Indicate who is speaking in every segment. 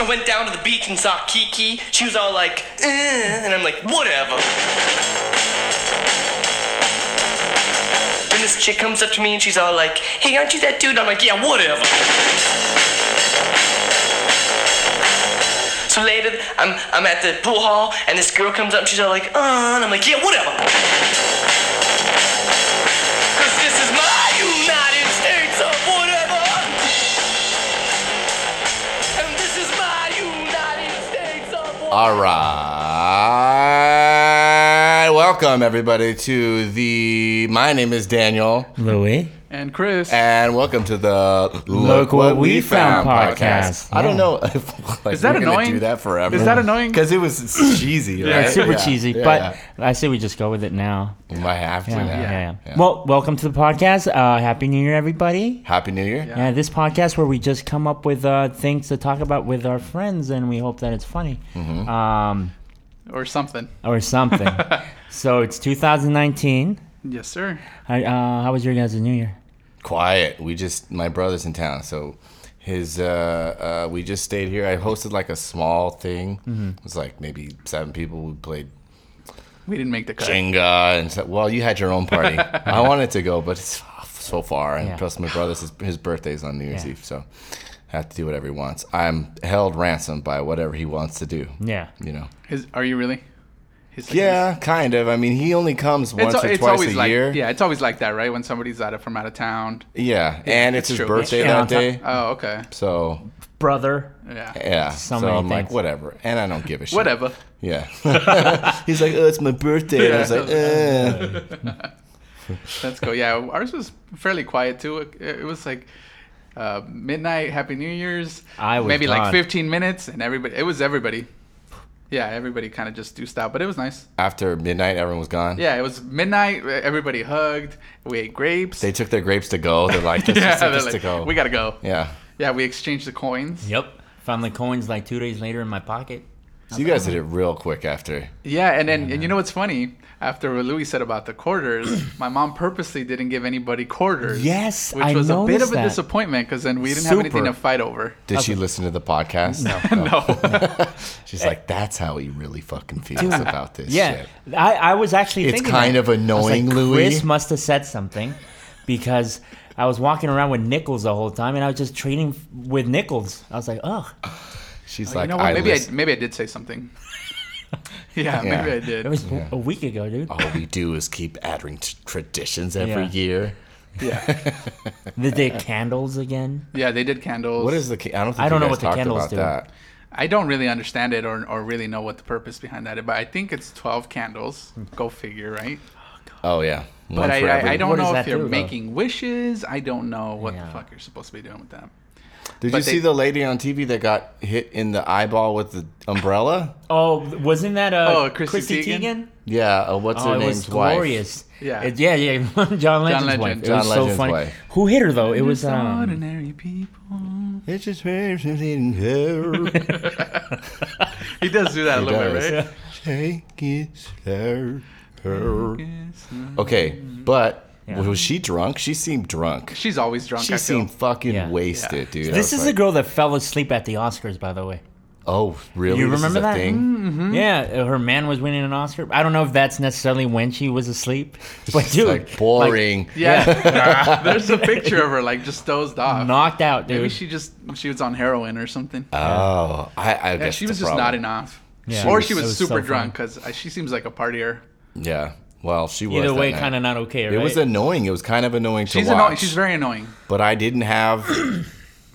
Speaker 1: I went down to the beach and saw Kiki. She was all like, eh, and I'm like, whatever. Then this chick comes up to me and she's all like, hey, aren't you that dude? I'm like, yeah, whatever. So later, I'm, I'm at the pool hall and this girl comes up and she's all like, uh, and I'm like, yeah, whatever. Cause this is my United States of whatever. And this is my United States of whatever.
Speaker 2: All right. Welcome, everybody, to the. My name is Daniel,
Speaker 3: Louis.
Speaker 4: And Chris.
Speaker 2: and welcome to the Look,
Speaker 3: What We Found podcast.
Speaker 2: I don't
Speaker 3: Yeah.
Speaker 2: know if like,
Speaker 4: Is that
Speaker 2: we're gonna
Speaker 4: annoying?
Speaker 2: Do that forever.
Speaker 4: Is that annoying?
Speaker 2: Because it was cheesy, right?
Speaker 3: Yeah, it's super
Speaker 2: Yeah,
Speaker 3: cheesy,
Speaker 2: yeah,
Speaker 3: but
Speaker 2: yeah.
Speaker 3: I say we just go with it now.
Speaker 2: we might have to.
Speaker 3: Yeah,
Speaker 2: now.
Speaker 3: yeah. yeah.
Speaker 2: Yeah.
Speaker 3: Well, welcome to the podcast. Uh, Happy New Year, everybody.
Speaker 2: Happy New Year.
Speaker 3: Yeah, this podcast where we just come up with uh, things to talk about with our friends, and we hope that it's funny
Speaker 2: Mm-hmm.
Speaker 3: um,
Speaker 4: or something.
Speaker 3: or something. so it's 2019.
Speaker 4: Yes, sir.
Speaker 3: I, uh, how was your guys' New Year?
Speaker 2: Quiet. We just my brother's in town, so his uh, uh we just stayed here. I hosted like a small thing.
Speaker 3: Mm-hmm.
Speaker 2: It was like maybe seven people. We played
Speaker 4: We didn't make the cut.
Speaker 2: Jenga and so, well, you had your own party. I wanted to go, but it's so far, and
Speaker 3: Yeah.
Speaker 2: plus my brother's his, his birthday's on New Year's
Speaker 3: Yeah.
Speaker 2: Eve, so I have to do whatever he wants. I'm held ransom by whatever he wants to do.
Speaker 3: Yeah.
Speaker 2: You know.
Speaker 4: Is, are you really? He's like-
Speaker 2: Yeah, kind of. I mean, he only comes
Speaker 4: It's,
Speaker 2: once
Speaker 4: it's,
Speaker 2: or
Speaker 4: it's
Speaker 2: twice
Speaker 4: always
Speaker 2: a
Speaker 4: like
Speaker 2: year.
Speaker 4: yeah, it's always like that, right? When somebody's out of from out of town.
Speaker 2: Yeah, and it's
Speaker 4: it's
Speaker 2: his
Speaker 4: true.
Speaker 2: birthday
Speaker 3: Yeah.
Speaker 2: that day.
Speaker 4: Oh, okay.
Speaker 2: So
Speaker 3: Brother.
Speaker 4: Yeah.
Speaker 2: yeah,
Speaker 3: So
Speaker 2: so,
Speaker 3: many
Speaker 2: I'm like
Speaker 3: things.
Speaker 2: whatever, and I don't give a shit.
Speaker 4: Whatever.
Speaker 2: Yeah. He's like, oh, it's my birthday. And I was
Speaker 4: Yeah.
Speaker 2: like, eh.
Speaker 4: Let's go. Yeah, ours was fairly quiet too. It, it was like uh, midnight, Happy New Year's.
Speaker 3: I was
Speaker 4: maybe
Speaker 3: gone.
Speaker 4: like 15 minutes, and everybody. It was everybody. Yeah, everybody kind of just deuced out, but it was nice.
Speaker 2: After midnight, everyone was gone.
Speaker 4: Yeah, it was midnight. e, Everybody hugged. We ate grapes.
Speaker 2: They took their grapes to go. They're like, let's
Speaker 4: yeah,
Speaker 2: just take
Speaker 4: they're
Speaker 2: this
Speaker 4: like,
Speaker 2: to go.
Speaker 4: we gotta go.
Speaker 2: yeah.
Speaker 4: Yeah, we exchanged the coins.
Speaker 3: Yep. Found the coins like two days later in my pocket.
Speaker 2: So you guys did it real quick after.
Speaker 4: Yeah, and then and you know what's funny? After what Louis said about the quarters, my mom purposely didn't give anybody quarters.
Speaker 3: Yes,
Speaker 4: which
Speaker 3: I
Speaker 4: was a bit
Speaker 3: noticed
Speaker 4: of a
Speaker 3: that.
Speaker 4: disappointment because then we didn't have anything
Speaker 3: Super. Oh,
Speaker 4: to fight over.
Speaker 2: Did she listen to the podcast? No.
Speaker 4: No,
Speaker 2: She's like, that's how he really fucking feels about this
Speaker 3: Yeah,
Speaker 2: shit.
Speaker 3: I, I was actually
Speaker 2: It's
Speaker 3: thinking
Speaker 2: kind
Speaker 3: that.
Speaker 2: of
Speaker 3: I was
Speaker 2: annoying,
Speaker 3: like,
Speaker 2: Louis.
Speaker 3: Chris must have said something because I was walking around with nickels the whole time, and I was just trading with nickels. I was like, oh,
Speaker 2: She's
Speaker 4: you
Speaker 2: like,
Speaker 4: know what?
Speaker 2: I
Speaker 4: Maybe
Speaker 2: listen-
Speaker 4: I maybe I did say something.
Speaker 2: Yeah.
Speaker 4: yeah, maybe I
Speaker 3: it
Speaker 4: did.
Speaker 3: was a week ago, dude.
Speaker 2: all we do is keep adding t- traditions every
Speaker 3: Yeah.
Speaker 2: year.
Speaker 4: Yeah,
Speaker 3: Did they candles again?
Speaker 4: yeah, they did candles.
Speaker 2: What is the? ca- I don't. Think
Speaker 3: I
Speaker 2: you
Speaker 3: don't know
Speaker 2: guys
Speaker 3: what the
Speaker 2: talked
Speaker 3: candles
Speaker 2: about
Speaker 3: do.
Speaker 2: That.
Speaker 4: I don't really understand it or or really know what the purpose behind that. But I think it's twelve candles.
Speaker 3: Hmm.
Speaker 4: Go figure, right?
Speaker 2: Oh yeah.
Speaker 4: But I, I, I don't
Speaker 3: What does
Speaker 4: know
Speaker 3: that
Speaker 4: if you're
Speaker 3: do, though?
Speaker 4: making wishes. I don't know what
Speaker 3: Yeah.
Speaker 4: the fuck you're supposed to be doing with that.
Speaker 2: Did
Speaker 4: but
Speaker 2: you
Speaker 4: they-
Speaker 2: see the lady on TV that got hit in the eyeball with the umbrella?
Speaker 3: Oh, wasn't that uh,
Speaker 4: Oh, Chrissy Teigen?
Speaker 2: Yeah. Uh, what's
Speaker 3: Oh,
Speaker 2: her
Speaker 3: it
Speaker 2: name's
Speaker 3: was
Speaker 2: wife?
Speaker 3: glorious.
Speaker 4: Yeah.
Speaker 3: It- yeah, yeah. John Legend's
Speaker 4: Legend.
Speaker 3: wife. It
Speaker 2: John
Speaker 3: was so
Speaker 2: Legend's
Speaker 3: funny.
Speaker 2: wife.
Speaker 3: Who hit her though? It was
Speaker 4: Just
Speaker 3: um,
Speaker 4: ordinary people.
Speaker 2: It's just in her.
Speaker 4: He does do that a little
Speaker 2: does.
Speaker 4: bit, right?
Speaker 2: Take it slow. Her.
Speaker 4: Yes.
Speaker 2: Okay, but
Speaker 3: Yeah.
Speaker 2: was she drunk? She seemed drunk.
Speaker 4: She's always drunk.
Speaker 2: She
Speaker 4: I feel.
Speaker 2: seemed fucking
Speaker 3: Yeah.
Speaker 2: wasted, dude. I
Speaker 3: This
Speaker 2: was
Speaker 3: is the
Speaker 2: like,
Speaker 3: girl that fell asleep at the Oscars, by the way.
Speaker 2: oh really?
Speaker 3: You
Speaker 2: This is
Speaker 3: remember
Speaker 2: a
Speaker 3: that?
Speaker 2: thing?
Speaker 4: Hmm?
Speaker 3: Yeah, her man was winning an Oscar. I don't know if that's necessarily when she was asleep, but
Speaker 2: It's
Speaker 3: dude,
Speaker 2: like boring.
Speaker 4: yeah. There's a picture of her like just dozed off.
Speaker 3: like, knocked out, dude.
Speaker 4: Maybe she just she was on heroin or something.
Speaker 2: oh, I, I
Speaker 4: yeah,
Speaker 2: guess
Speaker 4: she
Speaker 2: the
Speaker 4: was just
Speaker 2: problem.
Speaker 4: nodding off.
Speaker 3: Yeah.
Speaker 4: Or
Speaker 3: She
Speaker 4: she
Speaker 3: was-
Speaker 4: was,
Speaker 3: it was so
Speaker 4: super
Speaker 3: fun.
Speaker 4: drunk because she seems like a partier.
Speaker 2: Yeah. Well, she was.
Speaker 3: Either
Speaker 2: that
Speaker 3: way,
Speaker 2: night.
Speaker 3: kind of not okay, right?
Speaker 2: It was annoying. It was kind of annoying to
Speaker 4: She's
Speaker 2: watch.
Speaker 4: annoying. She's very annoying.
Speaker 2: but I didn't have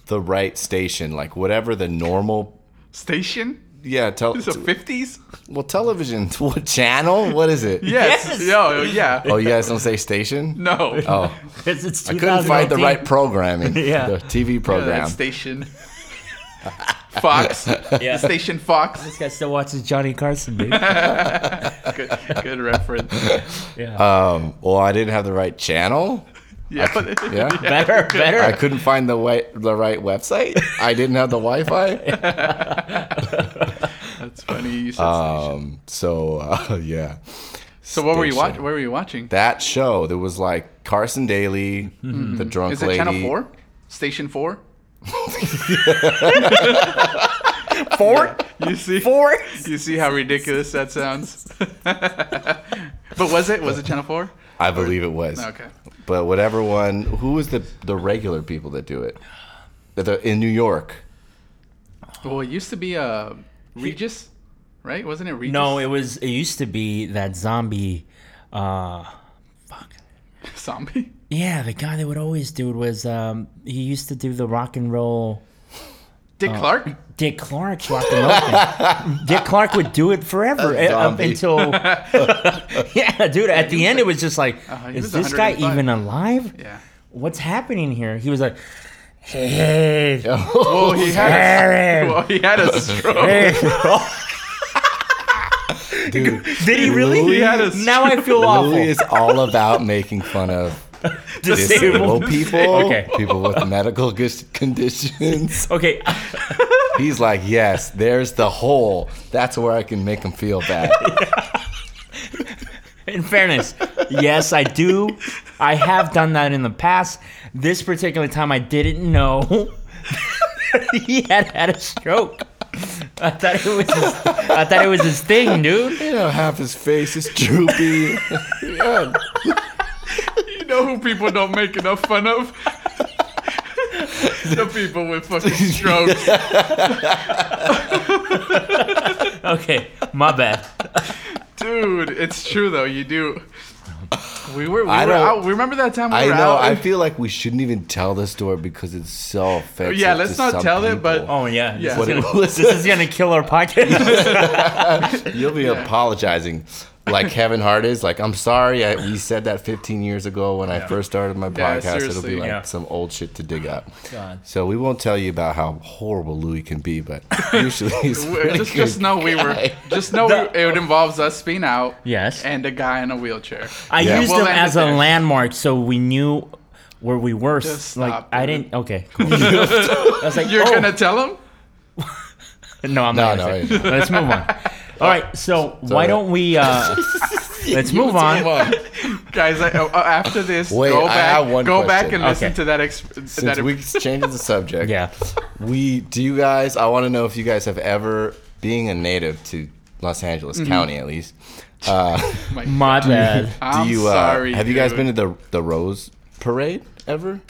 Speaker 2: the right station, like whatever the normal.
Speaker 4: Station?
Speaker 2: Yeah, tell
Speaker 4: This is the 50s?
Speaker 2: well television. What channel? What is it?
Speaker 4: Yes.
Speaker 3: Yes.
Speaker 4: Yo, yeah.
Speaker 2: Oh, you guys don't say station.
Speaker 4: No. Uh,
Speaker 2: Oh,
Speaker 3: It's, it's
Speaker 2: I couldn't find the
Speaker 3: 2019.
Speaker 2: right programming.
Speaker 3: Yeah.
Speaker 2: the TV
Speaker 4: Yeah, that
Speaker 2: program.
Speaker 4: station. Fox.
Speaker 3: Yeah.
Speaker 4: Station Fox.
Speaker 3: This guy still watches Johnny Carson, dude.
Speaker 4: Good, good reference.
Speaker 3: Yeah.
Speaker 2: Um, well, I didn't have the right channel.
Speaker 4: Yeah.
Speaker 2: Yeah.
Speaker 3: better, better.
Speaker 2: I couldn't find the way, the right website. I didn't have the Wi-Fi.
Speaker 4: That's funny. You said station.
Speaker 2: Um, so uh, yeah,
Speaker 4: So what were you watching?
Speaker 2: station.
Speaker 4: What were you watching?
Speaker 2: that show there was like Carson Daly, the drunk
Speaker 4: Mm-hmm. Is it
Speaker 2: lady.
Speaker 4: Channel Four? Station Four?
Speaker 3: Four?
Speaker 4: You see,
Speaker 3: Four?
Speaker 4: you see how ridiculous that sounds. but was it? Was it Channel Four?
Speaker 2: I believe it was.
Speaker 4: Okay.
Speaker 2: But whatever one, who was the the regular people that do it? That the- in New York.
Speaker 4: Well, it used to be uh, Regis, right? Wasn't it Regis?
Speaker 3: No, it was. It used to be that zombie. Uh,
Speaker 4: zombie.
Speaker 3: yeah, the guy that would always do it was. Um, he used to do the rock and roll.
Speaker 4: Dick Clark.
Speaker 3: Dick Clark's rock and roll. thing. Dick Clark would do it forever
Speaker 2: A
Speaker 3: uh, up
Speaker 2: zombie.
Speaker 3: until. yeah, dude. At the end, it was just like,
Speaker 4: he
Speaker 3: is
Speaker 4: was
Speaker 3: this guy
Speaker 4: 105.
Speaker 3: even alive?
Speaker 4: Yeah.
Speaker 3: What's happening here? He was like, hey,
Speaker 4: Oh, he had. A,
Speaker 3: Aaron.
Speaker 4: well, he had a stroke.
Speaker 3: hey.
Speaker 2: Dude,
Speaker 3: Did he really?
Speaker 2: Louis-
Speaker 4: had a
Speaker 3: now I feel awful.
Speaker 2: Louis is all about making fun of disabled
Speaker 3: Disabled.
Speaker 2: people,
Speaker 3: Okay.
Speaker 2: people with medical gis- conditions.
Speaker 3: Okay.
Speaker 2: He's like, yes, there's the hole. That's where I can make him feel bad.
Speaker 3: In fairness, yes, I do. I have done that in the past. This particular time, I didn't know he had had a stroke. I thought it was. His, I thought it was his thing, dude.
Speaker 2: You know, half his face is droopy. yeah.
Speaker 4: You know who people don't make enough fun of? the people with fucking strokes.
Speaker 3: Okay, my bad.
Speaker 4: Dude, it's true though. You do. We were. We
Speaker 2: I
Speaker 4: were
Speaker 2: don't-
Speaker 4: out. Remember that time we
Speaker 2: I
Speaker 4: were
Speaker 2: know.
Speaker 4: out?
Speaker 2: I
Speaker 4: and-
Speaker 2: feel like we shouldn't even tell this story because it's so offensive.
Speaker 4: Yeah, let's
Speaker 2: to
Speaker 4: not
Speaker 2: some
Speaker 4: tell it, but-
Speaker 2: people.
Speaker 3: Oh yeah,
Speaker 4: Yeah.
Speaker 3: This,
Speaker 2: What
Speaker 3: is
Speaker 2: it
Speaker 3: gonna,
Speaker 2: was.
Speaker 3: this is gonna kill our podcast.
Speaker 2: You'll be apologizing like Kevin Hart is. Like, I'm sorry. I, we said that 15 years ago when I first started my
Speaker 4: Yeah,
Speaker 2: podcast. It'll be
Speaker 4: seriously.
Speaker 2: like
Speaker 3: Yeah.
Speaker 2: some old shit to dig up. So we won't tell you about how horrible Louis can be, but usually he's a
Speaker 4: We-
Speaker 2: pretty
Speaker 4: just,
Speaker 2: good
Speaker 4: just know we were.
Speaker 2: guy.
Speaker 4: Just know it involves us being out.
Speaker 3: Yes.
Speaker 4: And a guy in a wheelchair.
Speaker 3: I
Speaker 2: Yeah.
Speaker 3: used
Speaker 4: We'll
Speaker 3: them
Speaker 4: end
Speaker 3: as
Speaker 4: it
Speaker 3: a
Speaker 4: there.
Speaker 3: landmark, so we knew where we were.
Speaker 4: Just
Speaker 3: like
Speaker 4: stop,
Speaker 3: I
Speaker 4: dude.
Speaker 3: didn't. Okay. Cool. I was like,
Speaker 4: You're
Speaker 3: oh.
Speaker 4: gonna tell him?
Speaker 3: No, I'm
Speaker 2: No,
Speaker 3: not. gonna
Speaker 2: no,
Speaker 3: say it. Let's move on. All right, so why don't we? Uh, let's move on.
Speaker 4: Guys, I, oh, oh, after this,
Speaker 2: Wait,
Speaker 4: go
Speaker 2: I
Speaker 4: back,
Speaker 2: have one
Speaker 4: go back
Speaker 2: question.
Speaker 4: and listen
Speaker 3: Okay.
Speaker 4: to that. Exp-
Speaker 2: Since
Speaker 4: that
Speaker 2: we changed the subject,
Speaker 3: Yeah.
Speaker 2: we do you guys? I want to know if you guys have ever, being a native to Los Angeles
Speaker 4: Mm-hmm.
Speaker 2: County at least, uh,
Speaker 3: My bad.
Speaker 4: I'm
Speaker 2: do you? Uh,
Speaker 4: sorry.
Speaker 2: have you guys
Speaker 4: dude.
Speaker 2: been to the the Rose Parade ever?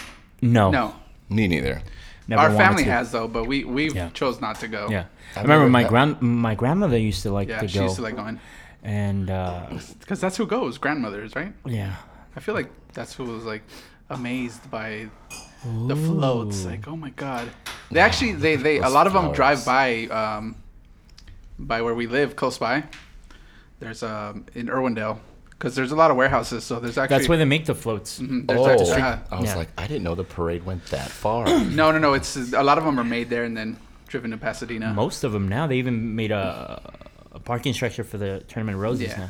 Speaker 3: No.
Speaker 4: No,
Speaker 2: Me neither.
Speaker 3: Never
Speaker 4: our
Speaker 3: wanted
Speaker 4: family
Speaker 3: to.
Speaker 4: has though, but we we
Speaker 3: Yeah.
Speaker 4: chose not to go.
Speaker 3: Yeah. I
Speaker 2: I've
Speaker 3: remember
Speaker 2: never
Speaker 3: my
Speaker 2: had-
Speaker 3: grand my grandmother used to like
Speaker 4: yeah.
Speaker 3: to
Speaker 4: she
Speaker 3: go,
Speaker 4: used to like going
Speaker 3: and uh,
Speaker 4: because that's who goes. Grandmothers, right?
Speaker 3: yeah,
Speaker 4: I feel like that's who was like amazed by the floats. Like, oh my god! They
Speaker 3: Oh,
Speaker 4: actually they they a
Speaker 2: Those
Speaker 4: lot of them drive
Speaker 2: flowers.
Speaker 4: by um by where we live close by. There's um in Irwindale because there's a lot of warehouses, so there's actually
Speaker 3: that's where they make the floats.
Speaker 4: there's
Speaker 2: oh,
Speaker 4: actually- Uh,
Speaker 2: I was
Speaker 3: Uh-huh. Yeah.
Speaker 2: like, I didn't know the parade went that far.
Speaker 4: No, no, no. It's a lot of them are made there and then driven to Pasadena.
Speaker 3: Most of them now. They even made a, a parking structure for the tournament of roses
Speaker 4: Yeah.
Speaker 3: now.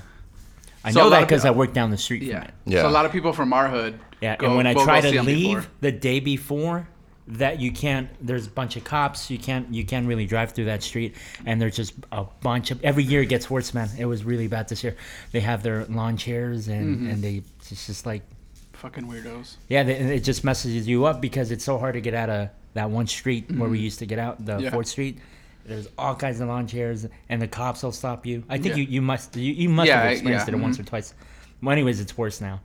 Speaker 3: I
Speaker 4: So a
Speaker 3: know
Speaker 4: lot
Speaker 3: that
Speaker 4: of
Speaker 3: because I
Speaker 4: people-
Speaker 3: work down the street.
Speaker 4: yeah.
Speaker 3: From it.
Speaker 2: Yeah.
Speaker 4: So a lot of people from our hood.
Speaker 3: Yeah,
Speaker 4: go-
Speaker 3: and when I
Speaker 4: will
Speaker 3: try
Speaker 4: go see
Speaker 3: to
Speaker 4: 'em
Speaker 3: leave
Speaker 4: before.
Speaker 3: the day before, that you can't. There's a bunch of cops. You can't. You can't really drive through that street. And there's just a bunch of. Every year it gets worse, man. It was really bad this year. They have their lawn chairs and
Speaker 4: Mm-hmm.
Speaker 3: and they it's just like
Speaker 4: fucking weirdos.
Speaker 3: yeah, they, and it just messes you up because it's so hard to get out of that one street where we used to get out, the
Speaker 4: Mm-hmm. Yeah.
Speaker 3: Fourth Street. There's all kinds of lawn chairs, and the cops will stop you. I think
Speaker 4: Yeah.
Speaker 3: you, you must you, you must
Speaker 4: Yeah, I-
Speaker 3: have experienced
Speaker 4: yeah, Mm-hmm.
Speaker 3: it once or twice. Well, anyways, it's worse now.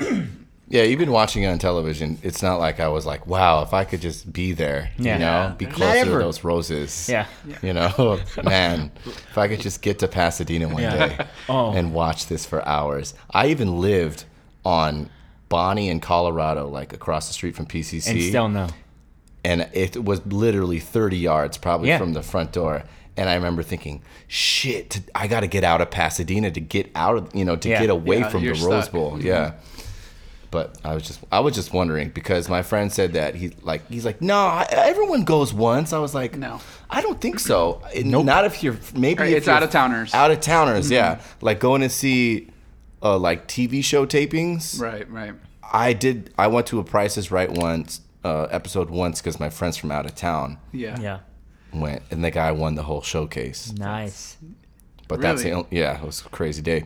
Speaker 2: Yeah, even watching it on television, it's not like I was like, wow, if I could just be there,
Speaker 3: Yeah.
Speaker 2: you know,
Speaker 4: Yeah.
Speaker 2: be
Speaker 4: Not
Speaker 2: closer
Speaker 3: ever.
Speaker 2: to those roses.
Speaker 3: Yeah.
Speaker 2: You know, man, if I could just get to Pasadena one
Speaker 3: Yeah.
Speaker 2: day
Speaker 3: Oh.
Speaker 2: and watch this for hours. I even lived on Bonnie in Colorado, like across the street from PCC.
Speaker 3: And still no.
Speaker 2: and it was literally 30 yards probably
Speaker 3: Yeah.
Speaker 2: from the front door and i remember thinking shit t- i got to get out of pasadena to get out of you know to
Speaker 3: Yeah.
Speaker 2: get away
Speaker 4: Yeah,
Speaker 2: from the
Speaker 4: you're
Speaker 2: rose
Speaker 4: stuck. Mm-hmm.
Speaker 2: bowl yeah but i was just i was just wondering because my friend said that he like he's like no I, everyone goes once i was like
Speaker 4: No.
Speaker 2: i don't think so not if you're maybe
Speaker 4: Right,
Speaker 2: if
Speaker 4: it's
Speaker 2: you're
Speaker 4: out-of-towners.
Speaker 2: out of towners yeah
Speaker 4: Mm-hmm.
Speaker 2: like going to see uh, like tv show tapings
Speaker 4: Right, right.
Speaker 2: I did. I went to a Price is Right once uh, episode once because my friends from out of town
Speaker 4: Yeah.
Speaker 3: Yeah.
Speaker 2: went, and the guy won the whole showcase.
Speaker 3: Nice.
Speaker 2: But that's the
Speaker 4: Really?
Speaker 2: only, yeah, it was a crazy day.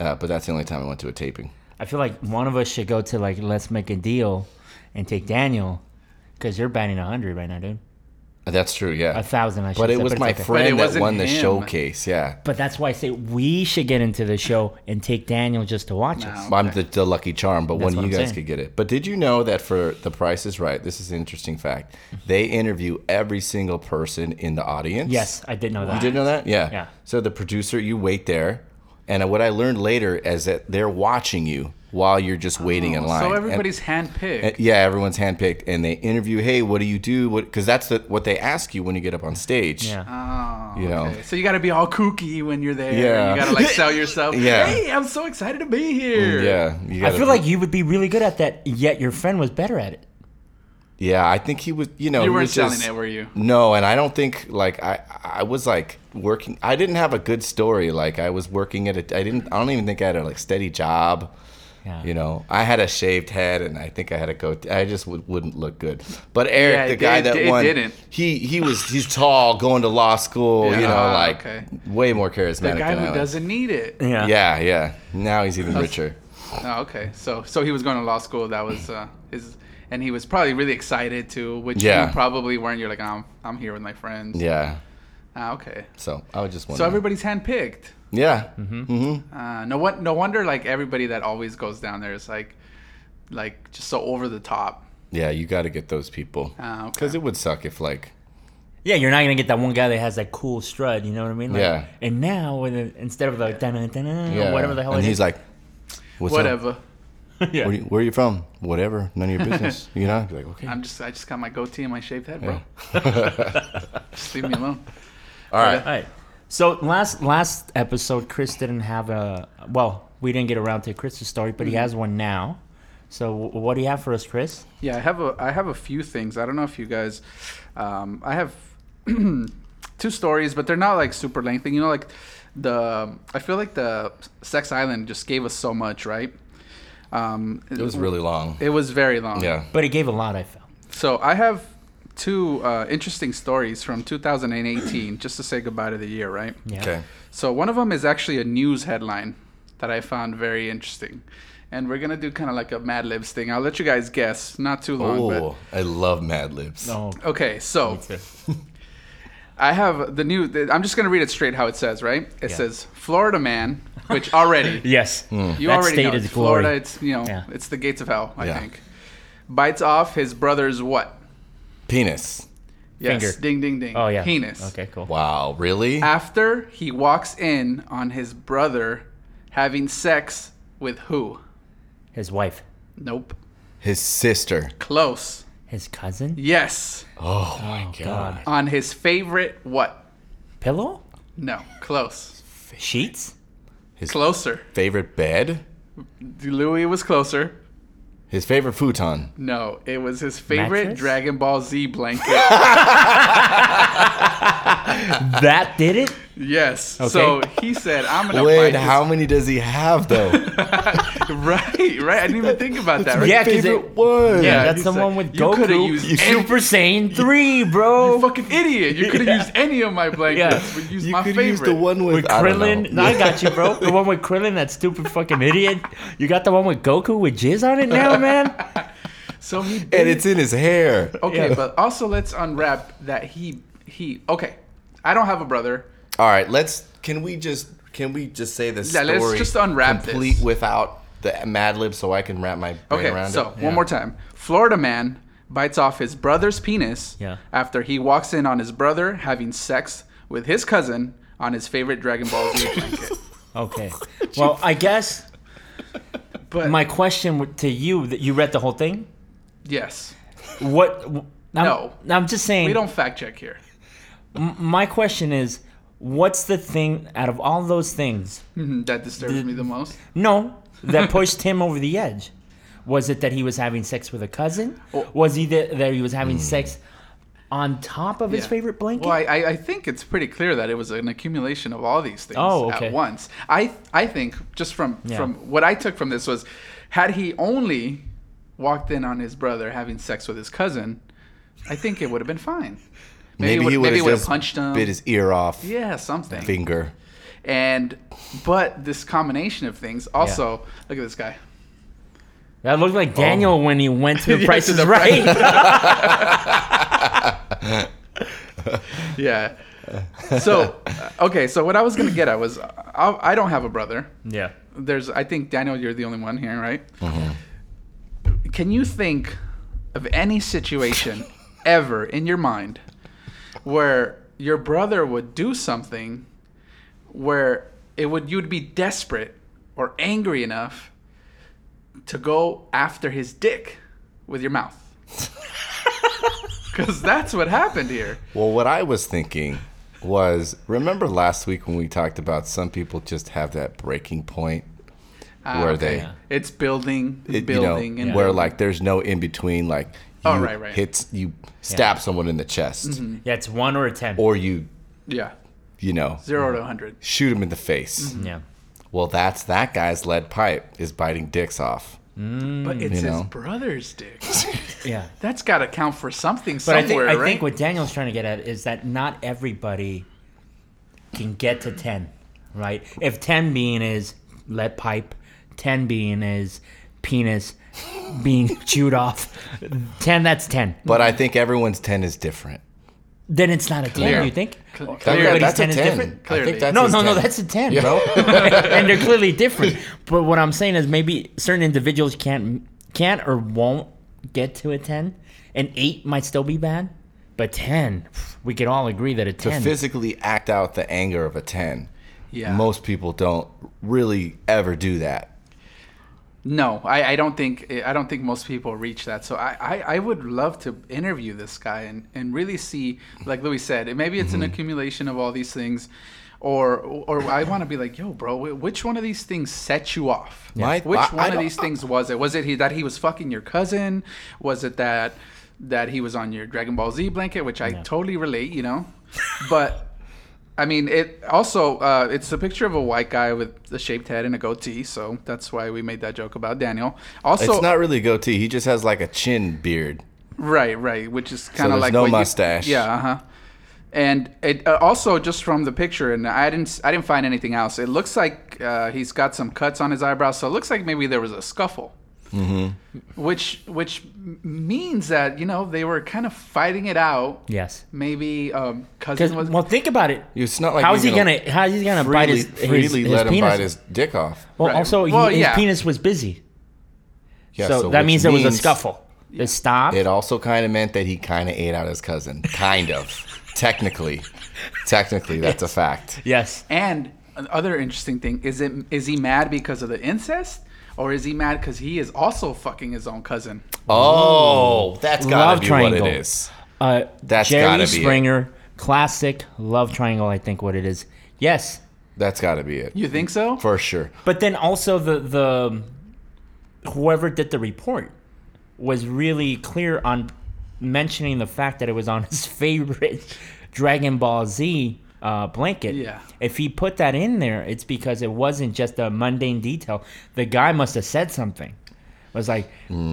Speaker 2: Uh, but that's the only time I went to a taping.
Speaker 3: I feel like one of us should go to like let's make a deal and take Daniel because you're batting 100 right now, dude.
Speaker 2: Uh, That's true. Yeah.
Speaker 3: A thousand, I should
Speaker 2: but it
Speaker 3: say,
Speaker 2: was
Speaker 3: it's
Speaker 2: my
Speaker 3: okay.
Speaker 4: But it
Speaker 2: friend that
Speaker 4: wasn't
Speaker 2: won the
Speaker 4: him.
Speaker 2: showcase. Yeah.
Speaker 3: But that's why I say we should get into the show and take Daniel just to watch us.
Speaker 4: No.
Speaker 2: I'm the, the lucky charm, but
Speaker 3: That's
Speaker 2: one
Speaker 3: what
Speaker 2: of you
Speaker 3: I'm
Speaker 2: guys
Speaker 3: saying.
Speaker 2: could get it. But did you know that for The Price is Right, this is an interesting fact. They interview every single person in the audience.
Speaker 3: Yes, I did know that.
Speaker 2: You did know that? Yeah.
Speaker 3: Yeah.
Speaker 2: So the producer, you wait there. And what I learned later is that they're watching you while you're just waiting in line.
Speaker 4: Oh, So
Speaker 2: And-
Speaker 4: everybody's handpicked.
Speaker 2: and- yeah, everyone's handpicked, and they interview. Hey, what do you do? What? Because that's the, what they ask you when you get up on stage.
Speaker 3: Yeah.
Speaker 4: Oh,
Speaker 2: You know.
Speaker 4: okay. So you got to be all kooky when you're there.
Speaker 2: Yeah.
Speaker 4: You got to like sell yourself.
Speaker 2: Yeah.
Speaker 4: Hey, I'm so excited to be here.
Speaker 2: Yeah. you
Speaker 3: I
Speaker 2: gotta
Speaker 3: feel
Speaker 2: be-
Speaker 3: like you would be really good at that, yet your friend was better at it.
Speaker 2: Yeah, I think he was. You know,
Speaker 4: You
Speaker 2: he
Speaker 4: weren't
Speaker 2: was
Speaker 4: selling
Speaker 2: just-
Speaker 4: it, were you?
Speaker 2: No, and I don't think like I I was like working. I didn't have a good story. Like I was working at a. I didn't. I don't even think I had a like steady job.
Speaker 3: Yeah.
Speaker 2: You know, I had a shaved head, and I think I had a coat. I just would, wouldn't look good. But Eric,
Speaker 4: Yeah, it
Speaker 2: the guy
Speaker 4: did-
Speaker 2: that
Speaker 4: it
Speaker 2: won,
Speaker 4: didn't.
Speaker 2: he he was he's tall, going to law school. You
Speaker 4: Yeah.
Speaker 2: know,
Speaker 4: Ah,
Speaker 2: like
Speaker 4: okay.
Speaker 2: way more charismatic.
Speaker 4: The guy
Speaker 2: than I
Speaker 4: who
Speaker 2: was.
Speaker 4: doesn't need it.
Speaker 3: Yeah.
Speaker 2: Yeah, yeah. Now he's even richer.
Speaker 4: Oh, okay. So so he was going to law school. That was uh, his, and he was probably really excited too, which
Speaker 2: Yeah.
Speaker 4: you probably weren't. You're like, I'm I'm here with my friends.
Speaker 2: Yeah.
Speaker 4: Ah, okay.
Speaker 2: So I was just
Speaker 4: So
Speaker 2: wondering.
Speaker 4: everybody's handpicked.
Speaker 2: yeah.
Speaker 4: Uh, no what no wonder like everybody that always goes down there is like, like just so over the top.
Speaker 2: Yeah, you got to get those people.
Speaker 4: Ah, okay.
Speaker 2: Because it would suck if like
Speaker 3: Yeah, you're not gonna get that one guy that has that cool strut. You know what I mean? Like,
Speaker 2: Yeah.
Speaker 3: And now, with a, instead of like dun, dun, dun,
Speaker 2: yeah.
Speaker 3: whatever the hell
Speaker 2: and
Speaker 3: it
Speaker 2: he's
Speaker 3: is,
Speaker 2: like, What's up?
Speaker 4: Whatever.
Speaker 3: yeah.
Speaker 2: Where, you- where are you from? Whatever. None of your business. you know? You're like, okay.
Speaker 4: I'm just I just got my goatee and my shaved head, bro.
Speaker 2: Yeah.
Speaker 4: Just leave me alone.
Speaker 2: All right.
Speaker 3: All right. So last last episode, Chris didn't have a well. We didn't get around to Chris's story, but he has one now. So w- what do you have for us, Chris?
Speaker 4: Yeah, I have a I have a few things. I don't know if you guys, um, I have two stories, but they're not like super lengthy. You know, like the I feel like the Sex Island just gave us so much, right? Um,
Speaker 2: It was really long.
Speaker 4: It was very long.
Speaker 2: yeah.
Speaker 3: But he gave a lot. I felt.
Speaker 4: So I have two uh, interesting stories from 2018, just to say goodbye to the year, right?
Speaker 3: Yeah.
Speaker 2: Okay.
Speaker 4: So one of them is actually a news headline that I found very interesting. And we're gonna do kind of like a Mad Libs thing. I'll let you guys guess. Not too long. but-
Speaker 2: Oh, I love Mad Libs.
Speaker 3: Oh.
Speaker 4: Okay, so I have the new. The, I'm just gonna read it straight how it says, right? It
Speaker 3: Yeah.
Speaker 4: says Florida man, which already
Speaker 3: Yes.
Speaker 4: you
Speaker 3: That
Speaker 4: already
Speaker 3: state
Speaker 4: know
Speaker 3: is
Speaker 4: it's Florida.
Speaker 3: glory.
Speaker 4: It's you know
Speaker 3: Yeah.
Speaker 4: it's the gates of hell. I
Speaker 2: Yeah.
Speaker 4: think bites off his brother's what?
Speaker 2: Penis.
Speaker 4: Yes,
Speaker 3: Finger.
Speaker 4: ding ding ding.
Speaker 3: Oh yeah.
Speaker 4: penis.
Speaker 3: Okay. Cool.
Speaker 2: Wow. Really?
Speaker 4: Ah. After he walks in on his brother having sex with who?
Speaker 3: His wife.
Speaker 4: Nope.
Speaker 2: His sister.
Speaker 4: Close.
Speaker 3: His cousin.
Speaker 4: Yes.
Speaker 2: Oh, my
Speaker 3: God.
Speaker 2: God.
Speaker 4: On his favorite what?
Speaker 3: Pillow.
Speaker 4: No. Close.
Speaker 3: Sheets.
Speaker 4: Closer.
Speaker 2: Favorite bed?
Speaker 4: Louis was closer.
Speaker 2: His favorite futon.
Speaker 4: No, it was his favorite
Speaker 3: Mattress?
Speaker 4: Dragon Ball Z blanket.
Speaker 3: that did it.
Speaker 4: yes. So he said, "I'm gonna
Speaker 2: Wait,
Speaker 4: fight this-
Speaker 2: how many does he have though?
Speaker 4: Right, right. I didn't even think about that. Right?
Speaker 3: Yeah, 'cause
Speaker 2: favorite
Speaker 3: it-
Speaker 2: one.
Speaker 3: Yeah,
Speaker 4: Yeah,
Speaker 3: that's
Speaker 4: you
Speaker 3: the
Speaker 4: said-
Speaker 3: one with
Speaker 4: you coulda
Speaker 3: Goku.
Speaker 4: used
Speaker 3: Super
Speaker 4: every-
Speaker 3: Saiyan three, bro.
Speaker 4: You fucking idiot! You could have used any of my blankets,
Speaker 3: Yeah.
Speaker 4: but used
Speaker 2: You
Speaker 4: my
Speaker 2: could
Speaker 4: favorite.
Speaker 2: use the one with,
Speaker 3: with
Speaker 2: I don't know.
Speaker 3: Krillin. No, I got you, bro. The one with Krillin, that stupid fucking idiot. You got the one with Goku with jizz on it now, man.
Speaker 4: So he did.
Speaker 2: And it's in his hair.
Speaker 4: okay,
Speaker 3: yeah.
Speaker 4: but also let's unwrap that he he. Okay, I don't have a brother.
Speaker 2: All right, let's. Can we just? Can we just say this
Speaker 4: Yeah,
Speaker 2: story?
Speaker 4: let's just unwrap this.
Speaker 2: complete without the Mad Lib, so I can wrap my brain
Speaker 4: Okay,
Speaker 2: around
Speaker 4: so
Speaker 2: it.
Speaker 4: one more time. Florida man bites off his brother's penis
Speaker 3: Yeah.
Speaker 4: after he walks in on his brother having sex with his cousin on his favorite Dragon Ball Z blanket.
Speaker 3: Okay. Well, I guess
Speaker 4: But
Speaker 3: my question w- to you that you read the whole thing.
Speaker 4: yes,
Speaker 3: What? w- I'm,
Speaker 4: No.
Speaker 3: I'm just saying.
Speaker 4: we don't fact check here.
Speaker 3: My question is, what's the thing out of all those things?
Speaker 4: Mhm, That disturbs me the most.
Speaker 3: No, that pushed him over the edge. Was it that he was having sex with a cousin?
Speaker 4: Oh.
Speaker 3: Was he that, that he was having sex on top of his
Speaker 4: Hmm. Yeah.
Speaker 3: favorite blanket?
Speaker 4: Well, I, I- I think it's pretty clear that it was an accumulation of all these things
Speaker 3: Oh, okay.
Speaker 4: at once. I I think just from
Speaker 3: Yeah.
Speaker 4: from what I took from this was, had he only walked in on his brother having sex with his cousin, I think it would have been fine.
Speaker 2: maybe,
Speaker 4: would-
Speaker 2: he would
Speaker 4: maybe
Speaker 2: have
Speaker 4: would've
Speaker 2: just
Speaker 4: punched him.
Speaker 2: bit his ear off,
Speaker 4: Yeah, something.
Speaker 2: finger.
Speaker 4: And but this combination of things also look at this guy.
Speaker 3: That looked like Daniel when he went to the
Speaker 4: Yeah,
Speaker 3: Price
Speaker 4: to
Speaker 3: is
Speaker 4: the
Speaker 3: Right.
Speaker 4: yeah. So, uh, okay. So what I was gonna get at was, I, I don't have a brother.
Speaker 3: Yeah.
Speaker 4: There's, I think Daniel, you're the only one here, right?
Speaker 2: Mm-hmm.
Speaker 4: Can you think of any situation ever in your mind where your brother would do something where it would you'd be desperate or angry enough to go after his dick with your mouth? Because that's what happened here.
Speaker 2: Well, what I was thinking was remember last week when we talked about some people just have that breaking point
Speaker 4: Ah,
Speaker 2: where
Speaker 4: okay.
Speaker 2: they
Speaker 4: It's building,
Speaker 2: it- you know
Speaker 4: building, and
Speaker 2: where
Speaker 4: building.
Speaker 2: like there's no in between like you
Speaker 4: Oh, right, Mm-hmm. right.
Speaker 2: hits you stab someone in the chest
Speaker 3: Yeah, it's one or a ten.
Speaker 2: or you
Speaker 4: yeah,
Speaker 2: you know
Speaker 4: zero to hundred.
Speaker 2: shoot him in the face.
Speaker 4: Mm-hmm.
Speaker 3: yeah.
Speaker 2: Well, that's that guy's lead pipe is biting dicks off.
Speaker 4: But it's
Speaker 2: Mm. You
Speaker 4: his
Speaker 2: know.
Speaker 4: brother's dick.
Speaker 3: Yeah.
Speaker 4: That's got to count for something
Speaker 3: But
Speaker 4: somewhere,
Speaker 3: I think, I
Speaker 4: right?
Speaker 3: think what Daniel's trying to get at is that not everybody can get to 10, right? If 10 being is lead pipe, 10 being is penis being chewed off, 10, that's 10.
Speaker 2: But I think everyone's 10 is different.
Speaker 3: Then it's not a 10,
Speaker 4: Clear.
Speaker 3: you think?
Speaker 4: Cl-
Speaker 3: Everybody's
Speaker 4: clearly.
Speaker 2: that's
Speaker 3: 10
Speaker 2: a
Speaker 3: is
Speaker 2: 10.
Speaker 3: different?
Speaker 2: I
Speaker 4: Clearly.
Speaker 2: think that's
Speaker 3: No,
Speaker 2: his
Speaker 3: no, no,
Speaker 2: 10.
Speaker 3: that's a 10.
Speaker 2: You know?
Speaker 3: and they're clearly different. But what I'm saying is maybe certain individuals can't can't or won't get to a 10. An 8 might still be bad, but 10, we could all agree that a
Speaker 2: to
Speaker 3: 10
Speaker 2: physically act out the anger of a 10.
Speaker 4: Yeah.
Speaker 2: Most people don't really ever do that.
Speaker 4: No, I, I don't think I don't think most people reach that. So I, I, I would love to interview this guy and, and really see, like Louis said, maybe it's
Speaker 3: Mm-hmm.
Speaker 4: an accumulation of all these things, or or I want to be like, yo, bro, wh- which one of these things set you off?
Speaker 2: My-
Speaker 4: which
Speaker 2: I- I
Speaker 4: one of
Speaker 2: don't-
Speaker 4: these things was it? Was it he, that he was fucking your cousin? Was it that that he was on your Dragon Ball Z blanket, which I totally relate, you know? But I mean, it also uh, it's a picture of a white guy with a shaped head and a goatee, so that's why we made that joke about Daniel. Also,
Speaker 2: it's not really a goatee. He just has like a chin beard.
Speaker 4: right, right, which is kind
Speaker 2: there's
Speaker 4: of like
Speaker 2: no
Speaker 4: what you-
Speaker 2: mustache.
Speaker 4: yeah, uh huh. And it uh, also just from the picture, and I didn't s- I didn't find anything else. It looks like uh, he's got some cuts on his eyebrows, so it looks like maybe there was a scuffle.
Speaker 2: Mm-hmm.
Speaker 4: Which which m- means that you know they were kind of fighting it out.
Speaker 3: Yes.
Speaker 4: Maybe um, cousin
Speaker 3: 'Cause-
Speaker 4: was
Speaker 3: well, think about it.
Speaker 2: You- It's not like
Speaker 3: how's he
Speaker 2: you're
Speaker 3: gonna, How's he gonna bite
Speaker 2: freely,
Speaker 3: his, his,
Speaker 2: freely
Speaker 3: his
Speaker 2: let him
Speaker 3: penis?
Speaker 2: bite his dick off.
Speaker 3: well,
Speaker 4: Right.
Speaker 3: also, he-
Speaker 4: Well,
Speaker 3: his
Speaker 4: yeah.
Speaker 3: penis was busy,
Speaker 2: Yeah,
Speaker 3: so, that
Speaker 2: which
Speaker 3: means there was a scuffle. It stopped.
Speaker 2: It also kind of meant that he kind of ate out his cousin. Kind of. Technically. Technically, that's a fact.
Speaker 3: yes.
Speaker 4: And another interesting thing is it is he mad because of the incest, or is he mad because he is also fucking his own cousin?
Speaker 2: Oh, that's gotta
Speaker 3: Love
Speaker 2: be
Speaker 3: triangle.
Speaker 2: what it is.
Speaker 3: Uh,
Speaker 2: That's
Speaker 3: Jerry
Speaker 2: gotta be it.
Speaker 3: Springer, classic love triangle. I think what it is. Yes,
Speaker 2: That's gotta be it.
Speaker 4: You think so?
Speaker 2: For sure.
Speaker 3: But then also the the whoever did the report was really clear on mentioning the fact that it was on his favorite Dragon Ball Z uh, blanket.
Speaker 4: Yeah.
Speaker 3: If he put that in there, it's because it wasn't just a mundane detail. The guy must have said something. Was like,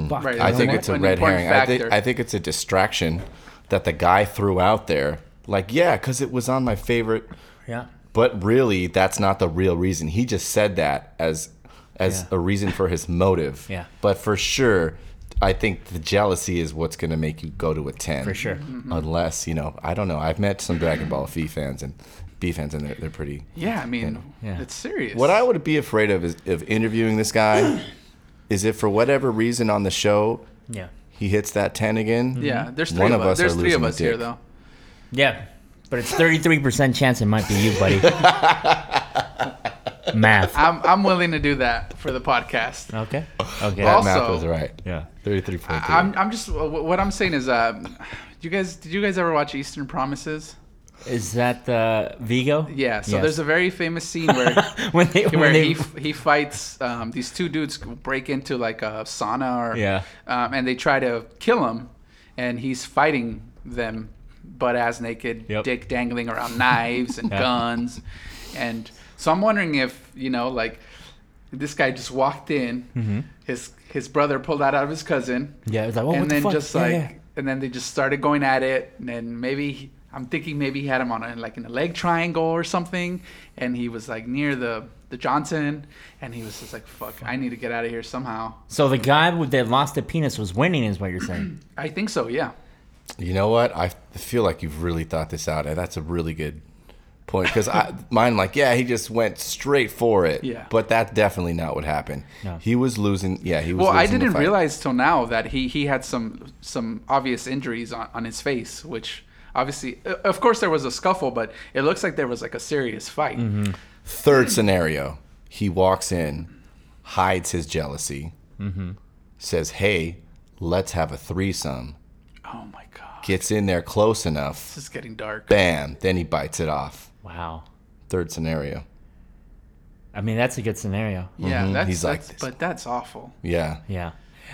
Speaker 3: fuck.
Speaker 4: Right.
Speaker 2: Mm.
Speaker 3: you
Speaker 2: I
Speaker 3: know
Speaker 2: think
Speaker 3: what?
Speaker 2: it's a
Speaker 4: An
Speaker 2: red
Speaker 4: important
Speaker 2: herring. I think,
Speaker 4: factor.
Speaker 2: I think it's a distraction that the guy threw out there. Like, yeah, because it was on my favorite.
Speaker 3: yeah.
Speaker 2: But really, that's not the real reason. He just said that as as
Speaker 3: Yeah.
Speaker 2: a reason for his motive.
Speaker 3: Yeah.
Speaker 2: But for sure, I think the jealousy is what's going to make you go to a ten.
Speaker 3: For sure.
Speaker 4: Mm-hmm.
Speaker 2: Unless you know, I don't know. I've met some Dragon Ball V fans and B fans, and they're, they're pretty.
Speaker 4: yeah, I mean,
Speaker 3: Yeah.
Speaker 4: it's serious.
Speaker 2: What I would be afraid of is of interviewing this guy is if for whatever reason on the show
Speaker 3: Yeah.
Speaker 2: he hits that 10 again.
Speaker 4: yeah, there's three
Speaker 2: One
Speaker 4: of
Speaker 2: of
Speaker 4: us.
Speaker 2: us
Speaker 4: There's
Speaker 2: are
Speaker 4: three of
Speaker 2: losing a
Speaker 4: us here
Speaker 2: dick.
Speaker 4: though.
Speaker 3: Yeah. But it's 33% chance it might be you, buddy. Math.
Speaker 4: I'm I'm willing to do that for the podcast.
Speaker 3: Okay. Okay.
Speaker 2: That
Speaker 4: Also-
Speaker 2: math was right.
Speaker 3: yeah.
Speaker 2: 33.3.
Speaker 4: I'm I'm just wh- what I'm saying is, uh, you guys, did you guys ever watch Eastern Promises?
Speaker 3: Is that uh, Vigo?
Speaker 4: Yeah. So
Speaker 3: Yes.
Speaker 4: there's a very famous scene where
Speaker 3: when they
Speaker 4: where
Speaker 3: when
Speaker 4: he
Speaker 3: they
Speaker 4: f- he fights um, these two dudes break into like a sauna or
Speaker 3: Yeah.
Speaker 4: um, and they try to kill him and he's fighting them butt ass naked
Speaker 3: Yep.
Speaker 4: dick dangling around knives and
Speaker 3: Yeah.
Speaker 4: guns and so I'm wondering if you know like this guy just walked in his his brother pulled out of his cousin
Speaker 3: Mm-hmm. yeah it's like oh, what
Speaker 4: and
Speaker 3: the
Speaker 4: then
Speaker 3: fuck?
Speaker 4: just
Speaker 3: Yeah,
Speaker 4: like
Speaker 3: yeah.
Speaker 4: and then they just started going at it and then maybe he- i'm thinking maybe he had him on a, like in a leg triangle or something and he was like near the the johnson and he was just like fuck i need to get out of here somehow
Speaker 3: so the guy with- that lost the penis was winning is what you're saying
Speaker 4: i think so yeah
Speaker 2: You know what? I feel like you've really thought this out, and that's a really good point because I mine like yeah, he just went straight for it.
Speaker 4: Yeah.
Speaker 2: But that's definitely not what happened.
Speaker 3: No.
Speaker 2: He was losing. Yeah, he was.
Speaker 4: Well, I
Speaker 2: losing the
Speaker 4: didn't
Speaker 2: fight.
Speaker 4: realize till now that he, he had some some obvious injuries on, on his face, which obviously, uh, of course, there was a scuffle, but it looks like there was like a serious fight.
Speaker 2: Mm-hmm. Third scenario: he walks in, hides his jealousy,
Speaker 3: Mm-hmm.
Speaker 2: says, "Hey, let's have a threesome."
Speaker 4: Oh my god,
Speaker 2: Gets in there close enough.
Speaker 4: this is getting dark.
Speaker 2: Bam! Then he bites it off.
Speaker 3: Wow.
Speaker 2: Third scenario.
Speaker 3: I mean, that's a good scenario.
Speaker 4: Yeah, that's,
Speaker 2: Mm-hmm. He's like
Speaker 4: that's
Speaker 2: this.
Speaker 4: but that's awful.
Speaker 2: Yeah.
Speaker 3: Yeah.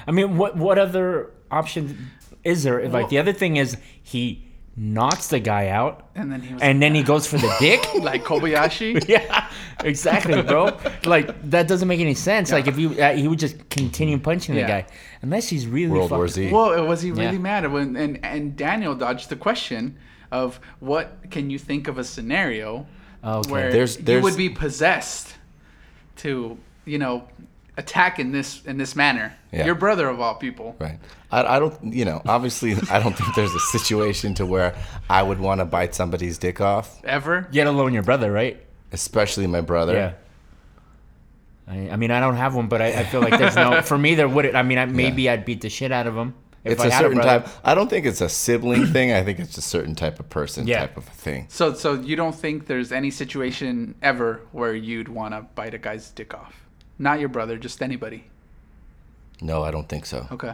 Speaker 3: I mean, what what other option is there? Like the other thing is he knocks the guy out
Speaker 4: And then he was
Speaker 3: and then he goes for the dick.
Speaker 4: like Kobayashi.
Speaker 3: yeah. Exactly, bro. like that doesn't make any sense. Like if you uh, he would just continue punching the
Speaker 4: Yeah.
Speaker 3: guy unless he's really
Speaker 2: World War Z.
Speaker 3: fucked-
Speaker 4: Well, was he really
Speaker 3: Yeah.
Speaker 4: mad? When, and and Daniel dodged the question of what can you think of a scenario
Speaker 3: Okay.
Speaker 4: where
Speaker 2: There's-
Speaker 4: you
Speaker 2: there's-
Speaker 4: would be possessed to you know attack in this in this manner.
Speaker 2: Yeah.
Speaker 4: Your brother of all people.
Speaker 2: Right. I, I don't, you know, obviously, I don't think there's a situation to where I would want to bite somebody's dick off,
Speaker 4: Ever?
Speaker 3: Yet alone your brother, right?
Speaker 2: especially my brother.
Speaker 3: Yeah. I, I mean, I don't have one, but I, I feel like there's no. For me, there wouldn't. I mean, I, maybe I'd beat the shit out of him. If
Speaker 2: It's
Speaker 3: I
Speaker 2: a
Speaker 3: had
Speaker 2: certain
Speaker 3: brother.
Speaker 2: type. I don't think it's a sibling thing. I think it's a certain type of person
Speaker 3: Yeah.
Speaker 2: type of a thing.
Speaker 4: So so you don't think there's any situation ever where you'd want to bite a guy's dick off? Not your brother, just anybody.
Speaker 2: No, I don't think so.
Speaker 4: Okay.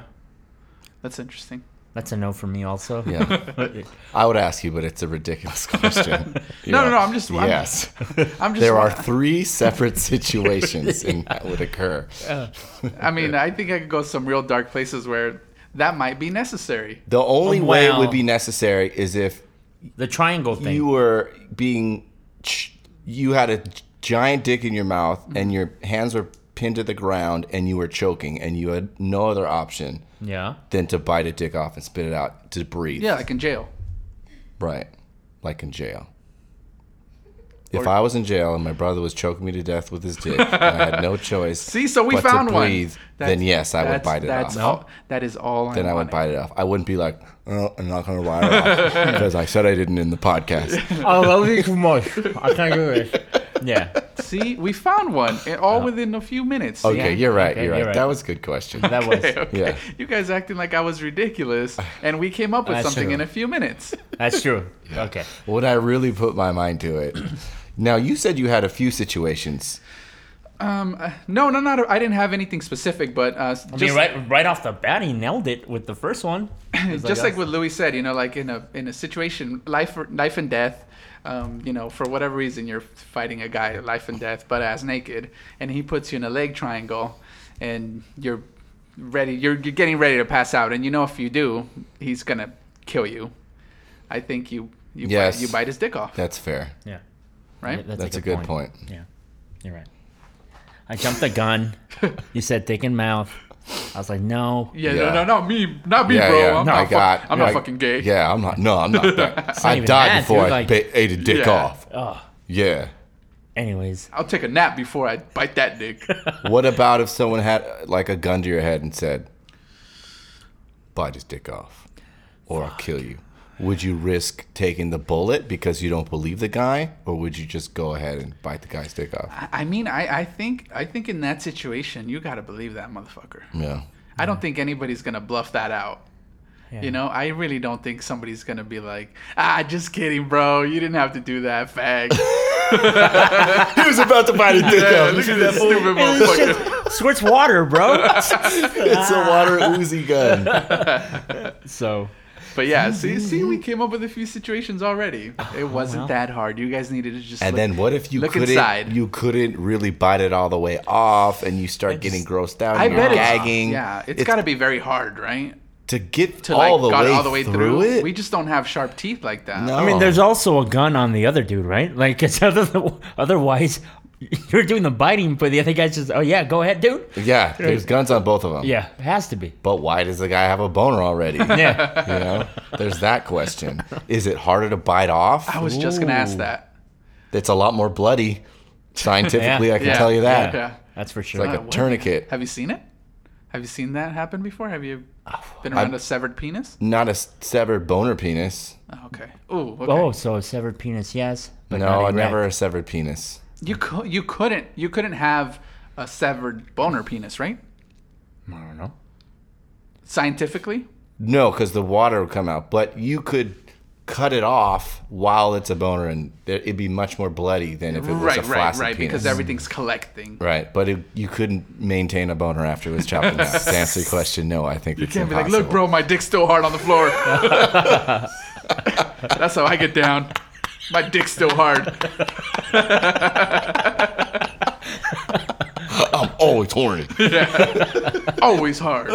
Speaker 4: That's interesting.
Speaker 3: That's a no for me, also.
Speaker 2: Yeah. I would ask you, but it's a ridiculous question. You
Speaker 4: No, no, no, I'm just- I'm-
Speaker 2: yes.
Speaker 4: I'm just
Speaker 2: there are three separate situations in that would occur.
Speaker 4: I mean, I think I could go some real dark places where that might be necessary.
Speaker 2: The only way it
Speaker 3: Wow.
Speaker 2: would be necessary is if
Speaker 3: The triangle thing.
Speaker 2: you were being ch- you had a giant dick in your mouth and your hands were pinned to the ground and you were choking and you had no other option
Speaker 3: yeah.
Speaker 2: than to bite a dick off and spit it out to breathe
Speaker 4: Yeah, like in jail.
Speaker 2: right like in jail if I was in jail and my brother was choking me to death with his dick, and I had no choice.
Speaker 4: See, so we
Speaker 2: but
Speaker 4: found
Speaker 2: to
Speaker 4: one.
Speaker 2: breathe,
Speaker 4: That's-
Speaker 2: Then yes, I would
Speaker 4: that's-
Speaker 2: bite it
Speaker 4: that's
Speaker 2: off.
Speaker 4: All, that is all.
Speaker 2: Then I would
Speaker 4: wanted.
Speaker 2: bite it off. I wouldn't be like, oh, I'm not gonna bite it off because I said I didn't in the podcast.
Speaker 3: I love you too much. I can't do it. Yeah.
Speaker 4: See, we found one, and all within a few minutes. See?
Speaker 2: Okay, you're right.
Speaker 3: Okay,
Speaker 2: you're, right.
Speaker 3: you're right.
Speaker 2: That was a good question.
Speaker 3: That
Speaker 4: Okay,
Speaker 3: was.
Speaker 4: okay.
Speaker 2: Yeah.
Speaker 4: You guys acting like I was ridiculous, and we came up with
Speaker 3: That's
Speaker 4: something
Speaker 3: true.
Speaker 4: in a few minutes.
Speaker 3: That's true. Okay.
Speaker 2: Would I really put my mind to it? Now you said you had a few situations.
Speaker 4: Um, uh, no, no, not. I didn't have anything specific, but uh,
Speaker 3: I
Speaker 4: just
Speaker 3: mean, right, right off the bat, he nailed it with the first one.
Speaker 4: just like what Louis said, you know, like in a in a situation, life or, life and death. Um, you know, for whatever reason, you're fighting a guy, life and death, butt ass naked, and he puts you in a leg triangle, and you're ready. You're you're getting ready to pass out, and you know if you do, he's gonna kill you. I think you you
Speaker 2: Yes.
Speaker 4: bite, you bite his dick off,
Speaker 2: That's fair.
Speaker 3: Yeah.
Speaker 4: right?
Speaker 2: That's a good point.
Speaker 3: Yeah. You're right. I jumped the gun. you said dick and mouth. I was like, no.
Speaker 4: yeah,
Speaker 2: yeah.
Speaker 4: no, no, not me, not me,
Speaker 2: yeah,
Speaker 4: bro.
Speaker 2: yeah.
Speaker 4: I'm,
Speaker 2: No,
Speaker 4: not
Speaker 2: I got.
Speaker 4: fuck, I'm not
Speaker 2: I-
Speaker 4: fucking gay.
Speaker 2: Yeah, I'm not. No, I'm not. That. I
Speaker 3: even
Speaker 2: died
Speaker 3: that,
Speaker 2: before
Speaker 3: dude,
Speaker 2: I
Speaker 3: like-
Speaker 2: bit, ate a dick
Speaker 4: Yeah.
Speaker 2: off.
Speaker 3: Oh.
Speaker 2: Yeah.
Speaker 3: Anyways.
Speaker 4: I'll take a nap before I bite that dick.
Speaker 2: What about if someone had uh, like a gun to your head and said, "Bite his dick off, or I'll kill you"? Would you risk taking the bullet because you don't believe the guy, or would you just go ahead and bite the guy's dick off?
Speaker 4: I mean, I, I think I think in that situation, you gotta believe that motherfucker.
Speaker 2: Yeah.
Speaker 4: I don't think anybody's gonna bluff that out.
Speaker 3: Yeah.
Speaker 4: You know, I really don't think somebody's gonna be like, "Ah, just kidding, bro. You didn't have to do that, fag."
Speaker 2: He was about to bite his dick
Speaker 4: Yeah, look at that stupid motherfucker.
Speaker 3: Squirts water, bro.
Speaker 2: It's a water Uzi gun.
Speaker 3: so.
Speaker 4: But yeah, see, see, we came up with a few situations already. It wasn't
Speaker 3: Oh, well.
Speaker 4: that hard. You guys needed to just
Speaker 2: And
Speaker 4: look-
Speaker 2: then what if you
Speaker 4: look
Speaker 2: couldn't
Speaker 4: inside.
Speaker 2: you couldn't really bite it all the way off and you start
Speaker 3: It's-
Speaker 2: getting grossed out and
Speaker 4: I
Speaker 2: you're
Speaker 4: bet it's
Speaker 2: gagging.
Speaker 4: yeah, it's got to be very hard, right?
Speaker 2: to get
Speaker 4: To
Speaker 2: all,
Speaker 4: like
Speaker 2: the
Speaker 4: got
Speaker 2: way
Speaker 4: all the way
Speaker 2: through,
Speaker 4: through.
Speaker 2: it.
Speaker 4: We just don't have sharp teeth like that.
Speaker 2: no.
Speaker 3: I mean, there's also a gun on the other dude, right? Like, it's other otherwise, you're doing the biting, but the other guy's just, oh, yeah, go ahead, dude.
Speaker 2: yeah, there's guns on both of them.
Speaker 3: Yeah, it has to be.
Speaker 2: But why does the guy have a boner already? you
Speaker 3: Yeah.
Speaker 2: know, there's that question. Is it harder to bite off?
Speaker 4: I was just gonna ask
Speaker 3: Ooh.
Speaker 4: that.
Speaker 2: it's a lot more bloody. Scientifically, I can
Speaker 4: Yeah,
Speaker 2: tell you that.
Speaker 4: yeah.
Speaker 3: That's for sure.
Speaker 2: Like
Speaker 4: Uh,
Speaker 2: a
Speaker 4: what?
Speaker 2: tourniquet.
Speaker 4: Have you seen it? Have you seen that happen before? Have you
Speaker 2: Oh,
Speaker 4: been around a severed penis?
Speaker 2: Not a s- severed boner penis.
Speaker 4: Oh, Okay. Ooh. Okay.
Speaker 3: Oh, so a severed penis, yes. but not
Speaker 2: no,
Speaker 3: erect.
Speaker 2: never a severed penis.
Speaker 4: You co- you couldn't you couldn't have a severed boner penis, right?
Speaker 3: I don't know.
Speaker 4: Scientifically.
Speaker 2: No, because the water would come out. But you could cut it off while it's a boner, and there- it'd be much more bloody than if it was a
Speaker 4: Right, right,
Speaker 2: flaccid
Speaker 4: right.
Speaker 2: penis.
Speaker 4: Because everything's collecting.
Speaker 2: Right, but it, you couldn't maintain a boner after it was chopped in half. to answer your question, no, I think you it's
Speaker 4: Can't be like,
Speaker 2: impossible.
Speaker 4: look, bro, my dick's still hard on the floor. That's how I get down. My dick's still hard.
Speaker 2: I'm always Um, oh, horny.
Speaker 4: Always hard.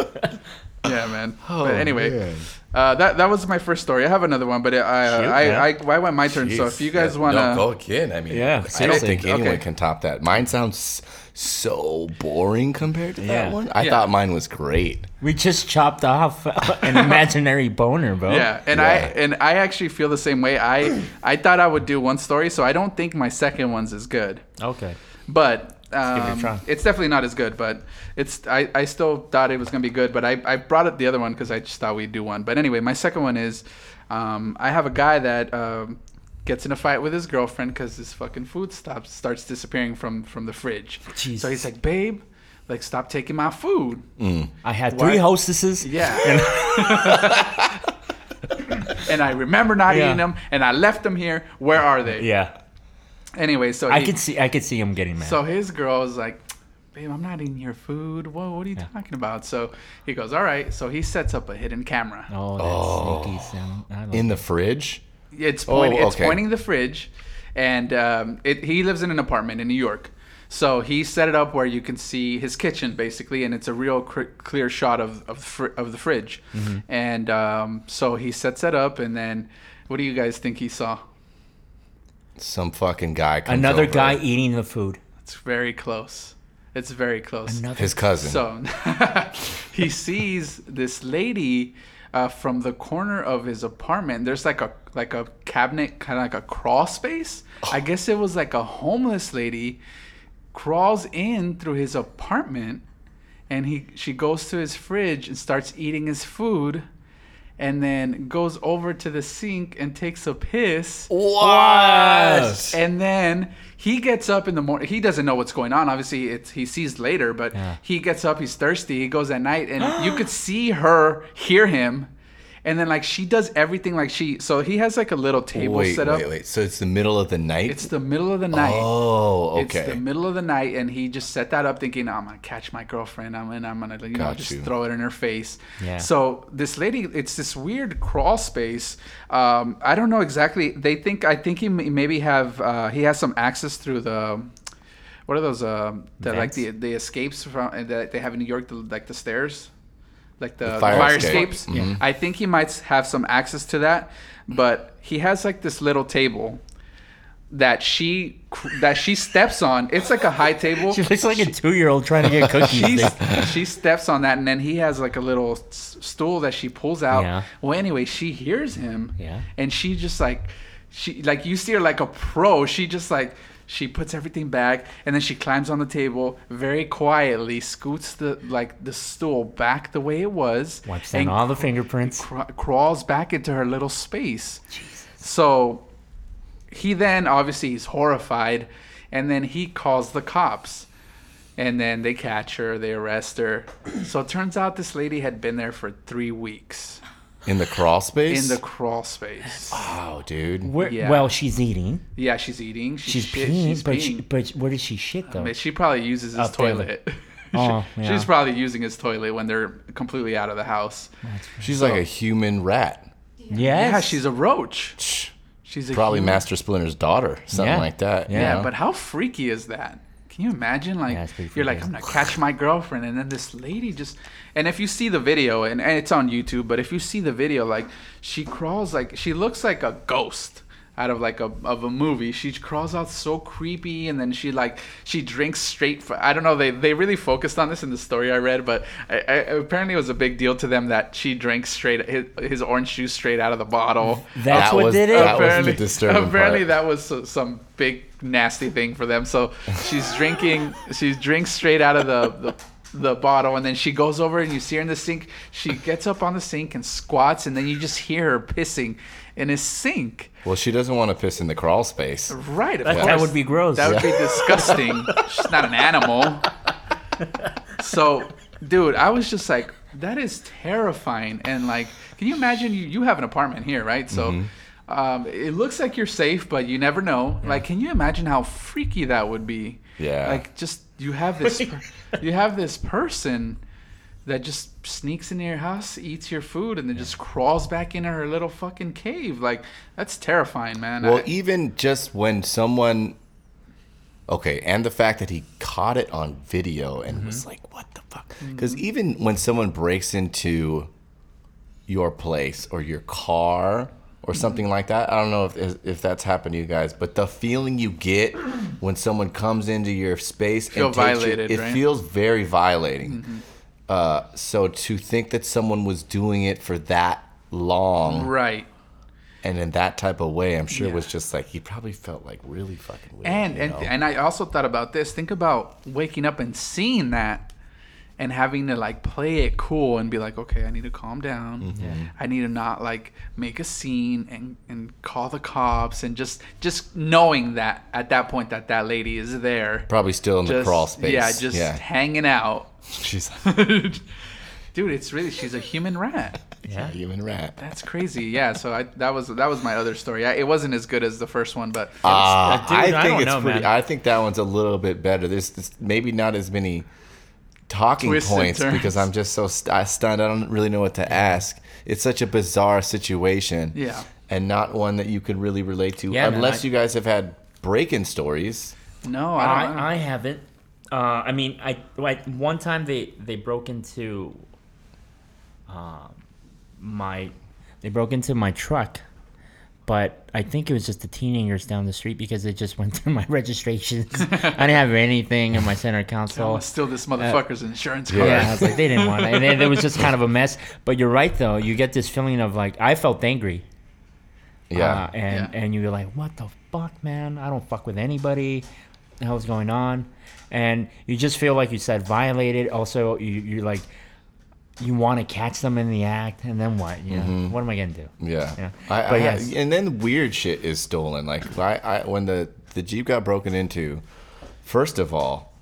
Speaker 4: Yeah, man.
Speaker 2: Oh,
Speaker 4: but anyway, uh, that that was my first story. I have another one, but I uh,
Speaker 3: Shoot, man.
Speaker 4: I, I why went my turn. So if you guys want
Speaker 2: no,
Speaker 4: to,
Speaker 2: go again. I mean,
Speaker 3: Yeah,
Speaker 2: I don't
Speaker 3: seriously.
Speaker 2: think anyone
Speaker 4: Okay.
Speaker 2: can top that. Mine sounds so boring compared to
Speaker 3: Yeah.
Speaker 2: that one. I
Speaker 4: Yeah.
Speaker 2: thought mine was great.
Speaker 3: We just chopped off an imaginary boner, bro.
Speaker 4: Yeah, and I
Speaker 2: Yeah.
Speaker 4: and I actually feel the same way. I I thought I would do one story, so I don't think my second one's as good.
Speaker 3: Okay.
Speaker 4: But
Speaker 3: give it a
Speaker 4: um,
Speaker 3: try.
Speaker 4: it's definitely not as good. But it's I, I still thought it was gonna be good. But I, I brought up the other one because I just thought we'd do one. But anyway, my second one is um, I have a guy that um, gets in a fight with his girlfriend because his fucking food stops starts disappearing from from the fridge. So
Speaker 3: Jesus.
Speaker 4: he's like, babe. Like stop taking my food.
Speaker 3: I had
Speaker 4: Why-
Speaker 3: three hostesses.
Speaker 4: Yeah. And, I remember not
Speaker 3: Yeah.
Speaker 4: eating them, and I left them here. Where are they?
Speaker 3: Yeah.
Speaker 4: Anyway, so
Speaker 3: I
Speaker 4: he-
Speaker 3: could see. I could see him getting mad.
Speaker 4: so his girl was like, "Babe, I'm not eating your food. Whoa, what are you talking about?" So he goes, "All right." So he sets up a hidden camera.
Speaker 3: oh, that sneaky sound. I like
Speaker 2: In the fridge?
Speaker 4: It's pointing.
Speaker 2: Oh,
Speaker 4: It's
Speaker 2: okay.
Speaker 4: pointing the fridge, and um, it, he lives in an apartment in New York. So he set it up where you can see his kitchen basically, and it's a real cr- clear shot of of, the fr- of the fridge.
Speaker 2: Mm-hmm.
Speaker 4: And um, so he sets that up, and then what do you guys think he saw?
Speaker 2: Some fucking guy comes
Speaker 3: another
Speaker 2: over.
Speaker 3: guy eating the food.
Speaker 4: It's very close. It's very close.
Speaker 3: Another.
Speaker 2: His cousin.
Speaker 4: So he sees this lady uh, from the corner of his apartment. There's like a like a cabinet, kind of like a crawl space. I guess it was like a homeless lady crawls in through his apartment, and he she goes to his fridge and starts eating his food. And then goes over to the sink and takes a piss.
Speaker 2: what?
Speaker 4: And then he gets up in the morning. He doesn't know what's going on. Obviously, it's he sees later, but he gets up. He's thirsty. He goes at night, and you could see her, hear him, and then like she does everything like she. So he has like a little table
Speaker 2: Wait,
Speaker 4: set up.
Speaker 2: wait, wait. So it's the middle of the night?
Speaker 4: It's the middle of the night.
Speaker 2: oh,
Speaker 4: It's the
Speaker 2: okay.
Speaker 4: middle of the night, and he just set that up, thinking, "I'm gonna catch my girlfriend. I'm and I'm gonna, you know,
Speaker 2: Got
Speaker 4: just
Speaker 2: you.
Speaker 4: throw it in her face."
Speaker 3: Yeah.
Speaker 4: So this lady, it's this weird crawl space. Um, I don't know exactly. They think I think he may- maybe have uh, he has some access through the. What are those? Um, the, like
Speaker 3: Vents?
Speaker 4: the the escapes from and that they have in New York, the, like the stairs, like the,
Speaker 2: fire
Speaker 4: fire,
Speaker 2: escape. Mm-hmm.
Speaker 4: escapes. I think he might have some access to that, but he has like this little table that she that she steps on. It's like a high table.
Speaker 3: She looks like a two-year-old trying to get cookies.
Speaker 4: She,
Speaker 3: dude.
Speaker 4: she steps on that, and then he has like a little s- stool that she pulls out.
Speaker 3: Yeah.
Speaker 4: Well, anyway, she hears him,
Speaker 3: Yeah.
Speaker 4: and she just like she like you see her like a pro. She just like she puts everything back, and then she climbs on the table very quietly, scoots the like the stool back the way it was,
Speaker 3: Wipes down
Speaker 4: and
Speaker 3: all the fingerprints.
Speaker 4: cra- crawls back into her little space. So he then obviously he's horrified, and then he calls the cops, and then they catch her, they arrest her. so it turns out this lady had been there for three weeks
Speaker 2: in the crawl space?
Speaker 4: in the crawl space.
Speaker 2: Wow, dude.
Speaker 3: Where,
Speaker 4: Yeah.
Speaker 3: Well, she's eating.
Speaker 4: Yeah, she's eating. She
Speaker 3: She's
Speaker 4: shit-
Speaker 3: peeing,
Speaker 4: She's
Speaker 3: but
Speaker 4: peeing.
Speaker 3: she, but where does she shit though?
Speaker 4: But she probably uses his
Speaker 3: Up there,
Speaker 4: toilet.
Speaker 3: Oh,
Speaker 4: She-
Speaker 3: yeah.
Speaker 4: She's probably using his toilet when they're completely out of the house.
Speaker 2: She's like a human rat.
Speaker 3: yes.
Speaker 4: Yeah, she's a roach.
Speaker 2: Shh.
Speaker 4: She's a
Speaker 2: Probably
Speaker 4: human
Speaker 2: Master Splinter's daughter, something
Speaker 3: Yeah.
Speaker 2: like that. you
Speaker 3: Yeah,
Speaker 4: Yeah,
Speaker 2: know?
Speaker 4: but how freaky is that? Can you imagine? Like,
Speaker 3: Yeah, it's pretty
Speaker 4: you're like,
Speaker 3: freaky.
Speaker 4: I'm gonna catch my girlfriend, and then this lady just, and if you see the video, and, and it's on YouTube, but if you see the video, like, she crawls like she looks like a ghost out of like a of a movie. She crawls out so creepy, and then she like she drinks straight. For, I don't know. They they really focused on this in the story I read, but I, I, apparently it was a big deal to them that she drinks straight his, his orange juice straight out of the bottle.
Speaker 3: That's
Speaker 2: That
Speaker 3: what
Speaker 2: was-
Speaker 3: did it.
Speaker 2: that was- the disturbing
Speaker 4: apparently
Speaker 2: part.
Speaker 4: that was s- some big nasty thing for them. So she's drinking. She drinks straight out of the, the the bottle, and then she goes over and you see her in the sink. She gets up on the sink and squats, and then you just hear her pissing in a sink.
Speaker 2: Well, she doesn't want to piss in the crawl space.
Speaker 4: Right, of
Speaker 3: That,
Speaker 4: course.
Speaker 3: that would be gross.
Speaker 4: That would be disgusting. She's not an animal. So, dude, I was just like, that is terrifying. And like, can you imagine? You, you have an apartment here, right? So,
Speaker 2: Mm-hmm.
Speaker 4: um, it looks like you're safe, but you never know. Like, can you imagine how freaky that would be?
Speaker 2: Yeah.
Speaker 4: Like, just you have this, per- you have this person that just sneaks into your house, eats your food, and then just crawls back into her little fucking cave. Like, that's terrifying, man.
Speaker 2: Well, e-
Speaker 4: I-
Speaker 2: even just when someone, okay, and the fact that he caught it on video and was
Speaker 4: Mm-hmm.
Speaker 2: like, "What the fuck?" Because even when someone breaks into your place or your car
Speaker 4: Mm-hmm.
Speaker 2: or something like that, I don't know if if that's happened to you guys, but the feeling you get when someone comes into your space
Speaker 4: Feel
Speaker 2: and takes
Speaker 4: violated,
Speaker 2: you, it
Speaker 4: right? Mm-hmm.
Speaker 2: feels very violating. Uh, so to think that someone was doing it for that long
Speaker 4: right.
Speaker 2: and in that type of way, I'm sure
Speaker 4: Yeah.
Speaker 2: it was just like he probably felt like really fucking weird.
Speaker 4: And
Speaker 2: you
Speaker 4: and,
Speaker 2: know?
Speaker 4: and I also thought about this. Think about waking up and seeing that and having to like play it cool and be like, okay, I need to calm down.
Speaker 2: Mm-hmm.
Speaker 4: I need to not like make a scene and, and call the cops and just just knowing that at that point that that lady is there.
Speaker 2: probably still in the
Speaker 4: Just-
Speaker 2: crawl space.
Speaker 4: Yeah, just hanging out.
Speaker 2: she's
Speaker 4: Dude, it's really she's a human rat.
Speaker 2: yeah.
Speaker 3: Yeah.
Speaker 2: human rat.
Speaker 4: That's crazy. Yeah, so I, that was that was my other story. I, it wasn't as good as the first one, but
Speaker 2: Uh,
Speaker 3: dude, I
Speaker 2: I think
Speaker 3: don't
Speaker 2: it's
Speaker 3: know,
Speaker 2: pretty.
Speaker 3: man.
Speaker 2: I think that one's a little bit better. There's, there's maybe not as many talking
Speaker 4: Twists and
Speaker 2: points
Speaker 4: turns.
Speaker 2: because I'm just so st- I stunned. I don't really know what to ask. It's such a bizarre situation.
Speaker 4: Yeah.
Speaker 2: and not one that you could really relate to
Speaker 3: Yeah, man,
Speaker 2: unless
Speaker 3: I-
Speaker 2: you guys have had break-in stories.
Speaker 4: no, I don't. I don't-
Speaker 3: I, I haven't. Uh, I mean, I like one time they they broke into um, my they broke into my truck, but I think it was just the teenagers down the street because they just went through my registrations. I didn't have anything in my center
Speaker 4: I'm
Speaker 3: console.
Speaker 4: gonna steal Oh, this motherfucker's insurance card.
Speaker 3: Yeah, I was like, they didn't want it, and then it was just kind of a mess. But you're right, though. You get this feeling of like I felt angry.
Speaker 2: Yeah,
Speaker 3: Uh, and
Speaker 4: Yeah.
Speaker 3: and you're like, what the fuck, man? I don't fuck with anybody. The hell's going on? And you just feel like you said violated. Also, you, you're like, you want to catch them in the act, and then what? You know,
Speaker 2: Mm-hmm.
Speaker 3: what am I gonna do?
Speaker 2: Yeah.
Speaker 3: Yeah.
Speaker 2: I,
Speaker 3: But
Speaker 2: I
Speaker 3: yes.
Speaker 2: had- and then weird shit is stolen. Like I, I when the the Jeep got broken into, first of all,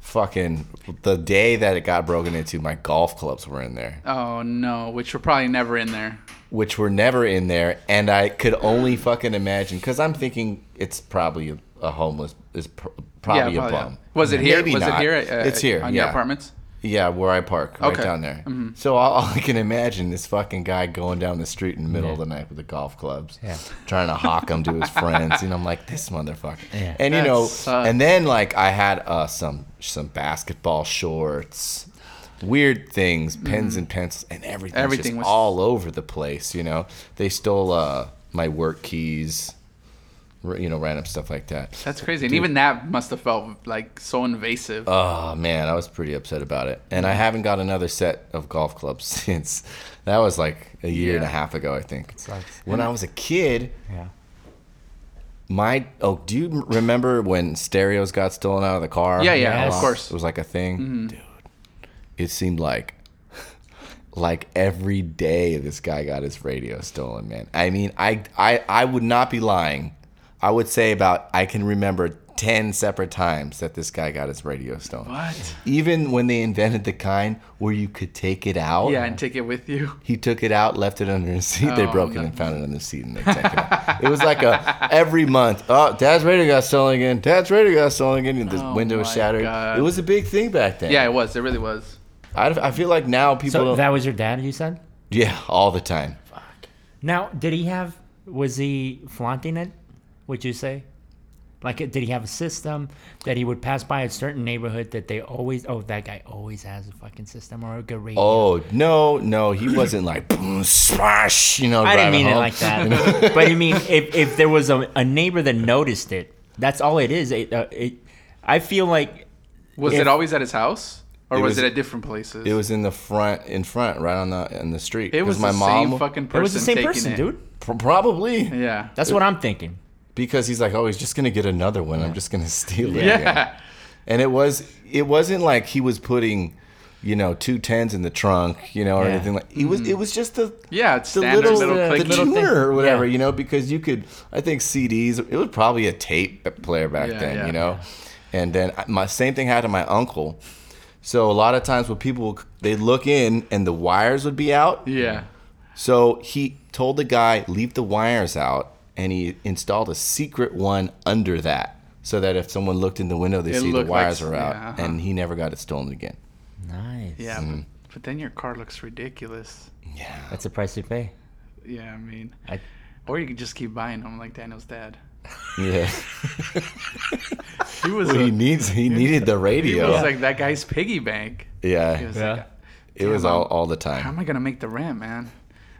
Speaker 2: fucking the day that it got broken into, my golf clubs were in there,
Speaker 4: Oh no, which were probably never in there.
Speaker 2: which were never in there, and I could only fucking imagine because I'm thinking it's probably a, a homeless is pr- probably,
Speaker 4: yeah,
Speaker 2: a bum.
Speaker 4: Was it here?
Speaker 2: Maybe
Speaker 4: was
Speaker 2: not.
Speaker 4: it here? uh,
Speaker 2: it's here.
Speaker 4: on
Speaker 2: yeah.
Speaker 4: your apartments.
Speaker 2: Yeah, where I park, right
Speaker 4: Okay. Mm-hmm.
Speaker 2: down there. So all, all I can imagine is fucking guy going down the street in the middle of the night with the golf clubs,
Speaker 3: Yeah.
Speaker 2: trying to hawk them to his friends. And I'm like, this motherfucker.
Speaker 3: Yeah.
Speaker 2: And you
Speaker 4: That
Speaker 2: know,
Speaker 4: sucks.
Speaker 2: and then like I had uh, some some basketball shorts, weird things, pens and pencils, and everything.
Speaker 4: Mm-hmm. Everything
Speaker 2: just
Speaker 4: was-
Speaker 2: all over the place. You know, they stole uh, my work keys. r- You know, random stuff like that.
Speaker 4: That's crazy. And even that must have felt like so invasive.
Speaker 2: Oh man, I was pretty upset about it, and I haven't got another set of golf clubs since. That was like a year and a
Speaker 4: Yeah.
Speaker 2: half ago, I think.
Speaker 3: sucks.
Speaker 2: When I was a kid,
Speaker 3: Yeah.
Speaker 2: my oh, do you m- remember when stereos got stolen out of the car?
Speaker 4: Yeah, yeah,
Speaker 2: A
Speaker 3: of
Speaker 2: lot?
Speaker 4: course.
Speaker 2: It
Speaker 4: Mm-hmm.
Speaker 2: was like a thing, dude. It seemed like like every day this guy got his radio stolen, man. I mean, I I I would not be lying. I would say about I can remember ten separate times that this guy got his radio stolen
Speaker 4: what?
Speaker 2: even when they invented the kind where you could take it out,
Speaker 4: Yeah, and take it with you.
Speaker 2: he took it out, left it under his seat. they
Speaker 4: Oh,
Speaker 2: broke
Speaker 4: no.
Speaker 2: it and found it under the seat, and they took it out. It was like a every month. Oh, Dad's radio got stolen again. Dad's radio got stolen again. And the
Speaker 4: Oh
Speaker 2: window was
Speaker 4: my
Speaker 2: shattered.
Speaker 4: God.
Speaker 2: It was a big thing back then.
Speaker 4: Yeah, it was. It really was.
Speaker 2: I, I feel like now people.
Speaker 3: So
Speaker 2: don't,
Speaker 3: that was your dad, you said.
Speaker 2: yeah, all the time.
Speaker 3: Now, did he have? Was he flaunting it? Would you say? Like, did he have a system that he would pass by a certain neighborhood that they always? Oh, that guy always has a fucking system or a good radio.
Speaker 2: Oh no, no, he wasn't like boom, splash. You know,
Speaker 3: I didn't
Speaker 2: driving
Speaker 3: mean it
Speaker 2: home.
Speaker 3: like that. but I mean, if, if there was a, a neighbor that noticed it, that's all it is. It, uh, it, I feel like
Speaker 4: Was
Speaker 3: If-
Speaker 4: it always at his house, or
Speaker 2: It
Speaker 4: was,
Speaker 2: was-
Speaker 4: it at different places?
Speaker 2: It was in the front, in front, right on the in the street.
Speaker 4: It
Speaker 2: 'Cause
Speaker 4: was
Speaker 2: my
Speaker 4: the
Speaker 2: mom.
Speaker 4: same fucking person.
Speaker 3: it was the same
Speaker 4: taking
Speaker 3: person,
Speaker 4: it.
Speaker 3: dude.
Speaker 2: pr- probably.
Speaker 4: Yeah.
Speaker 3: That's what I'm thinking.
Speaker 2: because he's like, oh, he's just gonna get another one. I'm just gonna steal it.
Speaker 4: yeah.
Speaker 2: again." And it was, it wasn't like he was putting you know, two tens in the trunk, you know, or
Speaker 3: Yeah.
Speaker 2: anything like. It was it was just the
Speaker 4: Mm. Yeah, it's
Speaker 2: the
Speaker 4: standard
Speaker 2: little,
Speaker 4: little
Speaker 2: the,
Speaker 4: clicky.
Speaker 3: little thing.
Speaker 2: tuner or whatever,
Speaker 3: Yeah.
Speaker 2: you know, because you could. I think CDs. It was probably a tape player back
Speaker 4: Yeah,
Speaker 2: then,
Speaker 4: yeah.
Speaker 2: you know. And then I- my same thing happened to my uncle. So a lot of times when people they look in and the wires would be out,
Speaker 4: Yeah.
Speaker 2: so he told the guy, leave the wires out, and he installed a secret one under that so that if someone looked in the window, they
Speaker 4: It
Speaker 2: see the
Speaker 4: looked like-
Speaker 2: wires are out.
Speaker 4: yeah, uh-huh.
Speaker 2: And he never got it stolen again.
Speaker 3: Nice.
Speaker 4: Yeah,
Speaker 2: Mm-hmm.
Speaker 4: but, but then your car looks ridiculous.
Speaker 2: Yeah.
Speaker 3: That's the price you pay.
Speaker 4: Yeah, I mean,
Speaker 3: I,
Speaker 4: or you could just keep buying them like Daniel's dad.
Speaker 2: Yeah.
Speaker 4: He was,
Speaker 2: Well, he
Speaker 4: a-
Speaker 2: needs he needed the
Speaker 4: he
Speaker 2: radio.
Speaker 4: was like that guy's piggy bank. He
Speaker 2: yeah.
Speaker 4: was
Speaker 3: Yeah.
Speaker 4: like,
Speaker 2: It was
Speaker 4: Damn,
Speaker 2: all,
Speaker 4: I'm-
Speaker 2: all the
Speaker 4: how
Speaker 2: time.
Speaker 4: am I gonna make the rent, man?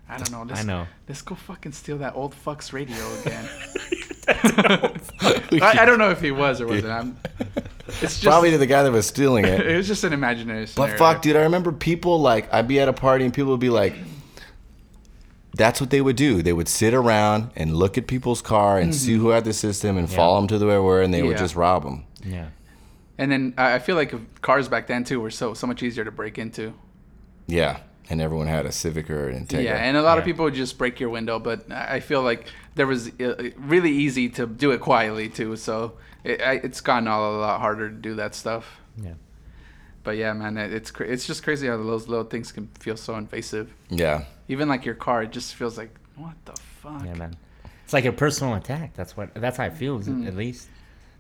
Speaker 4: I don't know. Let's,
Speaker 3: know.
Speaker 4: Let's go fucking steal that old fuck's radio again. I, I don't know if he was or wasn't. I'm, it's just
Speaker 2: Probably to the guy that was stealing it.
Speaker 4: it was just an imaginary scenario.
Speaker 2: But fuck, dude, I remember people like I'd be at a party and people would be like, that's what they would do. They would sit around and look at people's car and see who had the system and follow 'em follow them to the where and they would
Speaker 4: Mm-hmm. Yeah.
Speaker 2: just rob them.
Speaker 3: yeah.
Speaker 4: And then I I feel like cars back then too were so so much easier to break into.
Speaker 2: Yeah, and everyone had a Civic or an Integra.
Speaker 4: Yeah, and a lot of
Speaker 3: Yeah.
Speaker 4: people would just break your window, but I I feel like there was uh, really easy to do it quietly too. So it, I, it's gotten all a lot harder to do that stuff.
Speaker 3: Yeah.
Speaker 4: But yeah, man, it- it's cra- it's just crazy how those little things can feel so invasive.
Speaker 2: yeah,
Speaker 4: Even like your car, it just feels like what the fuck.
Speaker 3: Yeah, man. It's like a personal attack. That's what. That's how it feels. At least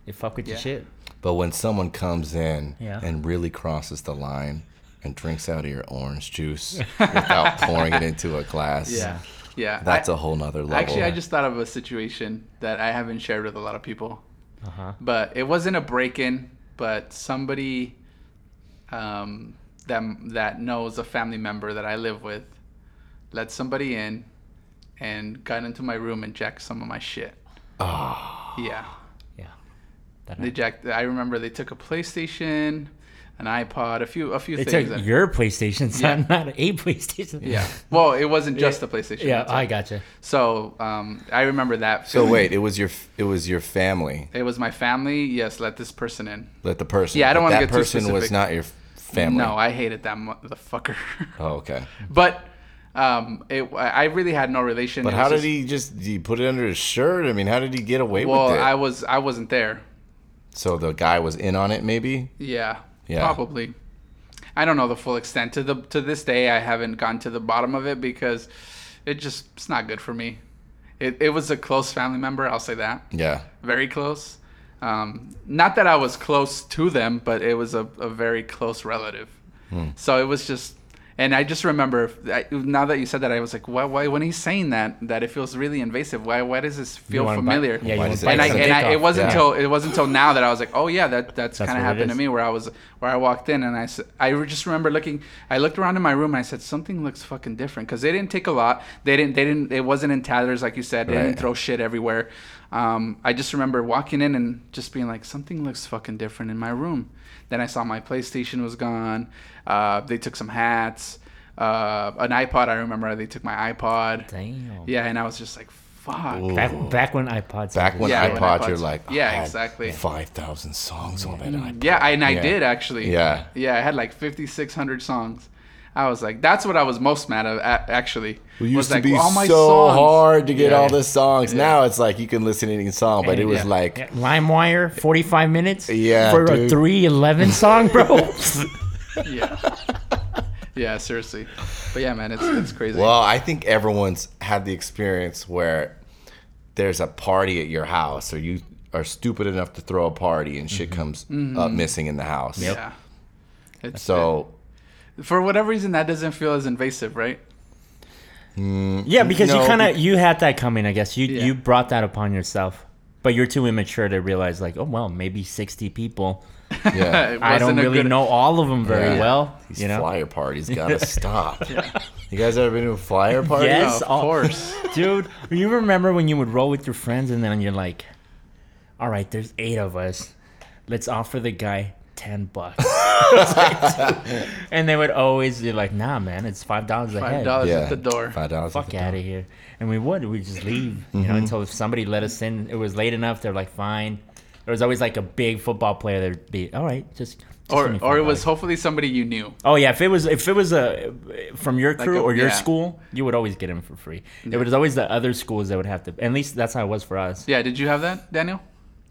Speaker 3: they fuck with your
Speaker 4: Hmm. Yeah.
Speaker 3: shit.
Speaker 2: but when someone comes in
Speaker 3: Yeah.
Speaker 2: and really crosses the line and drinks out of your orange juice without pouring it into a glass,
Speaker 4: yeah, yeah.
Speaker 2: that's
Speaker 4: I-
Speaker 2: a whole nother level.
Speaker 4: Actually, I just thought of a situation that I haven't shared with a lot of people.
Speaker 3: Uh
Speaker 2: Uh-huh.
Speaker 3: huh.
Speaker 4: but it wasn't a break-in but somebody um, that, that knows a family member that i live with let somebody in and got into my room and jacked some of my shit
Speaker 2: Ah.
Speaker 4: yeah
Speaker 3: Yeah.
Speaker 4: they jacked i remember they took a playstation an ipod a few a few
Speaker 3: They
Speaker 4: things
Speaker 3: took
Speaker 4: that-
Speaker 3: your PlayStation, son,
Speaker 4: Yeah.
Speaker 3: not a PlayStation.
Speaker 4: yeah well it wasn't just the playstation
Speaker 3: Yeah, I gotcha.
Speaker 4: so um, i remember that
Speaker 2: so
Speaker 4: feeling.
Speaker 2: wait, it was your it was your family
Speaker 4: it was my family yes let this person in
Speaker 2: that the person.
Speaker 4: Yeah, I don't
Speaker 2: but
Speaker 4: wanna
Speaker 2: That
Speaker 4: get too
Speaker 2: person was
Speaker 4: specific.
Speaker 2: not your family.
Speaker 4: no i hated that motherfucker
Speaker 2: Oh, okay.
Speaker 4: But um, it, I really had no relation.
Speaker 2: But
Speaker 4: It
Speaker 2: how
Speaker 4: was
Speaker 2: did
Speaker 4: just-
Speaker 2: he just he put it under his shirt? I mean, how did he get away
Speaker 4: Well,
Speaker 2: with it?
Speaker 4: I was I wasn't there.
Speaker 2: so the guy was in on it, maybe.
Speaker 4: Yeah,
Speaker 2: Yeah.
Speaker 4: probably. I don't know the full extent to the to this day. I haven't gone to the bottom of it because it just it's not good for me. It it was a close family member. I'll say that
Speaker 2: Yeah.
Speaker 4: very close. Um, not that I was close to them, but it was a, a very close relative.
Speaker 3: Hmm.
Speaker 4: So it was just, and I just remember I, now that you said that, I was like, why, why? When he's saying that, that it feels really invasive. Why? Why does this feel
Speaker 3: wanna bite-
Speaker 4: familiar?
Speaker 3: yeah,
Speaker 2: Why
Speaker 3: you wanna
Speaker 2: does it-
Speaker 3: bite
Speaker 4: and I,
Speaker 3: some
Speaker 4: and
Speaker 3: dick
Speaker 4: I, it
Speaker 3: off.
Speaker 4: wasn't
Speaker 2: Yeah.
Speaker 4: until it wasn't until now that I was like, oh yeah, that that's, kind
Speaker 3: what
Speaker 4: of
Speaker 3: it
Speaker 4: happened to
Speaker 3: is.
Speaker 4: me where I was where I walked in and I s- I re- just remember looking. I looked around in my room and I said something looks fucking different because they didn't take a lot. They didn't they didn't it wasn't in tatters like you said. They
Speaker 2: Right.
Speaker 4: didn't throw shit everywhere. Um, I just remember walking in and just being like something looks fucking different in my room. Then I saw my PlayStation was gone. Uh, they took some hats. Uh, an iPod. I remember they took my iPod.
Speaker 3: Damn.
Speaker 4: Yeah, and I was just like, fuck.
Speaker 2: Ooh.
Speaker 3: Back, back when iPods.
Speaker 2: Back when
Speaker 4: Yeah,
Speaker 2: iPod,
Speaker 4: when iPods-
Speaker 2: you're like, I
Speaker 4: Yeah,
Speaker 2: had
Speaker 4: exactly.
Speaker 2: Five thousand songs on that iPod.
Speaker 4: Yeah, and I
Speaker 2: Yeah.
Speaker 4: did actually.
Speaker 2: Yeah.
Speaker 4: Yeah, I had like 5,600 songs. I was like, that's what I was most mad at, a- actually.
Speaker 2: It
Speaker 4: was
Speaker 2: used to
Speaker 4: like,
Speaker 2: be
Speaker 4: all my
Speaker 2: so
Speaker 4: songs.
Speaker 2: hard to get all
Speaker 3: yeah.
Speaker 2: the songs. Now it's like you can listen to any song, but it was
Speaker 4: Yeah.
Speaker 2: like,
Speaker 3: Yeah, LimeWire, 45 minutes?
Speaker 2: Yeah,
Speaker 3: For a
Speaker 2: dude.
Speaker 3: 311 song, bro?
Speaker 4: Yeah. yeah, seriously. But yeah, man, it's, it's crazy.
Speaker 2: well, I think everyone's had the experience where there's a party at your house, or you are stupid enough to throw a party, and shit comes up missing in the house.
Speaker 4: yeah. It's,
Speaker 2: So
Speaker 4: for whatever reason, that doesn't feel as invasive, right?
Speaker 3: yeah, because you
Speaker 2: No,
Speaker 3: kind of, you had that coming, I guess. You,
Speaker 4: Yeah.
Speaker 3: you brought that upon yourself. But you're too immature to realize, like, oh, well, maybe 60 people.
Speaker 2: yeah,
Speaker 4: It
Speaker 3: I don't
Speaker 4: wasn't a
Speaker 3: really
Speaker 4: good-
Speaker 3: know all of them very
Speaker 2: Yeah.
Speaker 3: well.
Speaker 2: These
Speaker 3: you know?
Speaker 2: flyer parties gotta stop. You guys ever been to a flyer party?
Speaker 4: Oh,
Speaker 3: Yes.
Speaker 4: of
Speaker 3: all-
Speaker 4: course.
Speaker 3: Dude, you remember when you would roll with your friends and then you're like, all right, there's eight of us. Let's offer the guy 10 bucks. and they would always be like, nah, man, it's $5 a
Speaker 4: Five
Speaker 3: head.
Speaker 4: dollars
Speaker 2: Yeah,
Speaker 4: at the door.
Speaker 2: Five dollars. Mm-hmm. at
Speaker 3: Fuck
Speaker 2: the
Speaker 3: out of here. And we would. We'd just leave, you know, until if somebody let us in. It was late enough. They're like, fine. There was always like a big football player that would be, all right, just
Speaker 4: or
Speaker 3: make
Speaker 4: or
Speaker 3: fun
Speaker 4: it
Speaker 3: of
Speaker 4: was
Speaker 3: life.
Speaker 4: hopefully somebody you knew.
Speaker 3: Oh yeah, if it was if it was a from your crew
Speaker 4: a-
Speaker 3: or your
Speaker 4: yeah.
Speaker 3: school, you would always get him for free. It was always the other schools that would have to. At least that's how it was for us.
Speaker 4: Yeah, did you have that, Daniel?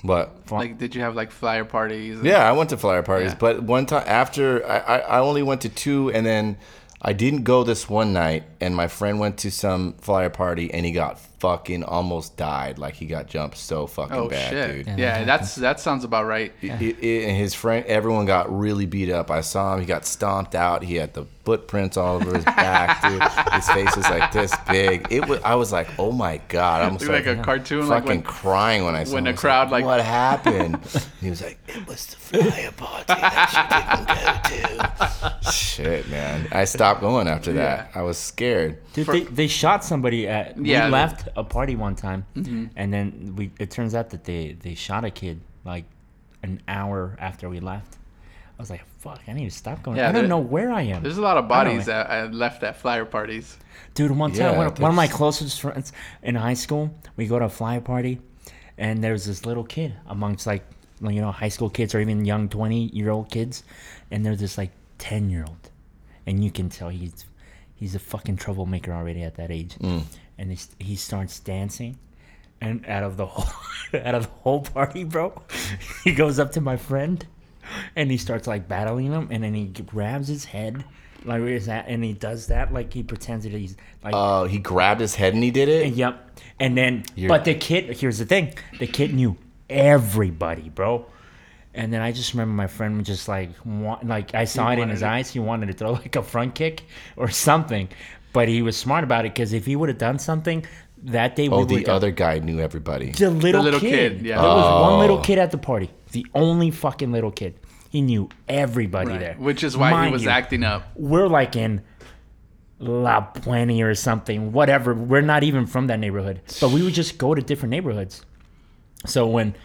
Speaker 2: But
Speaker 4: Like, did you have like flyer parties? and-
Speaker 2: yeah, I went to flyer parties,
Speaker 4: Yeah.
Speaker 2: but one time after I, I, I only went to two, and then I didn't go this one night, and my friend went to some flyer party, and he got fucking almost died, like he got jumped so fucking
Speaker 4: Oh
Speaker 2: bad,
Speaker 4: shit.
Speaker 2: dude.
Speaker 4: Yeah, that's that sounds about right.
Speaker 2: It- it- and his friend, everyone got really beat up. I saw him. He got stomped out. He had the footprints all over his back. dude. His face was like this big. It was. I was like, oh my god. I'm
Speaker 4: Looked like a cartoon, like
Speaker 2: Fucking
Speaker 4: when-
Speaker 2: crying when I saw
Speaker 4: when
Speaker 2: him.
Speaker 4: a
Speaker 2: I was
Speaker 4: crowd, like-
Speaker 2: what happened? And he was like, it was the flyer party that you didn't go to. Shit, man. I stopped going after that. I was scared.
Speaker 3: Dude, they, they shot somebody at.
Speaker 4: Yeah. Mm-hmm.
Speaker 3: We left a party one time, and then we. It turns out that they they shot a kid like an hour after we left. I was like, "Fuck! I need to stop going.
Speaker 4: Yeah,
Speaker 3: I don't
Speaker 4: there-
Speaker 3: know where I am."
Speaker 4: There's a lot of bodies
Speaker 3: know.
Speaker 4: that I left at flyer parties.
Speaker 3: Dude, one time,
Speaker 2: Yeah,
Speaker 3: one, one of my
Speaker 2: that's-
Speaker 3: closest friends in high school, we go to a flyer party, and there's this little kid amongst like, like, you know, high school kids or even young 20 year old kids, and there's this like 10 year old. And you can tell he's he's a fucking troublemaker already at that age. And he, he starts dancing. And out of the whole, out of the whole party, bro, he goes up to my friend, and he starts like battling him, and then he grabs his head, like where is that? And he does that, like he pretends that he's like,
Speaker 2: Uh, he grabbed his head and he did it.
Speaker 3: yep. And then,
Speaker 2: You're-
Speaker 3: but the kid, here's the thing, the kid knew everybody, bro. And then I just remember my friend was just like, wa- like I saw it in
Speaker 4: wanted
Speaker 3: his
Speaker 4: it.
Speaker 3: eyes. He wanted to throw like a front kick or something, but he was smart about it because if he would have done something that day,
Speaker 2: Oh,
Speaker 3: we
Speaker 2: the
Speaker 3: would have
Speaker 2: other guy knew everybody.
Speaker 3: the little,
Speaker 4: little
Speaker 3: kid.
Speaker 4: kid, yeah.
Speaker 3: There was one little
Speaker 2: Oh.
Speaker 3: kid at the party. The only fucking little kid. He knew everybody there.
Speaker 4: Which is why he
Speaker 3: Mind
Speaker 4: was
Speaker 3: you,
Speaker 4: acting up.
Speaker 3: We're like in La Puente or something, whatever. We're not even from that neighborhood. But we would just go to different neighborhoods. So when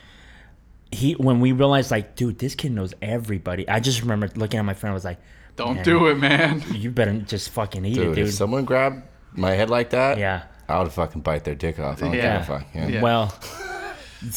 Speaker 3: he when we realized like, dude, this kid knows everybody. I just remember looking at my friend I was like,
Speaker 4: Don't
Speaker 3: "Man,
Speaker 4: do it, man.
Speaker 3: You better just fucking eat
Speaker 2: Dude,
Speaker 3: it, dude.
Speaker 2: if someone grabbed my head like that,
Speaker 3: yeah.
Speaker 2: I would fucking bite their dick off. I don't
Speaker 4: Yeah.
Speaker 2: give a fuck. Yeah.
Speaker 4: Yeah.
Speaker 3: Well,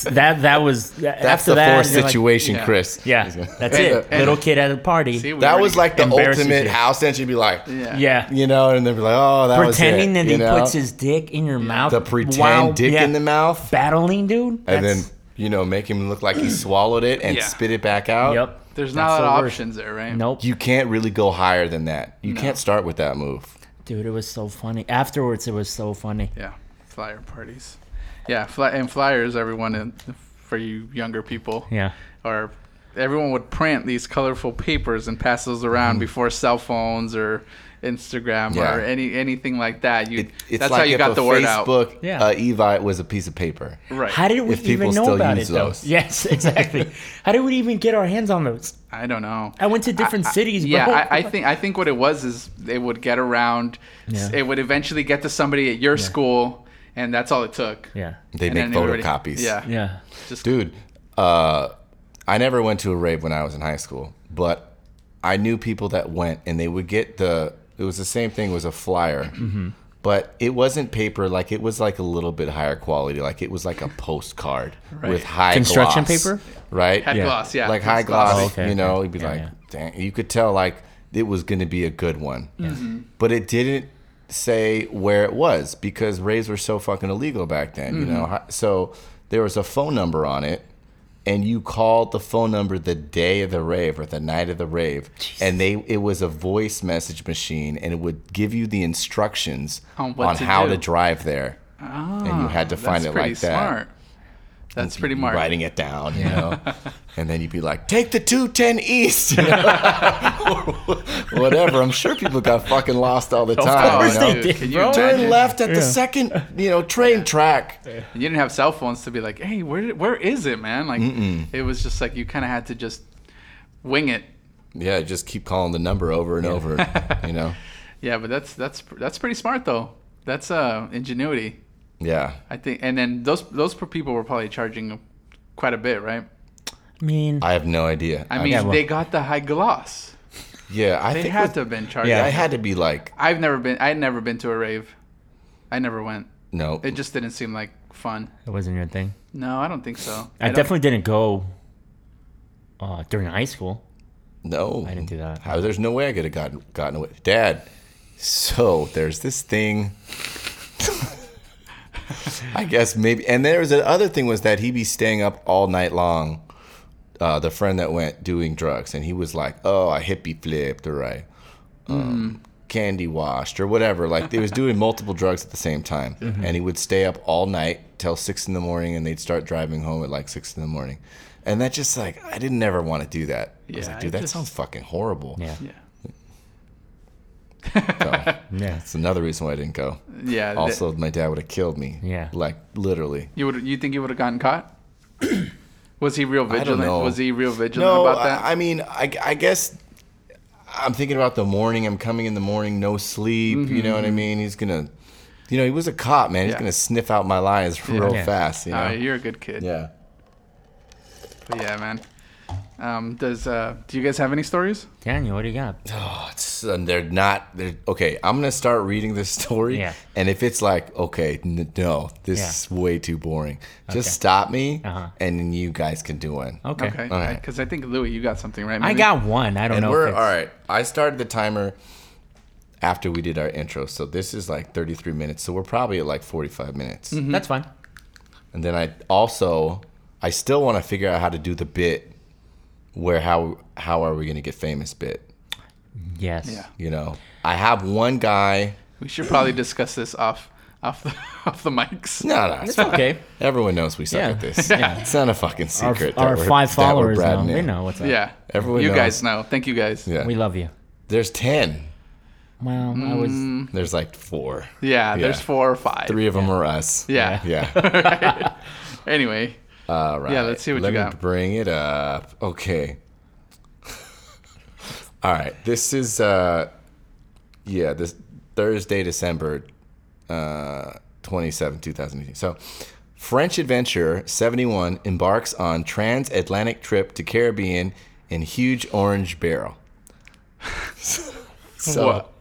Speaker 3: that that was that's
Speaker 2: That's
Speaker 3: after
Speaker 2: the
Speaker 3: that,
Speaker 2: forced
Speaker 3: you're like,
Speaker 2: situation,
Speaker 4: Yeah.
Speaker 2: Chris.
Speaker 3: Yeah, that's it.
Speaker 4: and-
Speaker 3: Little kid at a party.
Speaker 4: See, we
Speaker 2: That
Speaker 4: already-
Speaker 2: was like the
Speaker 3: Embarrasses
Speaker 2: ultimate
Speaker 3: you.
Speaker 2: house and she'd be like,
Speaker 4: yeah.
Speaker 3: yeah.
Speaker 2: you know, and they'd be like, oh, that
Speaker 3: Pretending
Speaker 2: was it.
Speaker 3: that
Speaker 2: you
Speaker 3: he
Speaker 2: know?
Speaker 3: puts his dick in your mouth.
Speaker 2: the pretend
Speaker 3: while-
Speaker 2: dick
Speaker 3: yeah,
Speaker 2: in the mouth,
Speaker 3: Battling, dude.
Speaker 2: and then
Speaker 3: That's-
Speaker 2: you know, make him look like he swallowed it and
Speaker 4: Yeah.
Speaker 2: spit it back out.
Speaker 3: Yep.
Speaker 4: There's
Speaker 3: That's
Speaker 4: not a
Speaker 3: the
Speaker 4: lot of
Speaker 3: worst.
Speaker 4: options there, right?
Speaker 3: Nope.
Speaker 2: You can't really go higher than that. You can't start with that move.
Speaker 3: Dude, it was so funny. Afterwards, it was so funny.
Speaker 4: Yeah. Flyer parties. Yeah, fly- and flyers everyone in, for you younger people.
Speaker 3: Yeah.
Speaker 4: Or everyone would print these colorful papers and pass those around
Speaker 3: Mm-hmm.
Speaker 4: before cell phones or Instagram
Speaker 2: Yeah.
Speaker 4: or any anything like that. You
Speaker 2: It, it's
Speaker 4: that's
Speaker 2: like
Speaker 4: how you
Speaker 2: if
Speaker 4: got
Speaker 2: a
Speaker 4: the word out.
Speaker 2: Facebook
Speaker 3: Yeah.
Speaker 2: uh, Evite was a piece of paper.
Speaker 4: Right.
Speaker 3: How did we
Speaker 2: If people
Speaker 3: even know
Speaker 2: still
Speaker 3: about it,
Speaker 2: use
Speaker 3: though?
Speaker 2: those.
Speaker 3: Yes, exactly. How did we even get our hands on those?
Speaker 4: I don't know.
Speaker 3: I went to different cities, bro.
Speaker 4: Yeah, I, I think I think what it was is it would get around.
Speaker 3: Yeah.
Speaker 4: It would eventually get to somebody at your school, and that's all it took.
Speaker 3: yeah.
Speaker 2: They
Speaker 4: And
Speaker 2: make
Speaker 4: then everybody-
Speaker 2: photocopies.
Speaker 4: Yeah.
Speaker 3: Yeah.
Speaker 2: dude uh, i never went to a rave when i was in high school but i knew people that went and they would get the it was the same thing it was a flyer
Speaker 3: Mm-hmm.
Speaker 2: but it wasn't paper like it was like a little bit higher quality like it was like a postcard with high
Speaker 3: Construction
Speaker 2: gloss,
Speaker 3: paper?
Speaker 2: right
Speaker 4: Had gloss, yeah.
Speaker 2: like high
Speaker 4: Had gloss.
Speaker 2: gloss
Speaker 3: Oh, okay,
Speaker 2: you know
Speaker 3: okay.
Speaker 2: it'd be
Speaker 3: Yeah,
Speaker 2: like
Speaker 3: yeah.
Speaker 2: dang, you could tell like it was going to be a good one
Speaker 4: Mm-hmm.
Speaker 2: but it didn't say where it was because raves were so fucking illegal back then you
Speaker 4: Mm-hmm.
Speaker 2: know Hi- so there was a phone number on it and you called the phone number the day of the rave or the night of the rave and they it was a voice message machine and it would give you the instructions
Speaker 4: On
Speaker 2: on,
Speaker 4: what to
Speaker 2: how
Speaker 4: do. Ah,
Speaker 2: to drive there and you had to find
Speaker 4: That's
Speaker 2: it
Speaker 4: pretty
Speaker 2: like that
Speaker 4: smart. That's pretty smart.
Speaker 2: writing it down, you know. and then you'd be like, "Take the two ten east," you know? Or whatever. I'm sure people got fucking lost all the time.
Speaker 3: course
Speaker 2: you
Speaker 3: they
Speaker 2: know?
Speaker 4: dude,
Speaker 3: did,
Speaker 4: can you
Speaker 3: bro.
Speaker 2: Turn
Speaker 4: imagine?
Speaker 2: left at the second, you know, train track.
Speaker 4: You didn't have cell phones to be like, hey, where where is it, man? Like it was just like you kind of had to just wing it.
Speaker 2: Yeah, just keep calling the number over and over, you know.
Speaker 4: Yeah, but that's that's that's pretty smart though. That's uh ingenuity.
Speaker 2: Yeah,
Speaker 4: I think, and then those those people were probably charging quite a bit, right?
Speaker 3: I mean,
Speaker 2: I have no idea.
Speaker 4: I mean,
Speaker 3: Yeah, well-
Speaker 4: they got the high gloss.
Speaker 2: yeah, I
Speaker 4: They
Speaker 2: think
Speaker 4: had
Speaker 2: with-
Speaker 4: to have been charging.
Speaker 2: Yeah, I had to be like,
Speaker 4: I've never been. I'd never been to a rave. I never went.
Speaker 2: no,
Speaker 4: It just didn't seem like fun.
Speaker 3: it wasn't your thing.
Speaker 4: No, I don't think so.
Speaker 3: I,
Speaker 4: don't-
Speaker 3: definitely didn't go uh, during high school.
Speaker 2: No,
Speaker 3: I didn't do that.
Speaker 2: How, there's no way I could have gotten gotten away, Dad. So there's this thing. I guess maybe, and there was the other thing was that he'd be staying up all night long. Uh, the friend that went doing drugs, and he was like, "Oh, I hippie flipped, or I um, candy washed, or whatever." Like he was doing multiple drugs at the same time,
Speaker 4: Mm-hmm.
Speaker 2: and he would stay up all night till six in the morning, and they'd start driving home at like six in the morning, and that just like I didn't ever want to do that. I was
Speaker 4: Yeah,
Speaker 2: like, dude,
Speaker 4: I
Speaker 2: that
Speaker 4: just-
Speaker 2: sounds fucking horrible.
Speaker 3: Yeah.
Speaker 4: Yeah.
Speaker 2: So,
Speaker 3: Yeah.
Speaker 2: that's another reason why I didn't go.
Speaker 4: Yeah. Uh, that-
Speaker 2: Also, my dad would have killed me.
Speaker 3: Yeah.
Speaker 2: like literally.
Speaker 4: you would. You think you would have gotten caught? was he real
Speaker 2: don't
Speaker 4: vigilant?
Speaker 2: know.
Speaker 4: Was he real vigilant
Speaker 2: No,
Speaker 4: about that?
Speaker 2: I, I mean, I, I guess I'm thinking about the morning. I'm coming in the morning, no sleep. You know what I mean? He's gonna, you know, he was a cop, man. He's
Speaker 4: Yeah.
Speaker 2: gonna sniff out my lies real
Speaker 3: Yeah.
Speaker 2: fast. You know?
Speaker 4: Oh, you're a good kid.
Speaker 2: yeah.
Speaker 4: But yeah, man. Um, does uh, do you guys have any stories?
Speaker 3: Daniel, what do you got?
Speaker 2: Oh, it's, and they're not. They're okay. I'm gonna start reading this story,
Speaker 3: Yeah.
Speaker 2: and if it's like, okay, n- no, this
Speaker 3: Yeah.
Speaker 2: is way too boring. Just
Speaker 3: Okay.
Speaker 2: stop me,
Speaker 3: Uh-huh.
Speaker 2: and then you guys can do one.
Speaker 3: Okay.
Speaker 4: Okay.
Speaker 2: All right.
Speaker 4: Because I think Louis, you got something right.
Speaker 3: I
Speaker 4: Maybe-
Speaker 3: got one. I don't
Speaker 2: And
Speaker 3: know. if
Speaker 2: we're all
Speaker 3: it's-
Speaker 2: right. I started the timer after we did our intro, so this is like 33 minutes. So we're probably at like 45 minutes.
Speaker 3: That's fine.
Speaker 2: And then I also, I still want to figure out how to do the bit where how how are we gonna get famous bit?
Speaker 3: Yes.
Speaker 4: Yeah.
Speaker 2: You know, I have one guy.
Speaker 4: We should probably discuss this off off the off the mics.
Speaker 2: No, no, it's
Speaker 3: It's
Speaker 2: fine.
Speaker 3: okay.
Speaker 2: Everyone knows we suck
Speaker 3: Yeah.
Speaker 2: at this.
Speaker 3: Yeah.
Speaker 2: It's not a fucking
Speaker 3: Our,
Speaker 2: secret. that
Speaker 3: our
Speaker 2: we're-
Speaker 3: five
Speaker 2: that we're
Speaker 3: followers know.
Speaker 2: branding.
Speaker 3: They know what's up.
Speaker 4: Yeah.
Speaker 2: Everyone
Speaker 4: You
Speaker 2: knows.
Speaker 4: guys know. Thank you guys.
Speaker 2: Yeah.
Speaker 3: We love you.
Speaker 2: There's ten.
Speaker 3: Well, I was.
Speaker 2: There's like four.
Speaker 4: Yeah,
Speaker 2: Yeah.
Speaker 4: There's four or five.
Speaker 2: Three of them are us.
Speaker 4: Yeah.
Speaker 2: Yeah.
Speaker 4: Anyway,
Speaker 2: All right.
Speaker 4: Yeah, let's see what
Speaker 2: Let
Speaker 4: you
Speaker 2: me
Speaker 4: got.
Speaker 2: Bring it up. Okay. All right. This is uh yeah, this Thursday, December uh 27, 2018. So French Adventure 71 embarks on transatlantic trip to Caribbean in huge orange barrel. so
Speaker 4: what?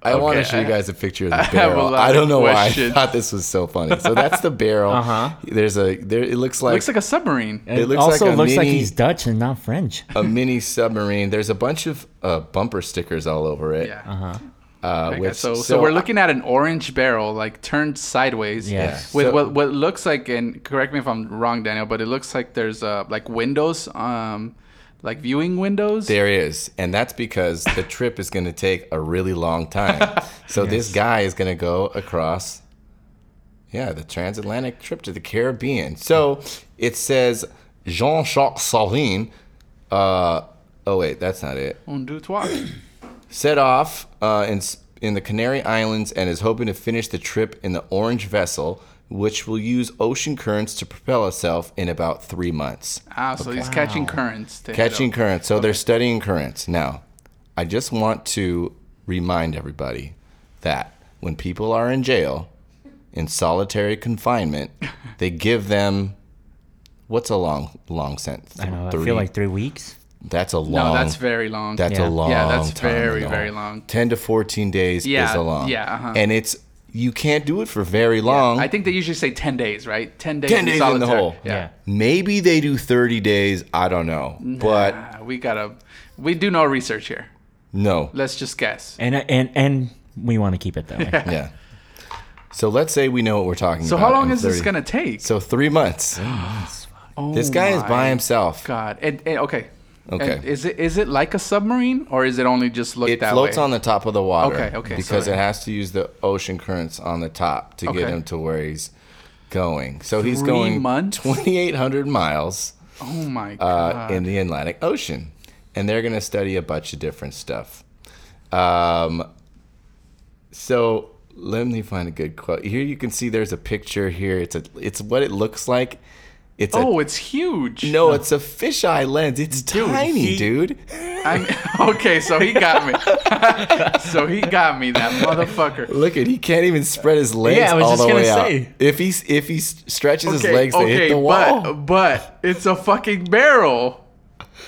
Speaker 2: I want to
Speaker 4: Okay,
Speaker 2: show you
Speaker 4: I-
Speaker 2: guys a picture of the
Speaker 4: have a
Speaker 2: barrel.
Speaker 4: lot
Speaker 2: I don't
Speaker 4: of
Speaker 2: know
Speaker 4: questions.
Speaker 2: why I thought this was so funny. So that's the barrel.
Speaker 3: Uh-huh.
Speaker 2: There's a there. It looks like,
Speaker 4: Looks like a submarine.
Speaker 2: It looks
Speaker 3: also
Speaker 2: like a
Speaker 3: looks like
Speaker 2: mini-
Speaker 3: he's Dutch and not French.
Speaker 2: a mini submarine. There's a bunch of uh, bumper stickers all over it.
Speaker 4: Yeah.
Speaker 2: Uh,
Speaker 4: Okay,
Speaker 2: which,
Speaker 4: so, so we're looking at an orange barrel, like turned sideways,
Speaker 3: Yeah.
Speaker 4: with
Speaker 2: So-
Speaker 4: what what looks like. And correct me if I'm wrong, Daniel, but it looks like there's uh like windows, um, like viewing windows.
Speaker 2: There is, and that's because the trip is going to take a really long time. So this guy is going to go across, yeah, the transatlantic trip to the Caribbean. So it says Jean-Jacques Salin. Uh, oh wait, that's not it.
Speaker 4: Un, deux, trois.
Speaker 2: set off uh, in, S- in the Canary Islands and is hoping to finish the trip in the orange vessel, which will use ocean currents to propel itself in about three months.
Speaker 4: Ah, so he's catching currents. to hit
Speaker 2: Oh, Catching
Speaker 4: up.
Speaker 2: currents. So they're studying currents. Now, I just want to remind everybody that when people are in jail, in solitary confinement, they give them what's a long, long sentence?
Speaker 3: I know. I feel like three weeks.
Speaker 2: that's a
Speaker 4: No,
Speaker 2: long.
Speaker 4: that's very long.
Speaker 2: That's
Speaker 3: Yeah.
Speaker 2: a long.
Speaker 4: Yeah, that's
Speaker 2: time
Speaker 4: very,
Speaker 2: and all.
Speaker 4: very long.
Speaker 2: Ten to fourteen days
Speaker 4: Yeah,
Speaker 2: is a long.
Speaker 4: yeah, uh-huh.
Speaker 2: and it's you can't do it for very long.
Speaker 4: I think they usually say ten days, right? Ten days.
Speaker 2: 10 days in the
Speaker 4: solitary.
Speaker 2: hole.
Speaker 4: Yeah.
Speaker 2: maybe they do thirty days. I don't know, but
Speaker 4: Ah, we gotta. We do no research here.
Speaker 2: no,
Speaker 4: Let's just guess.
Speaker 3: And and and we want to keep it that way.
Speaker 2: yeah. So let's say we know what we're talking
Speaker 4: So
Speaker 2: about.
Speaker 4: how long
Speaker 2: in
Speaker 4: is this
Speaker 2: 30
Speaker 4: gonna take?
Speaker 2: So three months. this guy is by himself.
Speaker 4: God. And, and- okay.
Speaker 2: Okay.
Speaker 4: And is it is it like a submarine or is it only just look
Speaker 2: It
Speaker 4: that
Speaker 2: floats
Speaker 4: way?
Speaker 2: on the top of the water.
Speaker 4: Okay, okay,
Speaker 2: Because
Speaker 4: sorry.
Speaker 2: it has to use the ocean currents on the top to get
Speaker 4: Okay.
Speaker 2: him to where he's going. So he's
Speaker 4: Three
Speaker 2: going
Speaker 4: months?
Speaker 2: 2,800 miles.
Speaker 4: Oh my
Speaker 2: uh,
Speaker 4: god.
Speaker 2: in the Atlantic Ocean, and they're going to study a bunch of different stuff. Um, so let me find a good quote. Here you can see there's a picture here. It's a it's what it looks like. It's
Speaker 4: oh,
Speaker 2: a
Speaker 4: it's huge.
Speaker 2: no, it's a fisheye lens. It's tiny,
Speaker 3: he-
Speaker 2: dude.
Speaker 4: I'm, okay, so he got me. so he got me, that motherfucker.
Speaker 2: Look at he can't even spread his legs
Speaker 3: Yeah, I was
Speaker 2: all
Speaker 3: just
Speaker 2: the
Speaker 3: gonna
Speaker 2: way
Speaker 3: say.
Speaker 2: out. If he if he s- stretches his
Speaker 4: Okay,
Speaker 2: legs, they hit
Speaker 4: okay,
Speaker 2: the wall.
Speaker 4: but but it's a fucking barrel.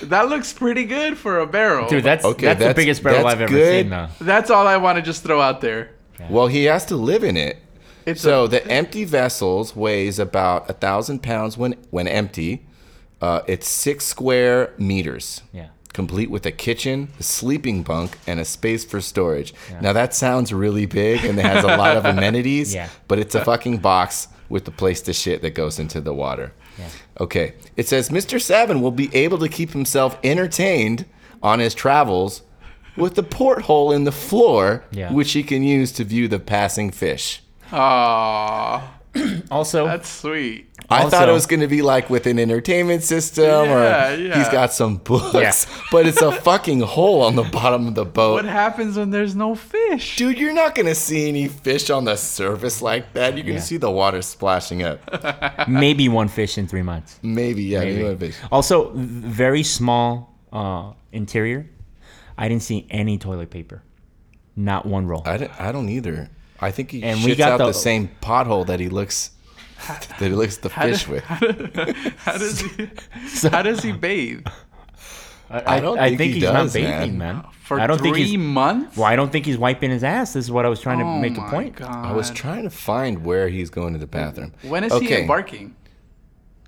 Speaker 4: That looks pretty good for a barrel.
Speaker 3: Dude, that's
Speaker 2: Okay,
Speaker 3: that's,
Speaker 2: that's-
Speaker 3: the biggest barrel
Speaker 2: that's
Speaker 3: I've ever
Speaker 2: good.
Speaker 3: seen, though.
Speaker 4: that's all I want to just throw out there.
Speaker 2: Well, he has to live in it.
Speaker 4: It's
Speaker 2: so
Speaker 4: a-
Speaker 2: the empty vessels weighs about a thousand pounds when when empty. Uh, it's six square meters.
Speaker 3: Yeah.
Speaker 2: complete with a kitchen, a sleeping bunk, and a space for storage. Now that sounds really big and it has a lot of amenities,
Speaker 3: Yeah.
Speaker 2: but it's a fucking box with the place to shit that goes into the water. Okay. It says Mr. Savin will be able to keep himself entertained on his travels with the porthole in the floor,
Speaker 3: Yeah.
Speaker 2: which he can use to view the passing fish.
Speaker 4: Aww,
Speaker 3: Also,
Speaker 4: that's sweet.
Speaker 2: I thought it
Speaker 3: Also-
Speaker 2: was going to be like with an entertainment system
Speaker 4: Yeah,
Speaker 2: or
Speaker 4: yeah.
Speaker 2: he's got some books,
Speaker 3: Yeah.
Speaker 2: but it's a fucking hole on the bottom of the boat.
Speaker 4: What happens when there's no fish?
Speaker 2: Dude, you're not going to see any fish on the surface like that. You're going to
Speaker 3: Yeah.
Speaker 2: see the water splashing up.
Speaker 3: maybe one fish in three months.
Speaker 2: Maybe, yeah. you know what, fish.
Speaker 3: Also, v- very small uh, interior. I didn't see any toilet paper, not one roll.
Speaker 2: I, don't, I don't either. I think he
Speaker 3: And
Speaker 2: shits
Speaker 3: we got
Speaker 2: out the,
Speaker 3: the-
Speaker 2: same pothole that he looks that he looks at the fish with.
Speaker 4: How does he? how does he bathe
Speaker 2: I don't think he
Speaker 3: he's
Speaker 2: does,
Speaker 3: not bathing,
Speaker 2: man.
Speaker 3: man.
Speaker 4: for
Speaker 3: I don't
Speaker 4: three
Speaker 3: think he's.
Speaker 4: months?
Speaker 3: Well, I don't think he's wiping his ass. This is what I was trying to
Speaker 4: Oh
Speaker 3: make a
Speaker 4: my
Speaker 3: point. Oh.
Speaker 4: God.
Speaker 2: I was trying to find where he's going to the bathroom.
Speaker 4: When is he embarking?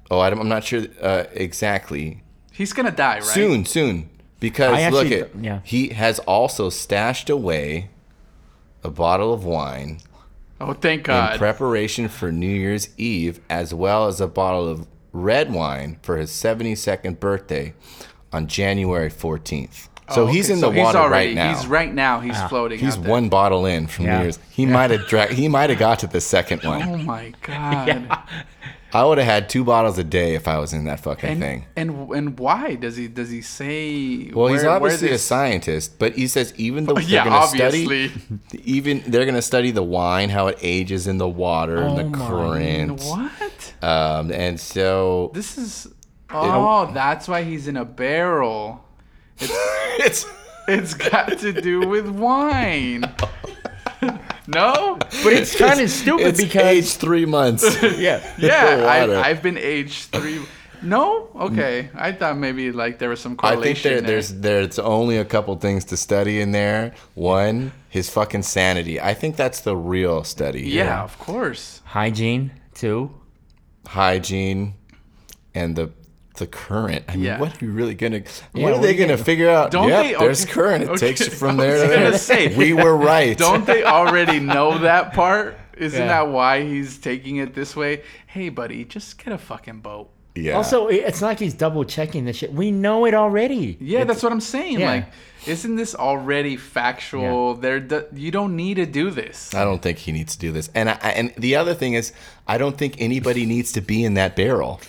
Speaker 2: Oh, I don't, I'm not sure uh, exactly.
Speaker 4: He's gonna die, right?
Speaker 2: Soon, soon. Because
Speaker 3: I
Speaker 2: look,
Speaker 3: actually
Speaker 2: it,
Speaker 3: th- yeah.
Speaker 2: he has also stashed away a bottle of wine
Speaker 4: Oh, thank
Speaker 2: in
Speaker 4: God.
Speaker 2: preparation for New Year's Eve, as well as a bottle of red wine for his 72nd birthday on January 14th. So
Speaker 4: Oh,
Speaker 2: he's
Speaker 4: okay,
Speaker 2: in
Speaker 4: so
Speaker 2: the water
Speaker 4: already,
Speaker 2: right now.
Speaker 4: He's right now. He's
Speaker 3: Ah.
Speaker 4: floating.
Speaker 2: He's
Speaker 4: out there.
Speaker 2: one bottle in from
Speaker 3: Yeah.
Speaker 2: New Year's. He might have dra- he might have got to the second
Speaker 4: Oh
Speaker 2: one.
Speaker 4: my God.
Speaker 2: I would have had two bottles a day if I was in that fucking
Speaker 4: And,
Speaker 2: thing.
Speaker 4: and and why does he does he say?
Speaker 2: Well, he's
Speaker 4: where- where
Speaker 2: obviously a
Speaker 4: this-
Speaker 2: scientist, but he says even though
Speaker 4: Yeah,
Speaker 2: they're going to study,
Speaker 4: obviously.
Speaker 2: even they're going to study the wine, how it ages in the water
Speaker 3: Oh
Speaker 2: and the
Speaker 3: my-
Speaker 2: current.
Speaker 4: What?
Speaker 2: Um, and so
Speaker 4: This is. Oh, that's why he's in a barrel.
Speaker 2: it's
Speaker 4: It's got to do with wine. no?
Speaker 3: But it's kind of stupid
Speaker 2: it's
Speaker 3: because
Speaker 2: aged three months.
Speaker 3: yeah,
Speaker 4: Yeah,
Speaker 2: Water.
Speaker 4: I, I've been aged three. No? Okay. I thought maybe like there was some
Speaker 2: I think
Speaker 4: correlation.
Speaker 2: there,
Speaker 4: there.
Speaker 2: there's there's only a couple things to study in there. One, his fucking sanity. I think that's the real study.
Speaker 4: Yeah,
Speaker 2: here.
Speaker 4: of course.
Speaker 3: hygiene too.
Speaker 2: hygiene, and the the current. I mean,
Speaker 4: Yeah.
Speaker 2: what are you really gonna?
Speaker 3: what
Speaker 2: what are
Speaker 3: are
Speaker 2: they
Speaker 3: you
Speaker 2: gonna figure out?
Speaker 4: Don't
Speaker 2: yep,
Speaker 4: they-
Speaker 2: there's
Speaker 4: okay,
Speaker 2: current. It
Speaker 4: okay,
Speaker 2: takes you from
Speaker 4: I was
Speaker 2: there to there.
Speaker 4: gonna say,
Speaker 2: we were right.
Speaker 4: Don't they already know that part? Isn't
Speaker 3: Yeah.
Speaker 4: that why he's taking it this way? Hey, buddy, just get a fucking boat.
Speaker 2: Yeah.
Speaker 3: Also, it- it's not like he's double checking this shit. We know it already.
Speaker 4: Yeah, that's what I'm saying.
Speaker 3: yeah.
Speaker 4: Like, isn't this already factual? There, do- you don't need to do this.
Speaker 2: I don't think he needs to do this. And I, I- and the other thing is, I don't think anybody needs to be in that barrel.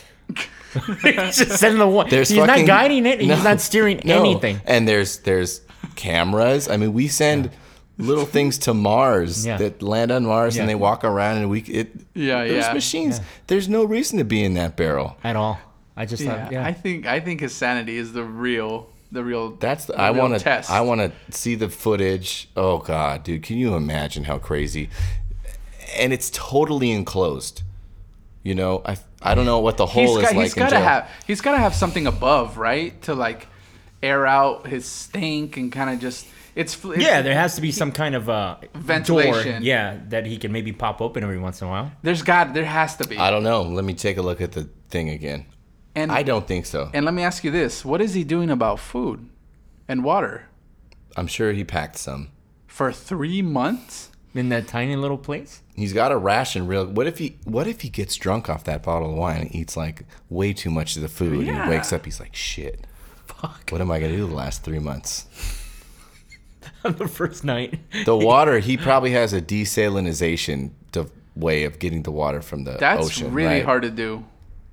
Speaker 3: He's just sending the one.
Speaker 2: There's
Speaker 3: he's
Speaker 2: fucking-
Speaker 3: not guiding it.
Speaker 2: No.
Speaker 3: he's not steering
Speaker 2: No.
Speaker 3: anything.
Speaker 2: And there's there's cameras. I mean, we send little things to Mars
Speaker 3: Yeah.
Speaker 2: that land on Mars
Speaker 3: Yeah.
Speaker 2: and they walk around and we it.
Speaker 4: Yeah,
Speaker 2: There's
Speaker 4: yeah.
Speaker 2: machines. There's no reason to be in that barrel.
Speaker 3: At all. I just
Speaker 4: Yeah,
Speaker 3: thought, yeah.
Speaker 4: Uh, I think I think his sanity is the real, the real.
Speaker 2: That's the,
Speaker 4: the
Speaker 2: I
Speaker 4: real
Speaker 2: want to
Speaker 4: test.
Speaker 2: I want to see the footage. Oh god, dude, can you imagine how crazy? And it's totally enclosed. You know, I I don't know what the
Speaker 4: He's
Speaker 2: hole
Speaker 4: got-
Speaker 2: is like.
Speaker 4: he's
Speaker 2: in
Speaker 4: gotta
Speaker 2: jail.
Speaker 4: have he's gotta have something above, right, to like air out his stink and kind of just it's, fl- it's
Speaker 3: Yeah, there has to be some kind of uh,
Speaker 4: Ventilation.
Speaker 3: Door, yeah, that he can maybe pop open every once in a while.
Speaker 4: There's got there has to be.
Speaker 2: I don't know. Let me take a look at the thing again.
Speaker 4: and
Speaker 2: I don't think so.
Speaker 4: and let me ask you this: What is he doing about food and water
Speaker 2: I'm sure he packed some.
Speaker 4: for three months?
Speaker 3: In that tiny little place.
Speaker 2: He's got a ration real. What if he What if he gets drunk off that bottle of wine and eats like way too much of the food and
Speaker 4: Yeah.
Speaker 2: he wakes up? He's like, shit. Fuck. What am I gonna do the last three months?
Speaker 3: on the first night.
Speaker 2: The water. he probably has a desalinization to, way of getting the water from the
Speaker 4: That's
Speaker 2: ocean.
Speaker 4: really
Speaker 2: right?
Speaker 4: hard to do.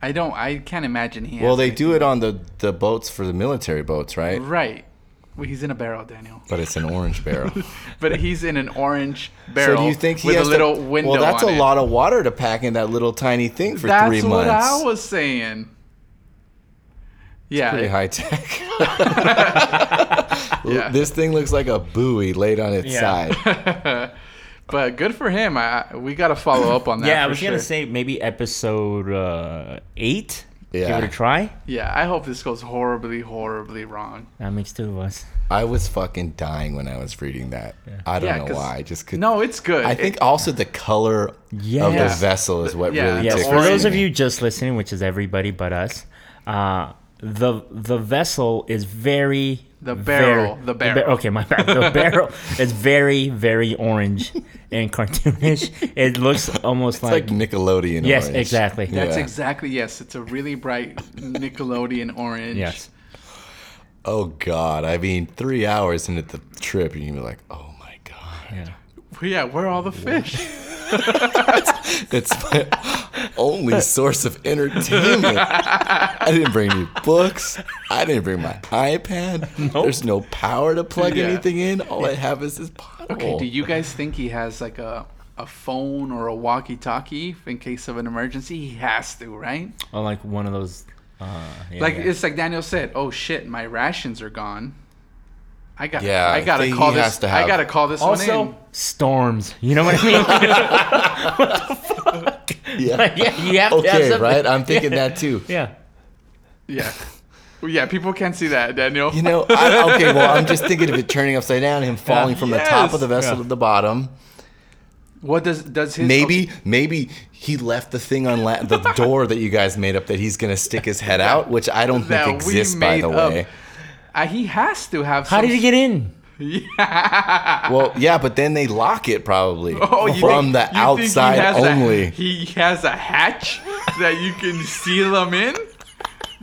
Speaker 4: I don't. I can't imagine he.
Speaker 2: Well,
Speaker 4: has
Speaker 2: they
Speaker 4: to-
Speaker 2: do it on the the boats for the military boats, right?
Speaker 4: right. Well, he's in a barrel, Daniel.
Speaker 2: But it's an orange barrel.
Speaker 4: But he's in an orange
Speaker 2: so do
Speaker 4: barrel.
Speaker 2: you think he
Speaker 4: with
Speaker 2: has
Speaker 4: a little
Speaker 2: to,
Speaker 4: window?
Speaker 2: Well, that's
Speaker 4: on
Speaker 2: a
Speaker 4: it.
Speaker 2: lot of water to pack in that little tiny thing for
Speaker 4: That's
Speaker 2: three
Speaker 4: what
Speaker 2: months.
Speaker 4: I was saying. Yeah,
Speaker 2: pretty
Speaker 4: it-
Speaker 2: high tech.
Speaker 4: Yeah.
Speaker 2: This thing looks like a buoy laid on its
Speaker 3: Yeah.
Speaker 2: side.
Speaker 4: but good for him. I, I- we got to follow up on that.
Speaker 3: yeah, I
Speaker 4: for
Speaker 3: was
Speaker 4: sure.
Speaker 3: gonna say maybe episode uh, eight.
Speaker 2: Yeah.
Speaker 3: Give it a try.
Speaker 4: Yeah, I hope this goes horribly, horribly wrong.
Speaker 3: That makes two of us.
Speaker 2: I was fucking dying when I was reading that. I don't
Speaker 4: Yeah,
Speaker 2: know
Speaker 4: 'cause-
Speaker 2: why. I just could.
Speaker 4: No, it's good.
Speaker 2: I
Speaker 4: It-
Speaker 2: think also the color of the
Speaker 3: Yes.
Speaker 2: vessel is what
Speaker 4: Yeah.
Speaker 2: really
Speaker 4: Yes,
Speaker 3: Yes.
Speaker 2: tickles
Speaker 3: For those
Speaker 2: me.
Speaker 3: of you just listening, which is everybody but us, uh, the the vessel is very
Speaker 4: The barrel,
Speaker 3: very-
Speaker 4: the barrel.
Speaker 3: ba- okay, my bad. The barrel is very very orange and cartoonish. It looks almost
Speaker 2: It's like
Speaker 3: like,
Speaker 2: Nickelodeon.
Speaker 3: yes,
Speaker 2: orange.
Speaker 3: exactly.
Speaker 2: Yeah.
Speaker 4: That's exactly yes. It's a really bright Nickelodeon orange.
Speaker 3: yes.
Speaker 2: Oh God! I mean, three hours into the trip, and you're like, "Oh my God!"
Speaker 3: Yeah.
Speaker 4: Yeah, where are all the fish?
Speaker 2: It's my only source of entertainment. I didn't bring any books. I didn't bring my iPad. There's no power to plug
Speaker 4: Yeah.
Speaker 2: anything in. All I have is this bottle.
Speaker 4: Okay, do you guys think he has like a a phone or a walkie-talkie in case of an emergency? He has to, right?
Speaker 3: Or like one of those. Uh, yeah,
Speaker 4: Like
Speaker 3: yeah.
Speaker 4: it's like Daniel said. Oh shit, my rations are gone. I got.
Speaker 2: Yeah,
Speaker 4: I
Speaker 2: I
Speaker 4: gotta
Speaker 2: think
Speaker 4: call
Speaker 2: he
Speaker 4: this.
Speaker 2: has to
Speaker 4: I
Speaker 2: have-
Speaker 4: gotta call this one in.
Speaker 3: also storms. You know what I mean?
Speaker 2: Yeah.
Speaker 3: yeah, you have to have
Speaker 2: Okay,
Speaker 3: something.
Speaker 2: right? I'm thinking that too.
Speaker 3: Yeah.
Speaker 4: Yeah. Well, yeah, people can't see that, Daniel.
Speaker 2: You know, I, okay, well, I'm just thinking of it turning upside down, him falling from the top
Speaker 4: Yes.
Speaker 2: of the vessel
Speaker 3: Yeah.
Speaker 2: to the bottom.
Speaker 4: what does does his
Speaker 2: Maybe, maybe he left the thing on la- the door that you guys made up that he's gonna stick his head out, which I don't
Speaker 4: That we
Speaker 2: think exists, by
Speaker 4: made
Speaker 2: the
Speaker 4: up.
Speaker 2: way.
Speaker 4: Uh, he has to have.
Speaker 3: How did you get in?
Speaker 2: Well, yeah, but then they lock it probably
Speaker 4: Oh, you
Speaker 2: from
Speaker 4: think- you think
Speaker 2: the
Speaker 4: he
Speaker 2: outside
Speaker 4: has a-
Speaker 2: only.
Speaker 4: he has a hatch that you can seal him in.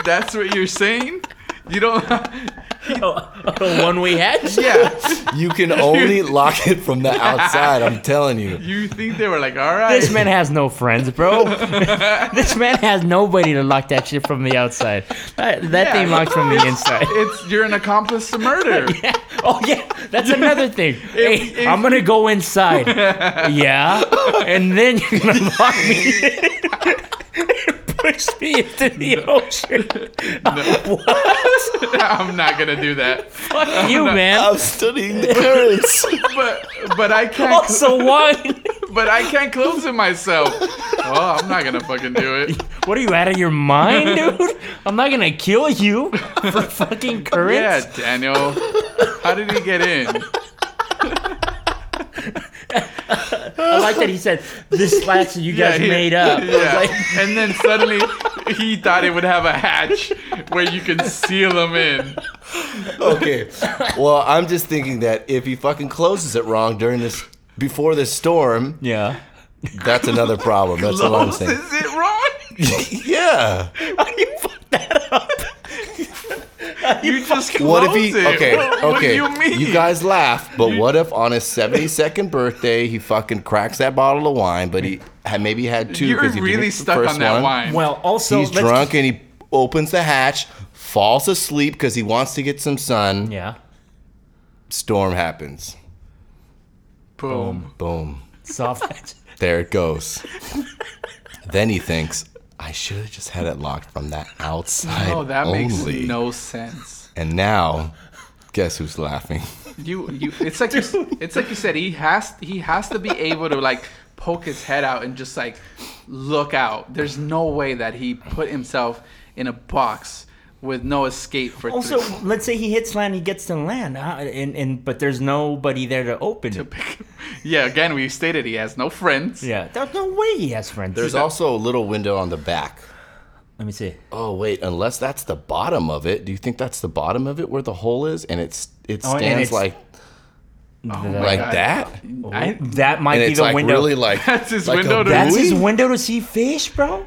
Speaker 4: That's what you're saying. You don't. Oh,
Speaker 3: A one-way hatch.
Speaker 4: Yeah.
Speaker 2: You can only lock it from the outside. I'm telling you.
Speaker 4: You think they were like, all right.
Speaker 3: This man has no friends, bro. this man has nobody to lock that shit from the outside. That, that
Speaker 4: Yeah.
Speaker 3: thing locked from the inside.
Speaker 4: It's you're an accomplice to murder.
Speaker 3: Oh yeah, that's another thing. hey,
Speaker 4: if
Speaker 3: I'm gonna go inside. yeah, and then you're gonna lock me. in. Push me into the ocean. What?
Speaker 4: I'm not gonna do that.
Speaker 3: Fuck you, man.
Speaker 2: I'm studying the currents.
Speaker 4: But but I can't.
Speaker 3: Also, why?
Speaker 4: But I can't close it myself. Oh, I'm not gonna fucking do it.
Speaker 3: What are you out of your mind, dude? I'm not gonna kill you for fucking
Speaker 4: Yeah,
Speaker 3: currents.
Speaker 4: Daniel. How did he get in?
Speaker 3: I like that he said this last you guys
Speaker 4: he-
Speaker 3: made up.
Speaker 4: Yeah.
Speaker 3: Like,
Speaker 4: and then suddenly he thought it would have a hatch where you can seal them in.
Speaker 2: okay. Well, I'm just thinking that if he fucking closes it wrong during this before this storm,
Speaker 3: yeah.
Speaker 2: that's another problem. That's all I'm
Speaker 4: Close
Speaker 2: saying.
Speaker 4: is it wrong?
Speaker 2: yeah.
Speaker 4: You just close
Speaker 2: What if he?
Speaker 4: it.
Speaker 2: Okay.
Speaker 4: What, what do
Speaker 2: Okay.
Speaker 4: you mean?
Speaker 2: guys laugh, but what if on his 72nd birthday he fucking cracks that bottle of wine, but he had maybe had two
Speaker 4: You're
Speaker 2: because he
Speaker 4: really
Speaker 2: drank the
Speaker 4: stuck
Speaker 2: first
Speaker 4: on that
Speaker 2: one.
Speaker 4: wine.
Speaker 3: Well, also
Speaker 2: He's
Speaker 3: let's-
Speaker 2: drunk and he opens the hatch, falls asleep because he wants to get some sun.
Speaker 3: Yeah.
Speaker 2: Storm happens.
Speaker 4: boom.
Speaker 2: Boom.
Speaker 3: Soft.
Speaker 2: There it goes. then he thinks, I should have just had it locked from that outside
Speaker 4: Oh, that
Speaker 2: only.
Speaker 4: makes no sense.
Speaker 2: and now, guess who's laughing?
Speaker 4: You, you. It's like you, s- it's like you said. He has he has to be able to like poke his head out and just like look out. There's no way that he put himself in a box with no escape for.
Speaker 3: Also,
Speaker 4: three-
Speaker 3: let's say he hits land, he gets to land, huh? and, and but there's nobody there to open. it.
Speaker 4: yeah. Again, we stated he has no friends.
Speaker 3: Yeah, there's no way he has friends.
Speaker 2: There's also a little window on the back.
Speaker 3: Let me see.
Speaker 2: Oh wait, unless that's the bottom of it. Do you think that's the bottom of it where the hole is and it's it
Speaker 3: Oh, and
Speaker 2: stands
Speaker 3: it's-
Speaker 2: like
Speaker 3: Th-
Speaker 2: like
Speaker 4: God.
Speaker 2: that?
Speaker 4: I,
Speaker 3: oh, that might
Speaker 2: And
Speaker 3: be
Speaker 2: it's
Speaker 3: the
Speaker 2: like
Speaker 3: window.
Speaker 2: really like
Speaker 4: That's his
Speaker 2: like a
Speaker 4: window to-
Speaker 3: That's his
Speaker 2: buoy?
Speaker 3: window to see fish, bro.
Speaker 2: I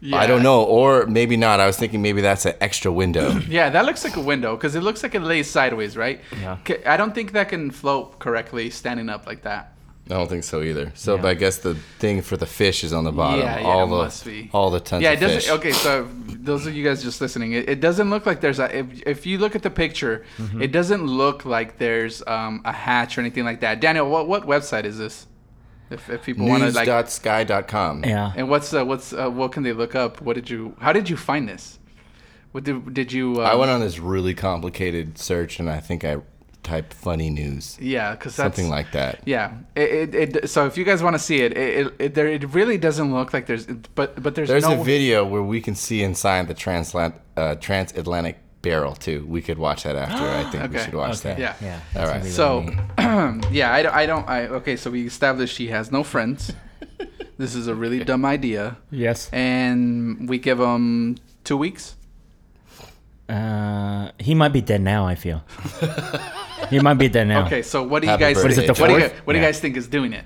Speaker 4: yeah.
Speaker 2: don't know, or maybe not. I was thinking maybe that's an extra window.
Speaker 4: Yeah, that looks like a window because it looks like it lays sideways, right?
Speaker 3: Yeah.
Speaker 4: Ca- I don't think that can float correctly standing up like that.
Speaker 2: I don't think so either. So
Speaker 3: Yeah.
Speaker 2: but I guess the thing for the fish is on the bottom.
Speaker 4: Yeah, yeah,
Speaker 2: all
Speaker 4: it
Speaker 2: the
Speaker 4: must be.
Speaker 2: all the tons
Speaker 4: yeah, it
Speaker 2: of
Speaker 4: doesn't.
Speaker 2: fish.
Speaker 4: Okay, so those of you guys just listening, it, it doesn't look like there's a. If, if you look at the picture,
Speaker 2: Mm-hmm.
Speaker 4: it doesn't look like there's um, a hatch or anything like that. Daniel, what what website is this? If, if people want to like,
Speaker 2: News.sky.com.
Speaker 3: Yeah.
Speaker 4: and what's uh, what's uh, what can they look up? What did you? How did you find this? What did did you? Um,
Speaker 2: I went on this really complicated search and I think I typed funny news.
Speaker 4: Yeah, because
Speaker 2: Something like that.
Speaker 4: Yeah, it, it, it so if you guys want to see it, it, it, it there it really doesn't look like there's but but there's,
Speaker 2: There's
Speaker 4: no
Speaker 2: a video where we can see inside the translant, uh, transatlantic barrel too. We could watch that after. I think we
Speaker 4: Okay.
Speaker 2: should watch that.
Speaker 4: Yeah.
Speaker 3: Yeah.
Speaker 2: All
Speaker 3: that's
Speaker 2: right.
Speaker 3: gonna be
Speaker 4: so
Speaker 3: the-
Speaker 4: yeah I, don't- I don't I okay so we established she has no friends. this is a really dumb idea,
Speaker 3: yes.
Speaker 4: and we give him Two weeks?
Speaker 3: Uh, he might be dead now. I feel he might be dead now.
Speaker 4: Okay, so what do you
Speaker 2: Happy
Speaker 4: guys?
Speaker 2: birthday,
Speaker 3: What is it,
Speaker 4: What,
Speaker 3: the
Speaker 4: do you,
Speaker 3: fourth?
Speaker 4: guys- what do you
Speaker 3: Yeah.
Speaker 4: guys think is doing it?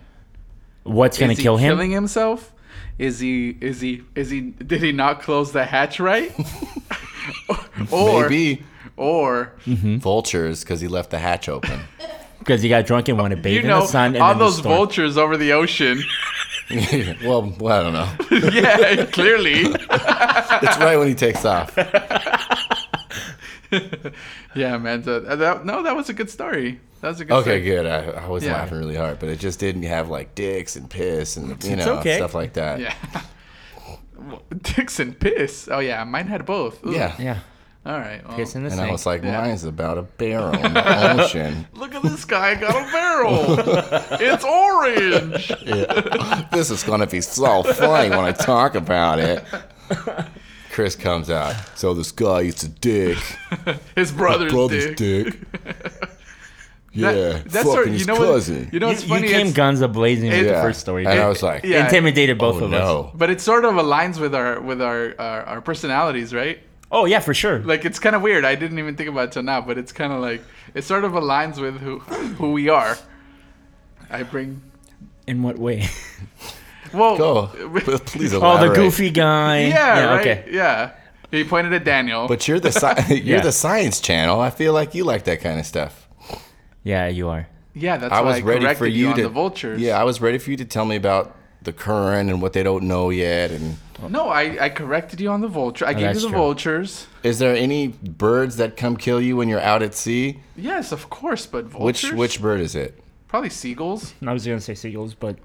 Speaker 3: What's gonna
Speaker 4: is
Speaker 3: kill
Speaker 4: he
Speaker 3: him?
Speaker 4: Killing himself? Is he? Is he? Is he? Did he not close the hatch right? or
Speaker 2: Maybe
Speaker 4: or
Speaker 3: Hmm?
Speaker 2: vultures because he left the hatch open.
Speaker 3: Because he got drunk and wanted to bathe
Speaker 4: you
Speaker 3: in
Speaker 4: know
Speaker 3: the sun. And
Speaker 4: all
Speaker 3: then the
Speaker 4: those
Speaker 3: storm.
Speaker 4: vultures over the ocean.
Speaker 2: well, well, I don't know.
Speaker 4: yeah, clearly.
Speaker 2: It's right when he takes off.
Speaker 4: Yeah, man. So uh, that, no, that was a good story. That was a good.
Speaker 2: Okay,
Speaker 4: story.
Speaker 2: good. I, I was
Speaker 4: Yeah.
Speaker 2: laughing really hard, but it just didn't have like dicks and piss and you
Speaker 3: It's
Speaker 2: know
Speaker 3: okay.
Speaker 2: stuff like that.
Speaker 4: Yeah. Well, Dicks and piss. Oh yeah, mine had both. Ooh.
Speaker 2: Yeah.
Speaker 3: Yeah,
Speaker 4: All right. well,
Speaker 3: kissing the
Speaker 2: And I
Speaker 3: snake.
Speaker 2: was like,
Speaker 4: Yeah.
Speaker 2: mine's about a barrel in the ocean.
Speaker 4: Look at this guy got a barrel. it's orange.
Speaker 2: This is gonna be so funny when I talk about it. Chris comes out. So this guy eats a dick.
Speaker 4: His brother's,
Speaker 2: Brother's
Speaker 4: dick.
Speaker 2: dick. Yeah,
Speaker 4: That-
Speaker 2: fucking
Speaker 4: sort-
Speaker 2: his
Speaker 4: know
Speaker 2: cousin.
Speaker 4: What, you know
Speaker 3: you,
Speaker 4: what's
Speaker 3: you
Speaker 4: funny?
Speaker 3: came
Speaker 4: It's-
Speaker 3: guns a blazing with
Speaker 4: it-
Speaker 2: yeah.
Speaker 3: the first story.
Speaker 2: And
Speaker 3: dude.
Speaker 2: I was like,
Speaker 4: Yeah.
Speaker 3: Intimidated both
Speaker 2: oh
Speaker 3: of us.
Speaker 2: no.
Speaker 4: but it sort of aligns with our with our our, our personalities, right?
Speaker 3: Oh yeah, for sure.
Speaker 4: Like it's kind of weird. I didn't even think about it till now, but it's kind of like it sort of aligns with who who we are. I bring.
Speaker 3: in what way?
Speaker 4: Well,
Speaker 2: Go. P- Please
Speaker 3: oh,
Speaker 2: elaborate.
Speaker 3: the goofy guy.
Speaker 4: Yeah, right.
Speaker 3: Okay.
Speaker 4: Yeah. He pointed at Daniel.
Speaker 2: But you're the sci- you're
Speaker 3: Yeah.
Speaker 2: the science channel. I feel like you like that kind of stuff.
Speaker 3: Yeah, you are.
Speaker 4: yeah, that's
Speaker 2: I
Speaker 4: why
Speaker 2: was
Speaker 4: I
Speaker 2: ready
Speaker 4: corrected
Speaker 2: for you
Speaker 4: on
Speaker 2: to
Speaker 4: the vultures.
Speaker 2: Yeah, I was ready for you to tell me about the current and what they don't know yet. And
Speaker 4: No, I, I corrected you on the vulture. I gave you
Speaker 3: Oh, that's
Speaker 4: the
Speaker 3: true.
Speaker 4: vultures.
Speaker 2: is there any birds that come kill you when you're out at sea?
Speaker 4: Yes, of course, but
Speaker 2: Which
Speaker 4: vultures.
Speaker 2: which bird is it?
Speaker 4: Probably seagulls.
Speaker 3: I was gonna say seagulls, but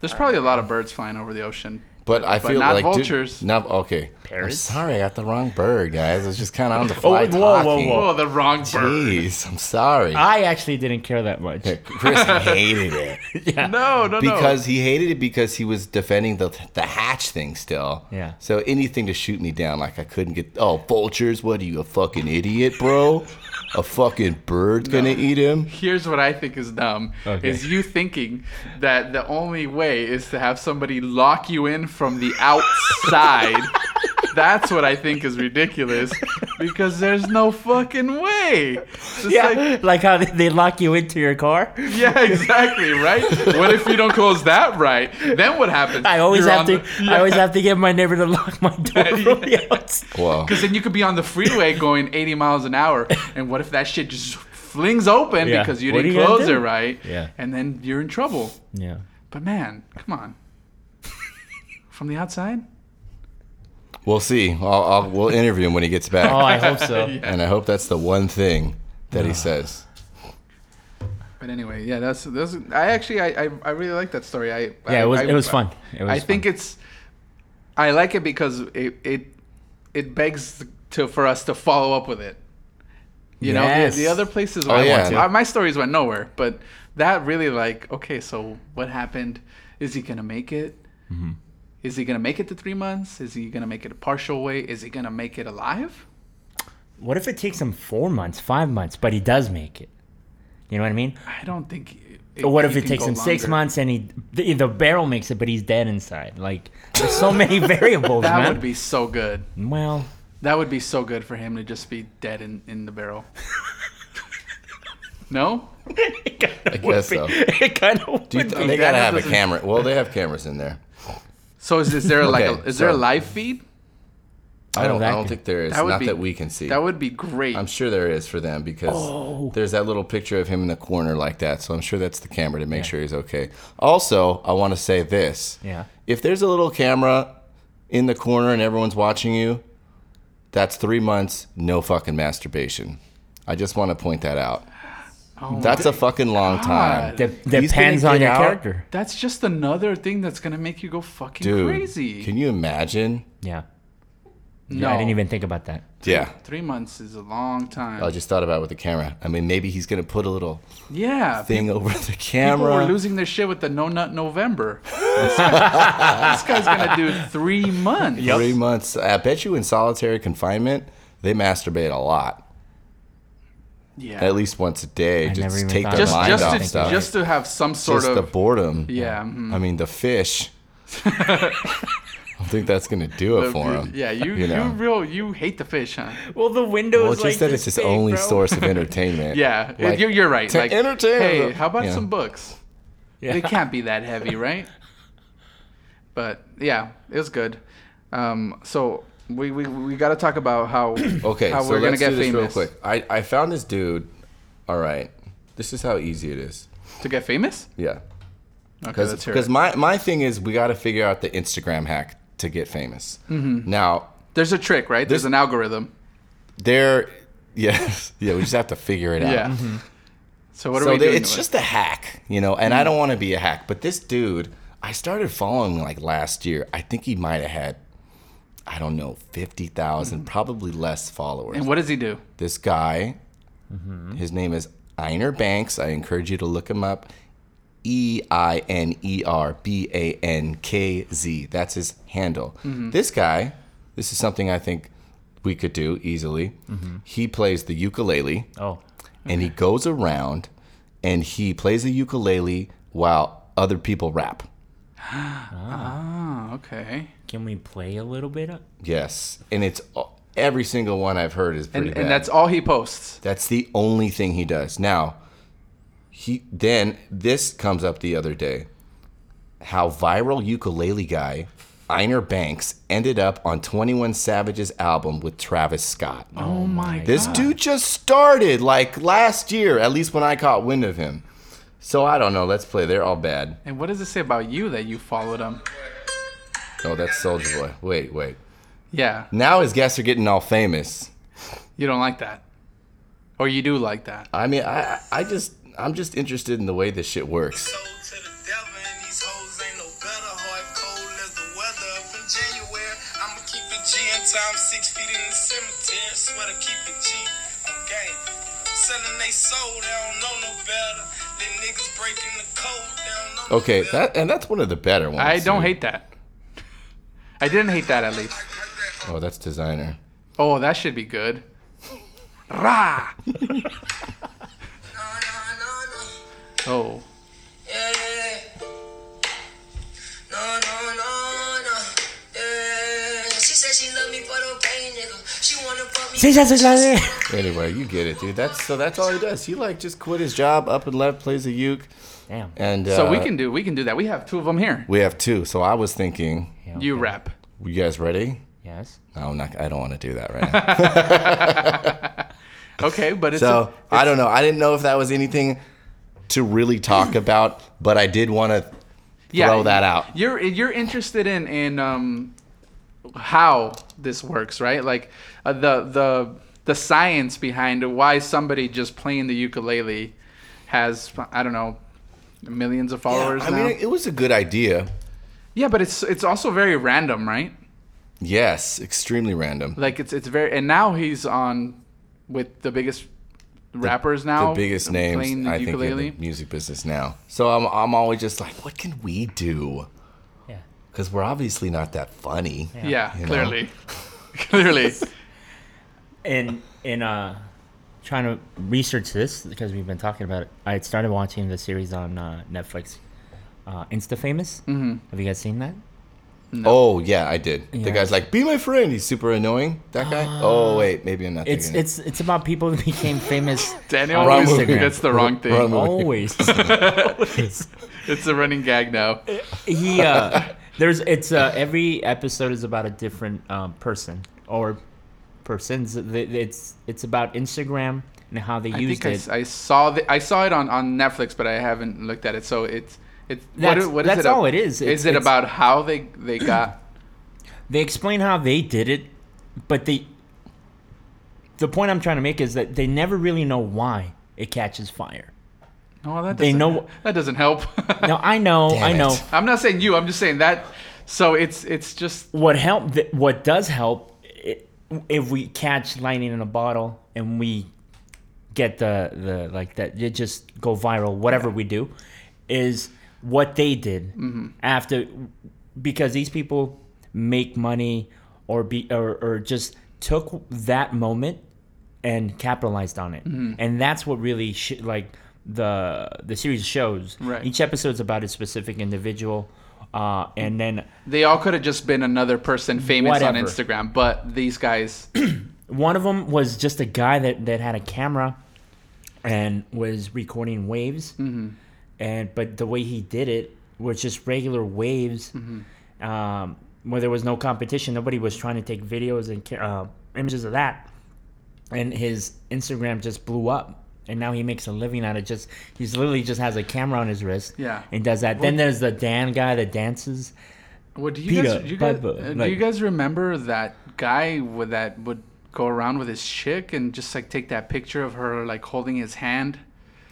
Speaker 4: There's probably a lot of birds flying over the ocean.
Speaker 2: But I feel
Speaker 4: not
Speaker 2: like dude-
Speaker 4: vultures.
Speaker 2: no, okay.
Speaker 3: Parrots?
Speaker 2: I'm sorry, I got the wrong bird, guys. I was just kind of on the
Speaker 3: Oh,
Speaker 2: fly
Speaker 3: whoa, whoa,
Speaker 2: talking.
Speaker 3: whoa. Ah.
Speaker 4: Oh, the wrong bird.
Speaker 2: Jeez, I'm sorry.
Speaker 3: I actually didn't care that much.
Speaker 2: Chris hated it
Speaker 4: No, no, no.
Speaker 2: because he hated it because he was defending the the hatch thing still.
Speaker 3: Yeah.
Speaker 2: So anything to shoot me down, like I couldn't get. Oh, vultures! What are you, a fucking idiot, bro? A fucking bird's gonna eat him.
Speaker 4: here's what I think is dumb
Speaker 3: Okay.
Speaker 4: is you thinking that the only way is to have somebody lock you in from the outside. That's what I think is ridiculous because there's no fucking way. It's just
Speaker 3: Yeah,
Speaker 4: like-
Speaker 3: like, how they- they lock you into your car.
Speaker 4: yeah, exactly, right? What if you don't close that right? Then what happens?
Speaker 3: I always
Speaker 4: You're
Speaker 3: have
Speaker 4: on
Speaker 3: to.
Speaker 4: the-
Speaker 3: I always have to get my neighbor to lock my door from the outside.
Speaker 2: Whoa.
Speaker 4: Because then you could be on the freeway going 80 miles an hour, and what if that shit just flings open
Speaker 3: Yeah.
Speaker 4: because you
Speaker 3: What
Speaker 4: didn't
Speaker 3: are you gonna
Speaker 4: close it
Speaker 3: do?
Speaker 4: right?
Speaker 3: Yeah.
Speaker 4: And then you're in trouble.
Speaker 3: Yeah.
Speaker 4: But man, come on. From the outside?
Speaker 2: We'll see. I'll, I'll, we'll interview him when he gets back,
Speaker 3: Oh, I hope so.
Speaker 2: and I hope that's the one thing that he says.
Speaker 4: But anyway, yeah, that's that's. I actually, I, I, I really like that story. I
Speaker 3: Yeah,
Speaker 4: I,
Speaker 3: it was
Speaker 4: I-
Speaker 3: it was fun. It was
Speaker 4: I think it's. I like it because it it it begs to for us to follow up with it. You know,
Speaker 3: Yes.
Speaker 4: the, the other places.
Speaker 2: Oh,
Speaker 4: Where I
Speaker 2: yeah.
Speaker 4: went to, uh, my stories went nowhere, but that really like okay, so what happened? Is he gonna make it?
Speaker 3: Mm-hmm.
Speaker 4: Is he gonna make it to three months? Is he gonna make it a partial way? Is he gonna make it alive?
Speaker 3: What if it takes him four months, five months, but he does make it? You know what I mean?
Speaker 4: I don't think. it-
Speaker 3: Or what if
Speaker 4: you
Speaker 3: it
Speaker 4: can
Speaker 3: takes
Speaker 4: go
Speaker 3: him six
Speaker 4: longer.
Speaker 3: months and he the, the barrel makes it, but he's dead inside? Like there's so many variables,
Speaker 4: That
Speaker 3: man.
Speaker 4: would be so good.
Speaker 3: well,
Speaker 4: That would be so good for him to just be dead in, in the barrel. no?
Speaker 3: it kinda
Speaker 2: I
Speaker 3: would
Speaker 2: guess
Speaker 3: be-
Speaker 2: so.
Speaker 3: It kind of
Speaker 2: Do you
Speaker 3: would
Speaker 2: th-
Speaker 3: be.
Speaker 2: they gotta
Speaker 4: that
Speaker 2: have a
Speaker 4: doesn't-
Speaker 2: camera. Well, they have cameras in there.
Speaker 4: So is, is there like a,
Speaker 2: Okay,
Speaker 4: is there a
Speaker 2: so-
Speaker 4: live feed?
Speaker 2: I don't.
Speaker 3: that
Speaker 2: I don't
Speaker 3: could-
Speaker 2: think there is.
Speaker 4: Oh, that would
Speaker 2: Not
Speaker 4: be-
Speaker 2: that we can see.
Speaker 4: That would Oh. be great.
Speaker 2: I'm sure there is for them because there's that little picture of him in the corner like that. So I'm sure that's the camera to make sure he's okay. Also, I want to say this.
Speaker 3: Yeah.
Speaker 2: If there's a little camera in the corner and everyone's watching you, that's three months, no fucking masturbation. I just want to point that out.
Speaker 4: Oh
Speaker 2: that's a fucking long time.
Speaker 3: De-
Speaker 2: He's gonna
Speaker 3: depends on
Speaker 2: get
Speaker 3: your
Speaker 2: out.
Speaker 3: character.
Speaker 4: That's just another thing that's gonna make you go fucking
Speaker 2: Dude,
Speaker 4: crazy.
Speaker 2: can you imagine?
Speaker 3: Yeah.
Speaker 4: no,
Speaker 3: I didn't even think about that.
Speaker 2: Yeah.
Speaker 4: Three months is a long time.
Speaker 2: I just thought about it with the camera. I mean, maybe he's going to put a little
Speaker 4: yeah,
Speaker 2: thing over the
Speaker 4: people
Speaker 2: camera.
Speaker 4: were losing their shit with the No Nut November. this, guy- this guy's gonna do three months.
Speaker 2: Three months. I bet you in solitary confinement, they masturbate a lot.
Speaker 4: Yeah,
Speaker 2: at least once a day.
Speaker 3: never
Speaker 2: just
Speaker 3: even
Speaker 2: take
Speaker 3: thought
Speaker 2: their
Speaker 3: about
Speaker 4: just
Speaker 2: mind
Speaker 4: just
Speaker 2: off
Speaker 4: to,
Speaker 2: stuff.
Speaker 4: just to have some sort mm,
Speaker 2: Just the
Speaker 4: of
Speaker 2: boredom.
Speaker 4: yeah. mhm.
Speaker 2: I mean, the fish. think that's gonna do it
Speaker 4: The-
Speaker 2: for him.
Speaker 4: Yeah, you you,
Speaker 2: know.
Speaker 4: real you hate the fish, huh?
Speaker 3: Well, the window
Speaker 2: well,
Speaker 3: is
Speaker 2: it's
Speaker 3: like
Speaker 2: just that
Speaker 3: this
Speaker 2: it's his
Speaker 3: big,
Speaker 2: only
Speaker 3: bro.
Speaker 2: source of entertainment.
Speaker 4: Yeah,
Speaker 2: Like,
Speaker 4: you're, you're right.
Speaker 2: to
Speaker 4: like,
Speaker 2: entertain
Speaker 4: hey,
Speaker 2: them.
Speaker 4: how about
Speaker 2: Yeah.
Speaker 4: some books?
Speaker 3: Yeah.
Speaker 4: They can't be that heavy, right? but yeah, it was good. Um, so we, we, we got to talk about how
Speaker 2: Okay,
Speaker 4: how
Speaker 2: so
Speaker 4: we're
Speaker 2: let's
Speaker 4: gonna get
Speaker 2: do this
Speaker 4: famous.
Speaker 2: real quick. I, I found this dude. All right, this is how easy it is.
Speaker 4: To get famous?
Speaker 2: Yeah,
Speaker 4: Okay, let's hear
Speaker 2: because
Speaker 4: it.
Speaker 2: my my thing is we got to figure out the Instagram hack to get famous.
Speaker 4: Mm-hmm.
Speaker 2: Now
Speaker 4: There's a trick, right? There's
Speaker 2: This-
Speaker 4: an algorithm.
Speaker 2: there, yes, yeah, we just have to figure it out.
Speaker 4: Yeah. So what are
Speaker 2: so
Speaker 4: we
Speaker 2: they-
Speaker 4: doing?
Speaker 2: it's
Speaker 4: with- Mm-hmm.
Speaker 2: just a hack, you know, and I don't want to be a hack, but this dude, I started following like last year. I think he might have had, I don't know, 50,000, probably less followers.
Speaker 4: Mm-hmm. and what does he do?
Speaker 2: this guy,
Speaker 4: Mm-hmm.
Speaker 2: his name is Einer Banks. I encourage you to look him up. E I N E R B A N K Z. That's his handle.
Speaker 4: Mm-hmm.
Speaker 2: This guy, this is something I think we could do easily.
Speaker 4: Mm-hmm.
Speaker 2: He plays the ukulele
Speaker 3: Oh,
Speaker 2: and he goes around and he plays the ukulele while other people rap.
Speaker 4: Oh, okay.
Speaker 3: can we play a little bit? Of-
Speaker 2: Yes, and it's every single one I've heard is pretty
Speaker 4: And,
Speaker 2: bad.
Speaker 4: and that's all he posts.
Speaker 2: That's the only thing he does. Now, he then this comes up the other day. How viral ukulele guy Einer Banks ended up on 21 Savage's album with Travis Scott.
Speaker 4: Oh my
Speaker 2: This dude just started like last year, at least when I caught wind of him. So I don't know. Let's play. They're all bad.
Speaker 4: And what does it say about you that you followed him?
Speaker 2: Oh, that's Soldier Boy. Wait, wait.
Speaker 4: Yeah,
Speaker 2: Now his guests are getting all famous.
Speaker 4: you don't like that, or you do like that.
Speaker 2: I mean, I, I just, I'm just interested in the way this shit works.
Speaker 5: sold to the devil and these hoes ain't no better. Hard cold as the weather from January. I'ma keep it G until I'm six feet in the cemetery. Swear to keep it G on game. Selling they soul, they don't know no better. Them niggas breaking the code, they don't know no
Speaker 2: Okay,
Speaker 5: better.
Speaker 2: that and that's one of the better ones.
Speaker 4: I don't
Speaker 2: dude.
Speaker 4: hate that. I didn't hate that at least.
Speaker 2: Oh, that's designer.
Speaker 4: Oh, that should be good. Rah!
Speaker 5: No, no, no, no.
Speaker 4: Oh,
Speaker 5: Yeah, yeah, yeah. No, no, no, no. Yeah. She said she love me for the pain, nigga. She wanna fuck me.
Speaker 2: Anyway, you get it, dude. That's so that's all he does. He like just quit his job, up and left, plays a uke,
Speaker 3: Damn.
Speaker 2: and
Speaker 4: so we
Speaker 2: uh,
Speaker 4: can do we can do that. We have two of them here.
Speaker 2: we have two. So I was thinking,
Speaker 3: Yeah,
Speaker 4: You
Speaker 3: okay.
Speaker 4: rap.
Speaker 2: you guys ready?
Speaker 3: Yes.
Speaker 2: No, I'm not. I don't want to do that right now.
Speaker 4: Okay, but it's
Speaker 2: So
Speaker 4: a,
Speaker 2: I don't know. I didn't know if that was anything to really talk about, but I did want to
Speaker 4: yeah,
Speaker 2: throw that out.
Speaker 4: You're you're interested in in um how this works, right? Like uh, the the the science behind why somebody just playing the ukulele has I don't know millions of followers
Speaker 2: I
Speaker 4: now.
Speaker 2: mean, it was a good idea.
Speaker 4: yeah, but it's it's also very random, right?
Speaker 2: Yes, extremely random.
Speaker 4: Like it's it's very and now he's on with the biggest rappers now.
Speaker 2: the biggest
Speaker 4: playing
Speaker 2: names
Speaker 4: the
Speaker 2: I think
Speaker 4: ukulele.
Speaker 2: in the music business now. So I'm I'm always just like, what can we do?
Speaker 3: Yeah.
Speaker 2: Because we're obviously not that funny.
Speaker 3: Yeah,
Speaker 4: yeah,
Speaker 2: you know.
Speaker 4: clearly, clearly.
Speaker 3: And in uh, trying to research this because we've been talking about it, I had started watching the series on uh, Netflix, uh, Insta Famous. Mm-hmm. Have you guys seen that?
Speaker 2: Oh yeah, I did.
Speaker 3: Yeah. Ah.
Speaker 2: The guy's like, be my friend. He's super annoying. That guy. oh wait, maybe I'm not.
Speaker 3: It's
Speaker 2: thinking
Speaker 3: it's it's about people who became famous.
Speaker 4: Daniel
Speaker 3: on
Speaker 4: always
Speaker 3: Instagram.
Speaker 4: gets the wrong thing.
Speaker 2: Wrong movie.
Speaker 3: Always. Always.
Speaker 4: It's a running gag now.
Speaker 3: he uh there's it's uh every episode is about a different um person or persons Th- th- it's it's about instagram and how they
Speaker 4: I
Speaker 3: used
Speaker 4: think I, s-
Speaker 3: it
Speaker 4: I saw the, I saw it on, on Netflix, but I haven't looked at it. So it's it's what,
Speaker 3: That's-
Speaker 4: i- what is
Speaker 3: that's
Speaker 4: it? ab-
Speaker 3: all it is. It's-
Speaker 4: is it
Speaker 3: it's-
Speaker 4: about how they they got?
Speaker 3: they explain how they did it but they the point i'm trying to make is that they never really know why it catches fire
Speaker 4: No, that
Speaker 3: They
Speaker 4: doesn't-
Speaker 3: know-
Speaker 4: that doesn't help.
Speaker 3: now i know
Speaker 2: Damn
Speaker 3: i know
Speaker 2: it.
Speaker 4: I'm not saying you. I'm just saying that. So it's it's just
Speaker 3: what help th- what does help i if we catch lightning in a bottle and we get the the like that it just go viral whatever we do is what they did after because these people make money or be or, or just took that moment and capitalized on it and that's what really sh- like the the series shows
Speaker 4: Right.
Speaker 3: each episode's about a specific individual Uh, and then
Speaker 4: They all could have just been another person famous on
Speaker 3: Whatever.
Speaker 4: Instagram, but these guys,
Speaker 3: one of them was just a guy that, that had a camera and was recording waves. And but the way he did it was just regular waves, um, where there was no competition. Nobody was trying to take videos and ca- uh, images of that. And his Instagram just blew up. And now he makes a living out of just he's literally just has a camera on his wrist.
Speaker 4: Yeah.
Speaker 3: And does that. then there's the Dan guy that dances.
Speaker 4: what do you guys?
Speaker 3: Peter
Speaker 4: Do you guys,
Speaker 3: Piper,
Speaker 4: uh, do
Speaker 3: like-
Speaker 4: you guys remember that guy with that would go around with his chick and just like take that picture of her like holding his hand?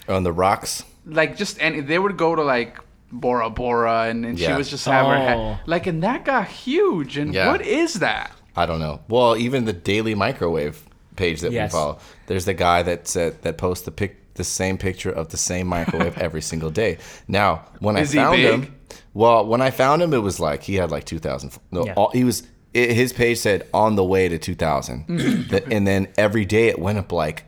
Speaker 2: On the rocks.
Speaker 4: like just and they would go to like Bora Bora and, and she
Speaker 2: Yeah.
Speaker 4: was just have her
Speaker 3: Oh.
Speaker 4: head like and that got huge and
Speaker 2: Yeah.
Speaker 4: what is that?
Speaker 2: I don't know. Well, even the Daily Microwave page that
Speaker 3: Yes.
Speaker 2: we follow, there's the guy that said that posts the pic, the same picture of the same microwave every single day. Now, when
Speaker 4: Is
Speaker 2: I
Speaker 4: he
Speaker 2: found
Speaker 4: big?
Speaker 2: him, well, when I found him, it was like he had like 2,000. f- No,
Speaker 3: Yeah.
Speaker 2: all, he was. It, his page said on the way to 2,000,
Speaker 3: Mm-hmm.
Speaker 2: That- and then every day it went up like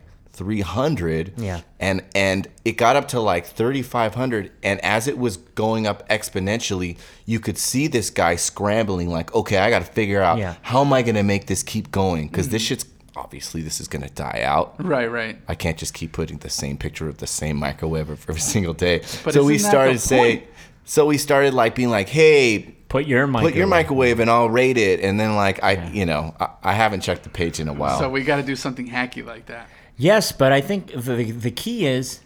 Speaker 2: 300.
Speaker 3: Yeah.
Speaker 2: and and it got up to like 3500 and as it was going up exponentially you could see this guy scrambling like okay i gotta figure out
Speaker 3: Yeah.
Speaker 2: how am i gonna make this keep going because
Speaker 4: Mm.
Speaker 2: this shit's obviously this is gonna die out
Speaker 4: Right, right.
Speaker 2: i can't just keep putting the same picture of the same microwave every single day
Speaker 4: But
Speaker 2: so we
Speaker 4: isn't that
Speaker 2: started
Speaker 4: the
Speaker 2: saying
Speaker 4: point?
Speaker 2: so we started like being like hey
Speaker 3: Put your mic.
Speaker 2: put your
Speaker 3: away.
Speaker 2: microwave and i'll rate it and then like i you know I, I haven't checked the page in a while
Speaker 4: So we got to do something hacky like that.
Speaker 3: Yes, but I think the the, the key is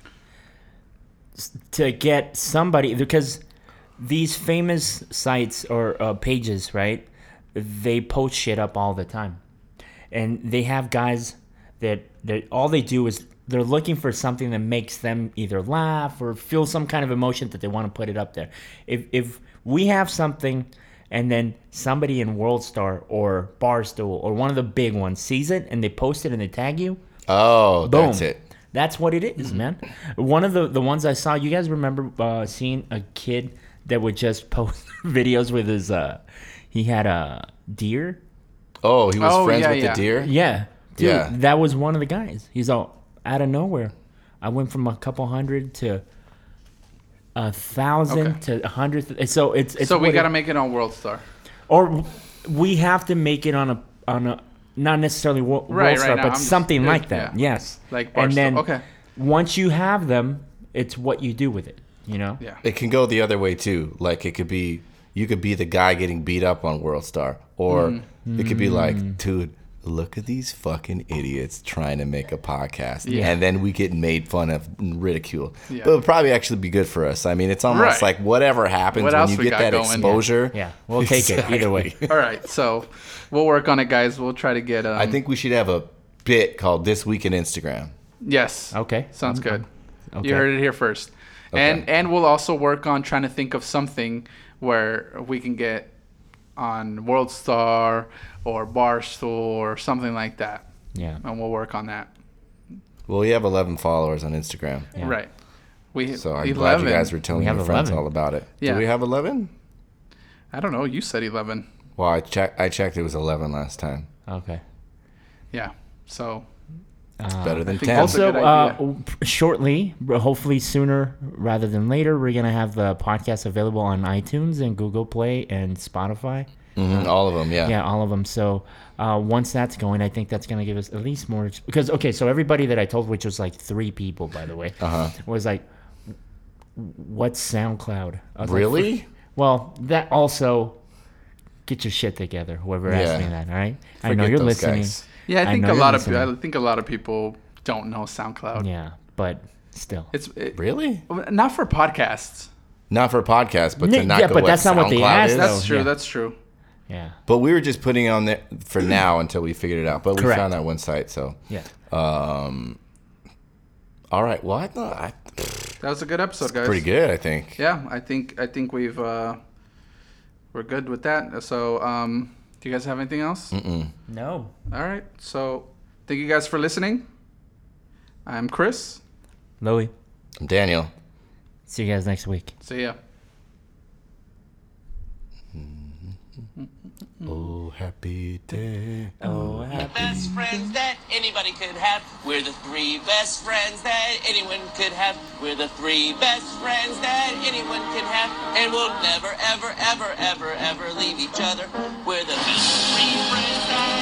Speaker 3: s- to get somebody because these famous sites or uh, pages, right? They post shit up all the time, and they have guys that that all they do is they're looking for something that makes them either laugh or feel some kind of emotion that they want to put it up there. If if we have something and then somebody in WorldStar or Barstool or one of the big ones sees it and they post it and they tag you,
Speaker 2: oh
Speaker 3: Boom.
Speaker 2: that's it
Speaker 3: That's what it is, man. One of the the ones I saw. You guys remember uh, seeing a kid that would just post videos with his. Uh, he had a deer.
Speaker 2: oh he was
Speaker 4: Oh,
Speaker 2: friends
Speaker 4: yeah,
Speaker 2: with
Speaker 4: yeah.
Speaker 2: the deer
Speaker 3: Yeah, dude,
Speaker 2: Yeah.
Speaker 3: That was one of the guys. He's all out of nowhere. I went from a couple hundred to a thousand to a hundred. th- So it's, it's
Speaker 4: so we
Speaker 3: what it-
Speaker 4: got to make it on World Star.
Speaker 3: or we have to make it on a on a not necessarily wo-
Speaker 4: Right,
Speaker 3: world
Speaker 4: right,
Speaker 3: star,
Speaker 4: no,
Speaker 3: but
Speaker 4: I'm just-
Speaker 3: something
Speaker 4: yeah,
Speaker 3: like that.
Speaker 4: yeah.
Speaker 3: Yes,
Speaker 4: Like
Speaker 3: and
Speaker 4: Barstool,
Speaker 3: then
Speaker 4: okay.
Speaker 3: once you have them, it's what you do with it. You know.
Speaker 4: Yeah.
Speaker 2: it can go the other way too. Like it could be you could be the guy getting beat up on World Star, or
Speaker 4: Mm.
Speaker 2: it could be like, dude, look at these fucking idiots trying to make a podcast, and then we get made fun of, and ridiculed. But it would probably actually be good for us. I mean, it's almost
Speaker 4: Right.
Speaker 2: like whatever happens
Speaker 4: What
Speaker 2: when
Speaker 4: else
Speaker 2: you
Speaker 4: we
Speaker 2: get
Speaker 4: got
Speaker 2: that
Speaker 4: going?
Speaker 2: exposure.
Speaker 3: Yeah, we'll take it either way.
Speaker 2: Exactly.
Speaker 4: All right. So we'll work on it guys. We'll try to get um,
Speaker 2: I think we should have a bit called "This Week in Instagram."
Speaker 4: yes.
Speaker 3: Okay.
Speaker 4: Sounds good.
Speaker 3: okay.
Speaker 4: You heard it here first. And
Speaker 2: Okay.
Speaker 4: and we'll also work on trying to think of something where we can get on World Star or Barstool or something like that.
Speaker 3: Yeah.
Speaker 4: And we'll work on that.
Speaker 2: Well, we have 11 followers on Instagram,
Speaker 3: Yeah.
Speaker 4: Right. We
Speaker 2: so I'm
Speaker 4: 11.
Speaker 2: glad you guys were telling
Speaker 3: We have
Speaker 2: your friends
Speaker 3: 11.
Speaker 2: all about it.
Speaker 4: Yeah.
Speaker 2: Do we have 11?
Speaker 4: I don't know. You said 11.
Speaker 2: Well, I checked. I checked. It was 11 last time.
Speaker 4: Oh.
Speaker 3: Okay.
Speaker 4: Yeah. So
Speaker 3: Ah.
Speaker 2: better than
Speaker 4: think
Speaker 2: 10.
Speaker 4: also-
Speaker 3: So
Speaker 4: good
Speaker 3: uh,
Speaker 4: idea.
Speaker 3: shortly, but hopefully sooner rather than later, we're gonna have the podcast available on iTunes and Google Play and Spotify.
Speaker 2: Mhm, all of them, yeah.
Speaker 3: Yeah, all of them. So uh, once that's going, I think that's going to give us at least more. Ex- because okay, so everybody that I told, which was like three people, by the way, uh-huh. was like, "What's SoundCloud?" I was like,
Speaker 2: Really?
Speaker 3: well, that also get your shit together. Whoever
Speaker 2: Yeah.
Speaker 3: asked me that, all right? I know
Speaker 2: Forget
Speaker 3: you're
Speaker 2: those
Speaker 3: listening.
Speaker 2: guys.
Speaker 4: yeah, I think
Speaker 3: know
Speaker 4: a
Speaker 3: you're
Speaker 4: lot of pe- I
Speaker 3: listening.
Speaker 4: think a lot of people don't know SoundCloud.
Speaker 3: Yeah, but still.
Speaker 4: It's it,
Speaker 2: Really?
Speaker 4: not for podcasts.
Speaker 2: Not for a podcast, but to
Speaker 3: N-
Speaker 2: not
Speaker 3: yeah,
Speaker 2: go
Speaker 3: but
Speaker 2: what
Speaker 3: that's not what they
Speaker 2: SoundCloud
Speaker 3: asked,
Speaker 2: is.
Speaker 3: though.
Speaker 4: That's true.
Speaker 3: yeah.
Speaker 4: That's true.
Speaker 3: yeah.
Speaker 2: But we were just putting it on there for now until we figured it out. But we
Speaker 3: Mm. Correct.
Speaker 2: found that one site, so
Speaker 3: Yeah.
Speaker 2: Uh, all right. Well, I thought I,
Speaker 4: That was a good episode, guys.
Speaker 2: pretty good, I think.
Speaker 4: Yeah, I think I think we've uh, we're good with that. So, um, do you guys have anything else?
Speaker 3: No.
Speaker 4: All right. So, thank you guys for listening. I'm Chris.
Speaker 3: Louie,
Speaker 2: I'm Daniel.
Speaker 3: see you guys next week.
Speaker 4: See ya.
Speaker 2: Oh, happy day.
Speaker 3: Oh, happy.
Speaker 5: Best friends that
Speaker 6: anybody could have. We're the three best friends that anyone could have. We're the three best friends that anyone could have. And we'll never, ever, ever, ever, ever leave each other. We're the three friends that